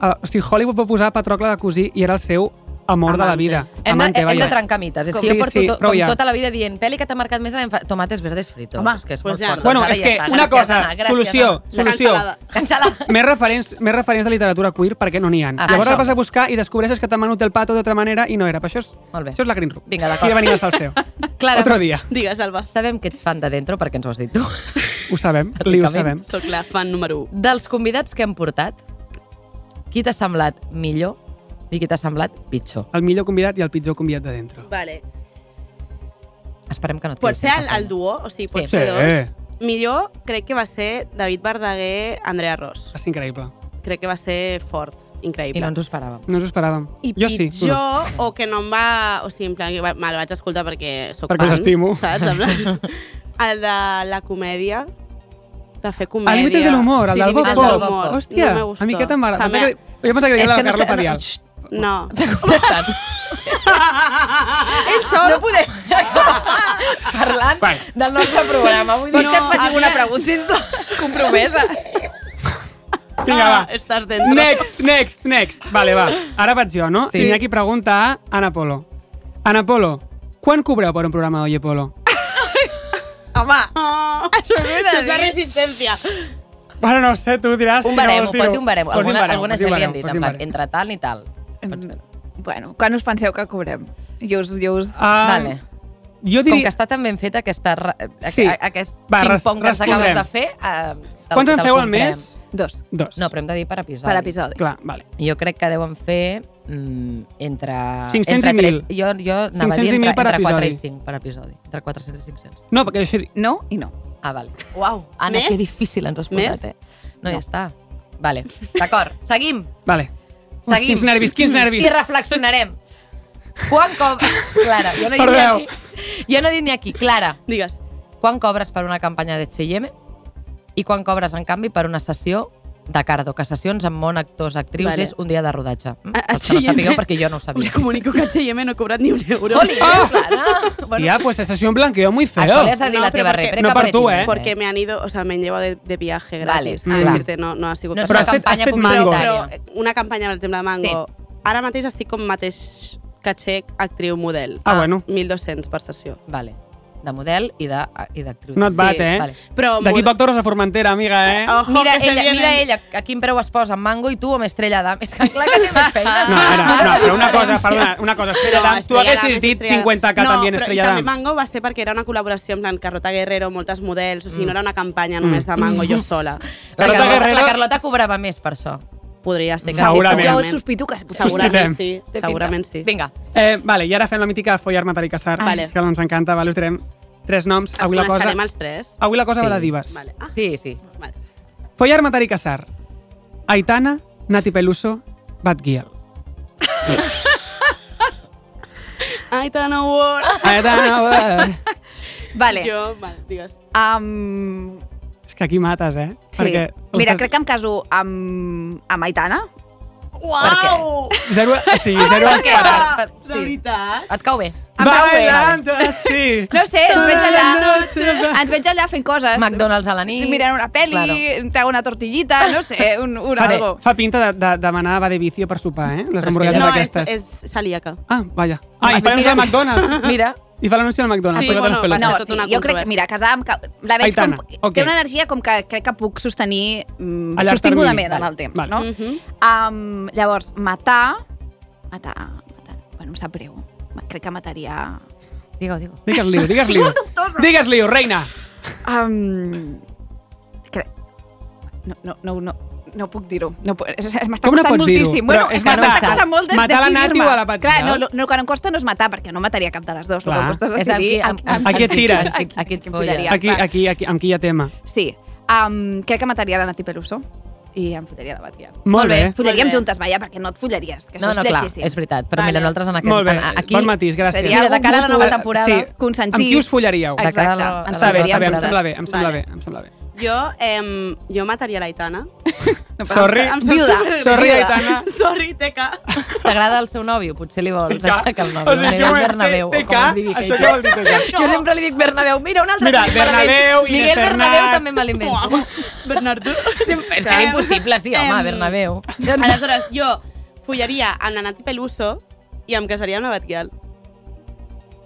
S3: Ah, o sigui, Hollywood va posar Patrocle de cosí i era el seu amor de la vida.
S2: Hem de,
S3: Amante,
S2: hem
S3: vaja.
S2: de trencar mites. És que
S3: Sí,
S2: jo porto
S3: sí,
S2: to,
S3: prou
S2: com
S3: ja.
S2: tota la vida dient pel·li que t'ha marcat més la infa- tomates verdes fritos.
S7: Home,
S2: és que és
S6: pues
S2: molt
S6: ja.
S2: fort.
S3: Bueno,
S2: Doncs ara
S3: és
S2: ja
S3: que
S2: està.
S3: una
S2: Gràcies,
S3: cosa,
S2: Ana, gràcies,
S3: solució,
S2: Ana.
S6: La
S3: solució.
S6: cansalada.
S2: Cansalada.
S3: Més referents, més referents de literatura queer perquè no n'hi ha.
S2: Ah,
S3: Llavors
S2: això.
S3: la vas a buscar i descobreixes que t'ha menut el pato d'altra manera i no era. Però això és,
S2: Molt bé.
S3: això és la Green Room.
S2: Vinga, d'acord.
S3: Aquí de venir hasta el seu.
S2: Clara,
S3: Otro dia.
S6: Digues, Alba.
S2: sabem que ets fan de Dentro perquè ens ho has dit tu.
S3: Ho sabem, li ho
S2: Bàsicament.
S3: sabem.
S6: Soc la fan número 1.
S2: Dels convidats que hem portat, qui t'ha semblat millor i qui t'ha semblat pitjor?
S3: El millor convidat i el pitjor convidat de dentro.
S6: Vale.
S2: Esperem que no et
S6: Pot
S2: quedis
S6: ser el,
S2: sense
S6: el
S2: feina.
S6: duo, o sigui, pot
S2: Sí.
S6: ser
S3: Sí.
S6: dos. Millor crec que va ser David Verdaguer, Andrea Ross.
S3: És increïble.
S6: Crec que va ser fort, increïble.
S2: I no ens ho esperàvem.
S3: No us ho esperàvem.
S6: I
S3: jo sí.
S6: pitjor, o que no em va... O sigui, en plan, que va- me la vaig escoltar perquè sóc
S3: Perquè us
S6: fan,
S3: estimo.
S6: Saps? En plan, el de la comèdia, de fer comèdia.
S3: A límites de l'humor, el del Bob
S6: límites
S2: Pop.
S6: del humor.
S3: Hòstia,
S6: no me gustó.
S3: a mi aquest em va
S6: O sea,
S3: agradar.
S6: me-
S3: Jo pensava que
S2: És
S3: era
S2: que no
S3: la Carla
S2: està- no,
S3: Padial.
S2: xxt,
S6: No.
S2: T'ha contestat. Ell sol. No podem acabar parlant
S3: Bueno.
S2: del nostre programa. Vull dir,
S6: Vols que et faci alguna pregunta,
S2: sisplau? Compromesa.
S3: Vinga, va.
S6: Estàs dentro.
S3: Next, next, next. Vale, va. Ara vaig jo, no?
S2: Sí.
S3: Sí. Iñaki pregunta a Ana Polo. Ana Polo, quan cobreu per un programa d'Oye Polo?
S7: Home,
S6: Oh, això és la resistència.
S3: Bueno, no ho sé, tu diràs...
S2: Un
S3: si no Pues
S2: baremo,
S3: vols dir-ho.
S2: pot dir un baremo.
S3: Posi un
S2: Alguna,
S3: baremo,
S2: alguna
S3: posi un
S2: gent li han
S3: baremo,
S2: dit,
S3: posi
S2: en
S3: un
S2: plan,
S3: baremo.
S2: entre tal i tal.
S7: bueno, quan us penseu que cobrem? Jo us... Jo us...
S3: Ah,
S2: vale.
S3: Jo
S2: Com
S3: diria...
S2: que està tan ben feta aquesta, ra- a-
S3: Sí.
S2: a- aquest
S3: Va, res-
S2: ping-pong que ens
S3: respondrem.
S2: acabes de fer, eh, te'l-
S3: Quants en
S2: te'l
S3: feu al
S2: comprem.
S3: mes?
S7: Dos,
S3: Dos.
S2: No, però hem de dir per episodi.
S7: per episodi.
S3: Clar, vale.
S2: Jo crec que deuen fer mm, entre...
S3: 500
S2: entre
S3: i
S2: tres-
S3: 1.000.
S2: Jo, jo anava a
S3: 500
S2: dir
S3: i
S2: entre,
S3: 1.000 per
S2: entre 4 i
S3: episodi.
S2: 5 per episodi. Entre 400 i 500.
S3: No, perquè això...
S7: No i no.
S2: Ah, vale. Uau, Anna,
S6: Més?
S2: que difícil ens has
S6: Més?
S2: posat, eh? No, ja està. Vale, d'acord. Seguim,
S3: Vale. Uf,
S2: seguim.
S3: Quins nervis, quins nervis.
S2: I reflexionarem. Quan cobres... Clara, jo no he dit ni
S3: Perdeu.
S2: aquí. Jo no he dit ni aquí. Clara,
S6: Digues.
S2: quan cobres per una campanya de H&M i quan cobres, en canvi, per una sessió de Cardo, que sessions amb món, actors, actrius,
S6: Vale.
S2: vale. és un dia de rodatge. Mm?
S6: A- a
S2: Els que no
S6: H&M.
S2: sapigueu, perquè jo no ho
S6: Us
S2: sabia.
S6: comunico que H&M no he cobrat ni un euro.
S2: Oli, és Clara. Bueno,
S3: Tia, pues esta sesión blanqueó muy feo.
S2: això li has de dir
S6: No,
S2: la
S6: però
S2: teva
S6: perquè-
S2: repreca.
S3: No per tu, eh?
S6: Porque me han ido, o sea, me han llevado de, de viaje gratis.
S2: Vale,
S6: a
S2: clar.
S6: decirte, no, no ha sigut
S2: No és
S3: Però
S2: una
S3: has fet- has
S2: campanya
S3: fet mango.
S2: publicitària.
S6: Però una campanya, per exemple, de Mango. Sí. Ara mateix estic com mateix caché actriu model.
S3: Ah, bueno.
S6: 1.200 per sessió.
S2: Vale. De model i de- i d'actriu.
S3: No et bat,
S6: Sí,
S3: eh?
S2: vale.
S6: Però
S3: D'aquí
S6: mode-
S3: poc tornes a Formentera, amiga, eh?
S6: Ojo,
S2: Mira
S6: que se
S2: ella,
S6: vienen.
S2: mira ella a quin preu es posa en Mango i tu amb Estrella Damm. És que clar que té més feina.
S3: No, eh. ara, no, però una cosa, perdona, una cosa, Estrella Damm, tu
S6: Estrella Damm
S3: haguessis
S6: és
S3: dit
S6: Estrella Damm.
S3: 50k
S6: no,
S3: també en
S6: però,
S3: Estrella
S6: i també
S3: Damm.
S6: Mango va ser perquè era una col·laboració en plan Carlota Guerrero, moltes models, o
S3: Mm.
S6: sigui, no era una campanya només de Mango jo sola.
S2: La
S3: Carlota
S2: Carlota,
S3: Guerrero-
S2: la Carlota cobrava més per això.
S6: Podria ser que
S3: Segurament.
S6: sí,
S7: Jo
S6: segurament.
S7: sospito que...
S6: Segurament
S3: Sospitem.
S6: sí,
S2: Té pinta.
S6: segurament sí.
S2: Vinga,
S3: Eh, vale, I ara fem la mítica follar, matar i casar,
S2: Ah,
S6: Vale.
S3: que ens encanta. Vale, us direm tres noms.
S6: Els
S3: Avui la cosa, Ah, pues
S6: coneixerem els tres.
S3: avui la cosa
S2: Sí.
S3: va de divas.
S6: Vale. Ah,
S2: sí, sí.
S6: vale.
S3: Follar, matar i casar. Aitana, Nati Peluso, Bad Giel.
S6: Aitana Ward.
S3: Aitana, hola.
S7: Vale.
S6: Jo, vale, digues.
S7: Um,
S3: És que aquí mates, eh?
S7: sí. Mira, crec que em caso amb, amb Aitana.
S2: Uau!
S3: Zero, o sigui, zero
S2: Per què?
S3: esperat.
S2: Per- per-
S6: De
S2: sí.
S6: veritat?
S2: Et cau bé.
S7: Em cau bé,
S3: Bailando así.
S7: No sé, ens
S3: toda
S7: veig
S3: la
S7: allà,
S3: noche.
S7: ens veig allà fent coses.
S2: McDonald's a la nit.
S7: Mirant una pel·li,
S2: Claro.
S7: claro. una tortillita, no sé, un, un
S3: Fa,
S7: algo.
S3: fa pinta de, de, de manar va de vicio per sopar, eh? Les
S2: que
S3: hamburgueses
S6: No, és,
S3: aquestes.
S6: és celíaca.
S3: Ah, vaja. Ah, i fa l'anunci
S2: Mira.
S3: al McDonald's.
S2: Mira,
S3: I fa l'anunci al McDonald's.
S6: Sí,
S3: Posa't
S6: bueno,
S3: les pelotes.
S6: va
S7: No,
S6: ser
S7: sí,
S6: tota una
S7: jo crec
S6: controvèrsia.
S7: que, mira, casar amb... ca- La veig
S3: Aitana,
S7: com...
S3: ok.
S7: Té una energia com que crec que puc sostenir mm,
S3: A llarg
S7: sostingudament
S3: termini,
S7: en
S3: vale,
S7: el temps,
S3: vale.
S7: no? um, llavors, matar... Matar... matar. Bueno, em sap greu. Crec que mataria...
S2: digue-ho, digue-ho.
S3: Digues-li, digues-li. Digues-li, reina.
S7: Um, crec... No, no, no, no, no puc dir-ho. No, pu- és- és- m'està
S3: Com no
S7: costant
S3: pots dir-ho?
S7: moltíssim.
S3: Però
S7: Bueno,
S3: és
S7: és que
S2: matar.
S7: m'està costant molt de,
S3: Matar la Nati
S7: decidir-me.
S3: o la Patxi,
S7: Clar,
S3: no?
S7: no, lo- no, el que no em costa no és matar, perquè no mataria cap de les dues.
S3: Clar.
S7: El que em costa
S2: És
S7: és decidir...
S2: amb qui- amb-
S3: amb qui et tires.
S7: amb qui-
S2: Aquí et
S7: qui em
S2: folles.
S7: follaria,
S3: Aquí,
S7: clar.
S3: aquí, aquí, amb qui hi ha tema.
S7: Sí. Um, crec que mataria la Nati Peluso i em follaria de Batguiar.
S3: Molt bé.
S7: Follaríem
S6: Molt bé.
S7: juntes, vaja, perquè no et follaries, que això
S2: Eh? No, no,
S7: és
S2: clar,
S7: lletgíssim.
S2: és veritat. Però mira,
S6: Vale.
S2: nosaltres en aquest...
S3: Molt bé.
S2: en- Aquí,
S3: Bon matís, gràcies.
S7: seria
S2: Mira, de cara a la nova
S7: algú
S2: temporada...
S3: Sí.
S7: Consentir.
S3: Amb qui us follaríeu?
S2: De cara a la-
S7: Exacte, ens
S2: a la
S3: Està
S2: nova
S3: bé, està bé, em
S7: follaríem
S2: temporada.
S3: sembla bé, em sembla
S6: Vale.
S3: bé, em sembla bé.
S6: Jo, em, jo mataria l'Aitana.
S7: No, però
S3: Sorry.
S7: em- em sap
S2: Viuda.
S7: super-
S3: Sorry,
S7: viuda.
S3: Aitana.
S6: Sorry, teca.
S2: T'agrada el seu nòvio? Potser li vols
S3: TK.
S2: aixecar el nòvio.
S3: O sigui,
S2: Li
S3: que
S2: dius
S3: ho he-
S2: Bernabéu, o
S3: TK,
S2: com es digui
S3: això
S2: aquell.
S3: què vol dir TK?
S2: Jo sempre li dic Bernabéu. Mira, un altre
S3: Mira,
S2: clip per a
S3: Bernabéu,
S2: mi.
S3: Inés
S2: Miguel Bernabéu
S3: Hernán.
S2: també me l'invento.
S6: Bernardo.
S2: Sempre, és que era impossible, sí, home,
S6: Em-
S2: Bernabéu.
S6: Aleshores, jo follaria amb Nanati Peluso i em casaria amb la Batguial.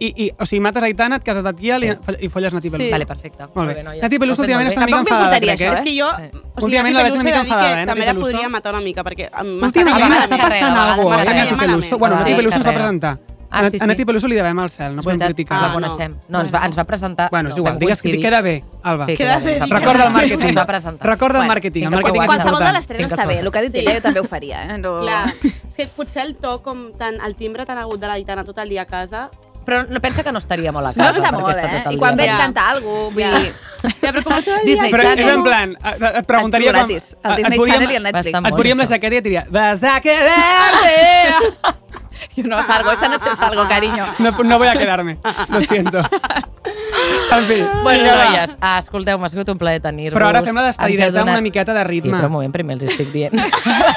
S3: I, i, o sigui, mates Aitana, et cases a Tatguia sí. i folles Nati Peluso.
S2: Vale, perfecte.
S3: Molt bé.
S2: Molt bé, noies.
S3: Nati Peluso
S2: Ho has fet
S3: últimament
S2: molt
S3: està una
S2: bé.
S3: mica
S2: Tampoc
S3: enfadada,
S2: m'importaria això,
S3: crec, eh?
S6: És que jo...
S2: Sí.
S3: Últimament la
S6: Nati
S3: veig una mica
S6: Peluso he de dir
S3: enfadada,
S6: que
S3: eh,
S6: També
S3: Nati
S6: la
S3: Peluso.
S6: podria matar una mica, perquè em- m'està
S3: Últimament
S2: acabant
S3: està,
S2: malament.
S3: passant
S2: Carrega,
S3: alguna
S2: vegades
S3: cosa.
S2: carrega
S3: Nati Peluso,
S6: malament.
S3: bueno, Nati
S2: Sí,
S3: Peluso ens va
S2: carrega.
S3: presentar.
S2: Ah,
S3: A-
S2: sí,
S3: A Nati
S2: sí.
S3: Peluso li devem el cel, no podem
S2: Veritat,
S3: criticar.
S2: La
S6: Ah, no.
S2: coneixem. No, ens va, ens va presentar...
S3: Bueno, és
S2: no,
S3: igual,
S2: vam
S3: digues que
S2: coincidir.
S3: queda bé, Alba.
S2: Sí,
S6: Queda
S2: queda bé.
S6: bé.
S2: ens va
S3: Recorda el
S2: presentar.
S3: márqueting.
S2: Ens va presentar.
S3: Recorda el márqueting,
S2: tinc
S3: el
S2: que
S3: márqueting
S2: esforçar.
S3: és
S7: Qualsevol de les
S3: important.
S7: tres
S2: Tinc
S7: està bé,
S2: esforçar.
S7: el que ha dit ella jo també ho faria. Eh? No...
S6: Clar, és que potser el to com tan, el timbre tan agut de la gitana tot el dia a casa...
S2: Però no pensa que no estaria molt a
S7: No
S2: casa.
S7: està
S2: perquè
S7: molt, eh?
S2: tot el
S7: I quan
S2: dia.
S7: ve et
S6: Ja.
S7: canta alguna cosa, vull dir...
S6: Ja, però com estava dient?
S2: Disney
S3: Però és
S2: Channel.
S3: en plan, eh, et- et preguntaria...
S7: Xocolatis,
S3: quan-
S7: El
S3: et
S7: Disney
S3: podríem-
S7: Channel i el Netflix.
S2: Bastant
S3: Et podríem la
S2: Molt, això.
S3: jaqueta i et diria Vas a quedar-te
S7: Yo no salgo, esta noche salgo, cariño.
S3: no, no voy a quedarme, lo siento. En fi.
S2: Bueno,
S3: vinga, va.
S2: noies, ah, escolteu, m'ha sigut un plaer tenir-vos.
S3: Però ara fem la despedideta
S2: Ens heu
S3: amb una miqueta de ritme.
S2: Sí, però un moment, primer els estic dient.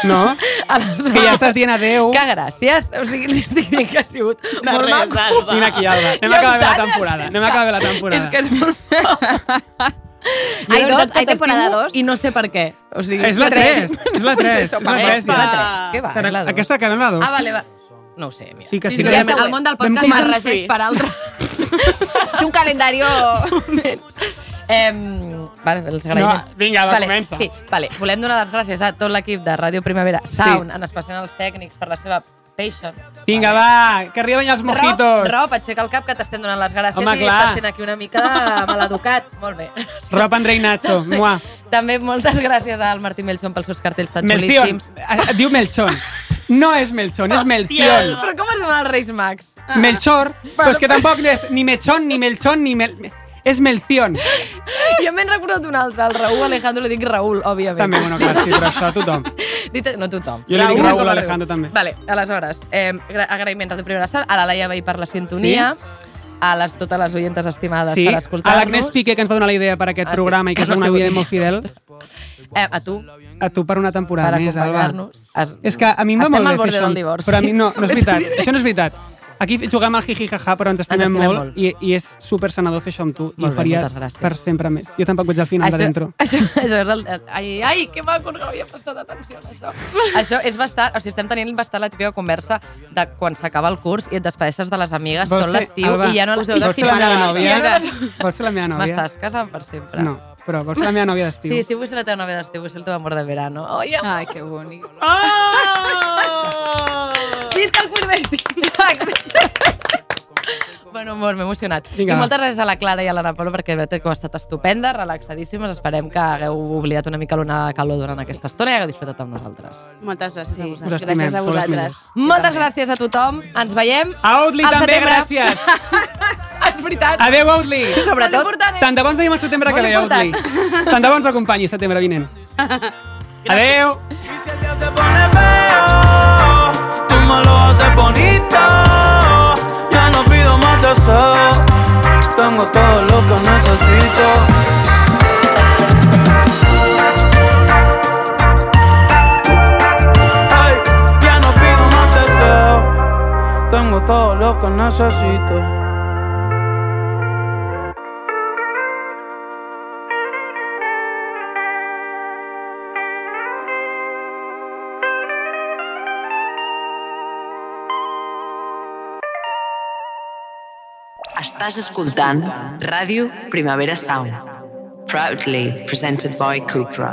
S3: No? És que ja estàs dient adeu.
S2: Que gràcies. O sigui, els estic dient que ha sigut
S6: De
S2: molt
S6: res,
S2: maco.
S6: Alba.
S3: Vine aquí, Alba. Anem a
S2: I
S3: acabar bé la
S2: em talles,
S3: temporada.
S2: és
S3: Anem a
S2: que-
S3: acabar bé la temporada.
S2: És que és molt Jo
S7: Hay
S2: de
S7: dos,
S2: veritat que
S7: hay temporada
S2: t'estimo
S7: dos.
S2: I no sé per què. O sigui,
S3: És la 3. És la 3. És la
S6: papa.
S3: 3.
S2: És la
S3: Ja.
S2: 3. Què eh, va?
S3: Serà-
S2: és la dos.
S3: Aquesta acabem la 2.
S2: Ah, vale, va. No ho sé, mira.
S3: Sí que sí.
S2: Sí,
S3: que-
S2: el món del podcast
S3: Vam-
S2: es regeix per altres.
S7: Es un calendario...
S2: Em, vale, els agraïments.
S3: No, vinga, va,
S2: vale,
S3: comença.
S2: Sí, vale. Volem donar les gràcies a tot l'equip de Ràdio Primavera Sound, en especial als tècnics, per la seva patience.
S3: Vinga, va, que arriben ja els mojitos.
S2: Rob, Rob, aixeca el cap que t'estem donant les gràcies
S3: Home,
S2: i
S3: clar.
S2: estàs sent aquí una mica de maleducat. Molt bé. Gràcies.
S3: Rob, Andrei Nacho. Mua.
S2: També moltes gràcies al Martí Melchon pels seus cartells tan
S3: Melcion.
S2: xulíssims.
S3: Eh, Diu Melchon. No és Melchon, és Melcion.
S2: Però com es diuen els Reis Mags?
S3: Ah. Melchor, però és que tampoc és ni Mechon, ni Melchon, ni Mel... És Melcion.
S2: Jo m'he recordat un altre, el Raúl Alejandro, li dic Raúl, òbviament.
S3: També, bueno, clar, sí, però això a tothom.
S2: Dit, no tothom.
S3: Jo li dic
S2: Raúl,
S3: Raúl
S2: com a
S3: Alejandro, també.
S2: Vale, aleshores, eh, gra- agraïments a tu primera sal, a la Laia Vell per la sintonia, a les, totes les oyentes estimades
S3: Sí,
S2: per
S3: a
S2: escoltar-nos.
S3: l'Agnès Piqué, que ens va donar la idea per aquest
S2: Ah, sí,
S3: programa i que
S2: que no
S3: és una
S2: sé
S3: vida
S2: dir.
S3: molt fidel,
S2: Eh, a tu,
S3: a tu per una temporada
S2: per
S3: més, Alba.
S2: acompanyar-nos. Es-
S3: És que a mi em va
S2: Estem
S3: molt
S2: al
S3: bé
S2: borde
S3: fer això.
S2: del divorci.
S3: Però a mi no, no és veritat. això no és veritat. Aquí juguem al jiji jaja, però ens estimem,
S2: estimem
S3: molt,
S2: molt.
S3: I, i és super sanador fer això amb tu. I
S2: Molt
S3: ho
S2: bé,
S3: faria
S2: moltes gràcies.
S3: per sempre més. Jo tampoc veig el final de dentro.
S2: Això, això és el... Ai, ai, que maco, no havia prestat atenció a això. això és bastant... O sigui, estem tenint bastant la típica conversa de quan s'acaba el curs i et despedeixes de les amigues
S3: Vols
S2: tot
S3: fer-
S2: l'estiu
S3: Alba,
S2: i ja no...
S3: vols fer la
S2: i ja no-
S3: meva nòvia?
S2: ja no les-
S3: Vols fer la meva nòvia?
S2: M'estàs casant per sempre.
S3: No, però vols ser la meva nòvia d'estiu?
S2: Sí, sí, vull ser la teva nòvia d'estiu, vull ser el teu amor Ah! de verano. Oh, ja.
S7: Ay, qué bonito.
S2: Visca el Queen Bueno, molt, m'he emocionat.
S3: Vinga,
S2: I
S3: va.
S2: moltes gràcies a la Clara i a l'Anna Polo perquè de veritat que heu estat estupendes, relaxadíssimes. Esperem que hagueu oblidat una mica l'onada de calor durant aquesta estona i hagueu disfrutat amb nosaltres.
S6: Moltes gràcies. Sí.
S3: Us estimem.
S7: Gràcies a
S3: sou les
S7: vosaltres.
S3: millors.
S2: Moltes gràcies a tothom. Ens veiem.
S3: A Outli
S2: al
S3: també,
S2: setembre.
S3: gràcies.
S2: És veritat.
S3: Adéu, Outli.
S2: Sobretot. Important, eh?
S3: Tant de bons veiem el setembre que
S2: Molt
S3: ve, Outli. Tant de bons acompanyi setembre vinent. Adéu.
S10: se pone feo, tú me lo haces bonito. Ya no pido más deseo, tengo todo lo que necesito. Ay, ya no pido más deseo, tengo todo lo que necesito.
S1: Estàs escoltant Ràdio Primavera Sound. Proudly presented by Cupra.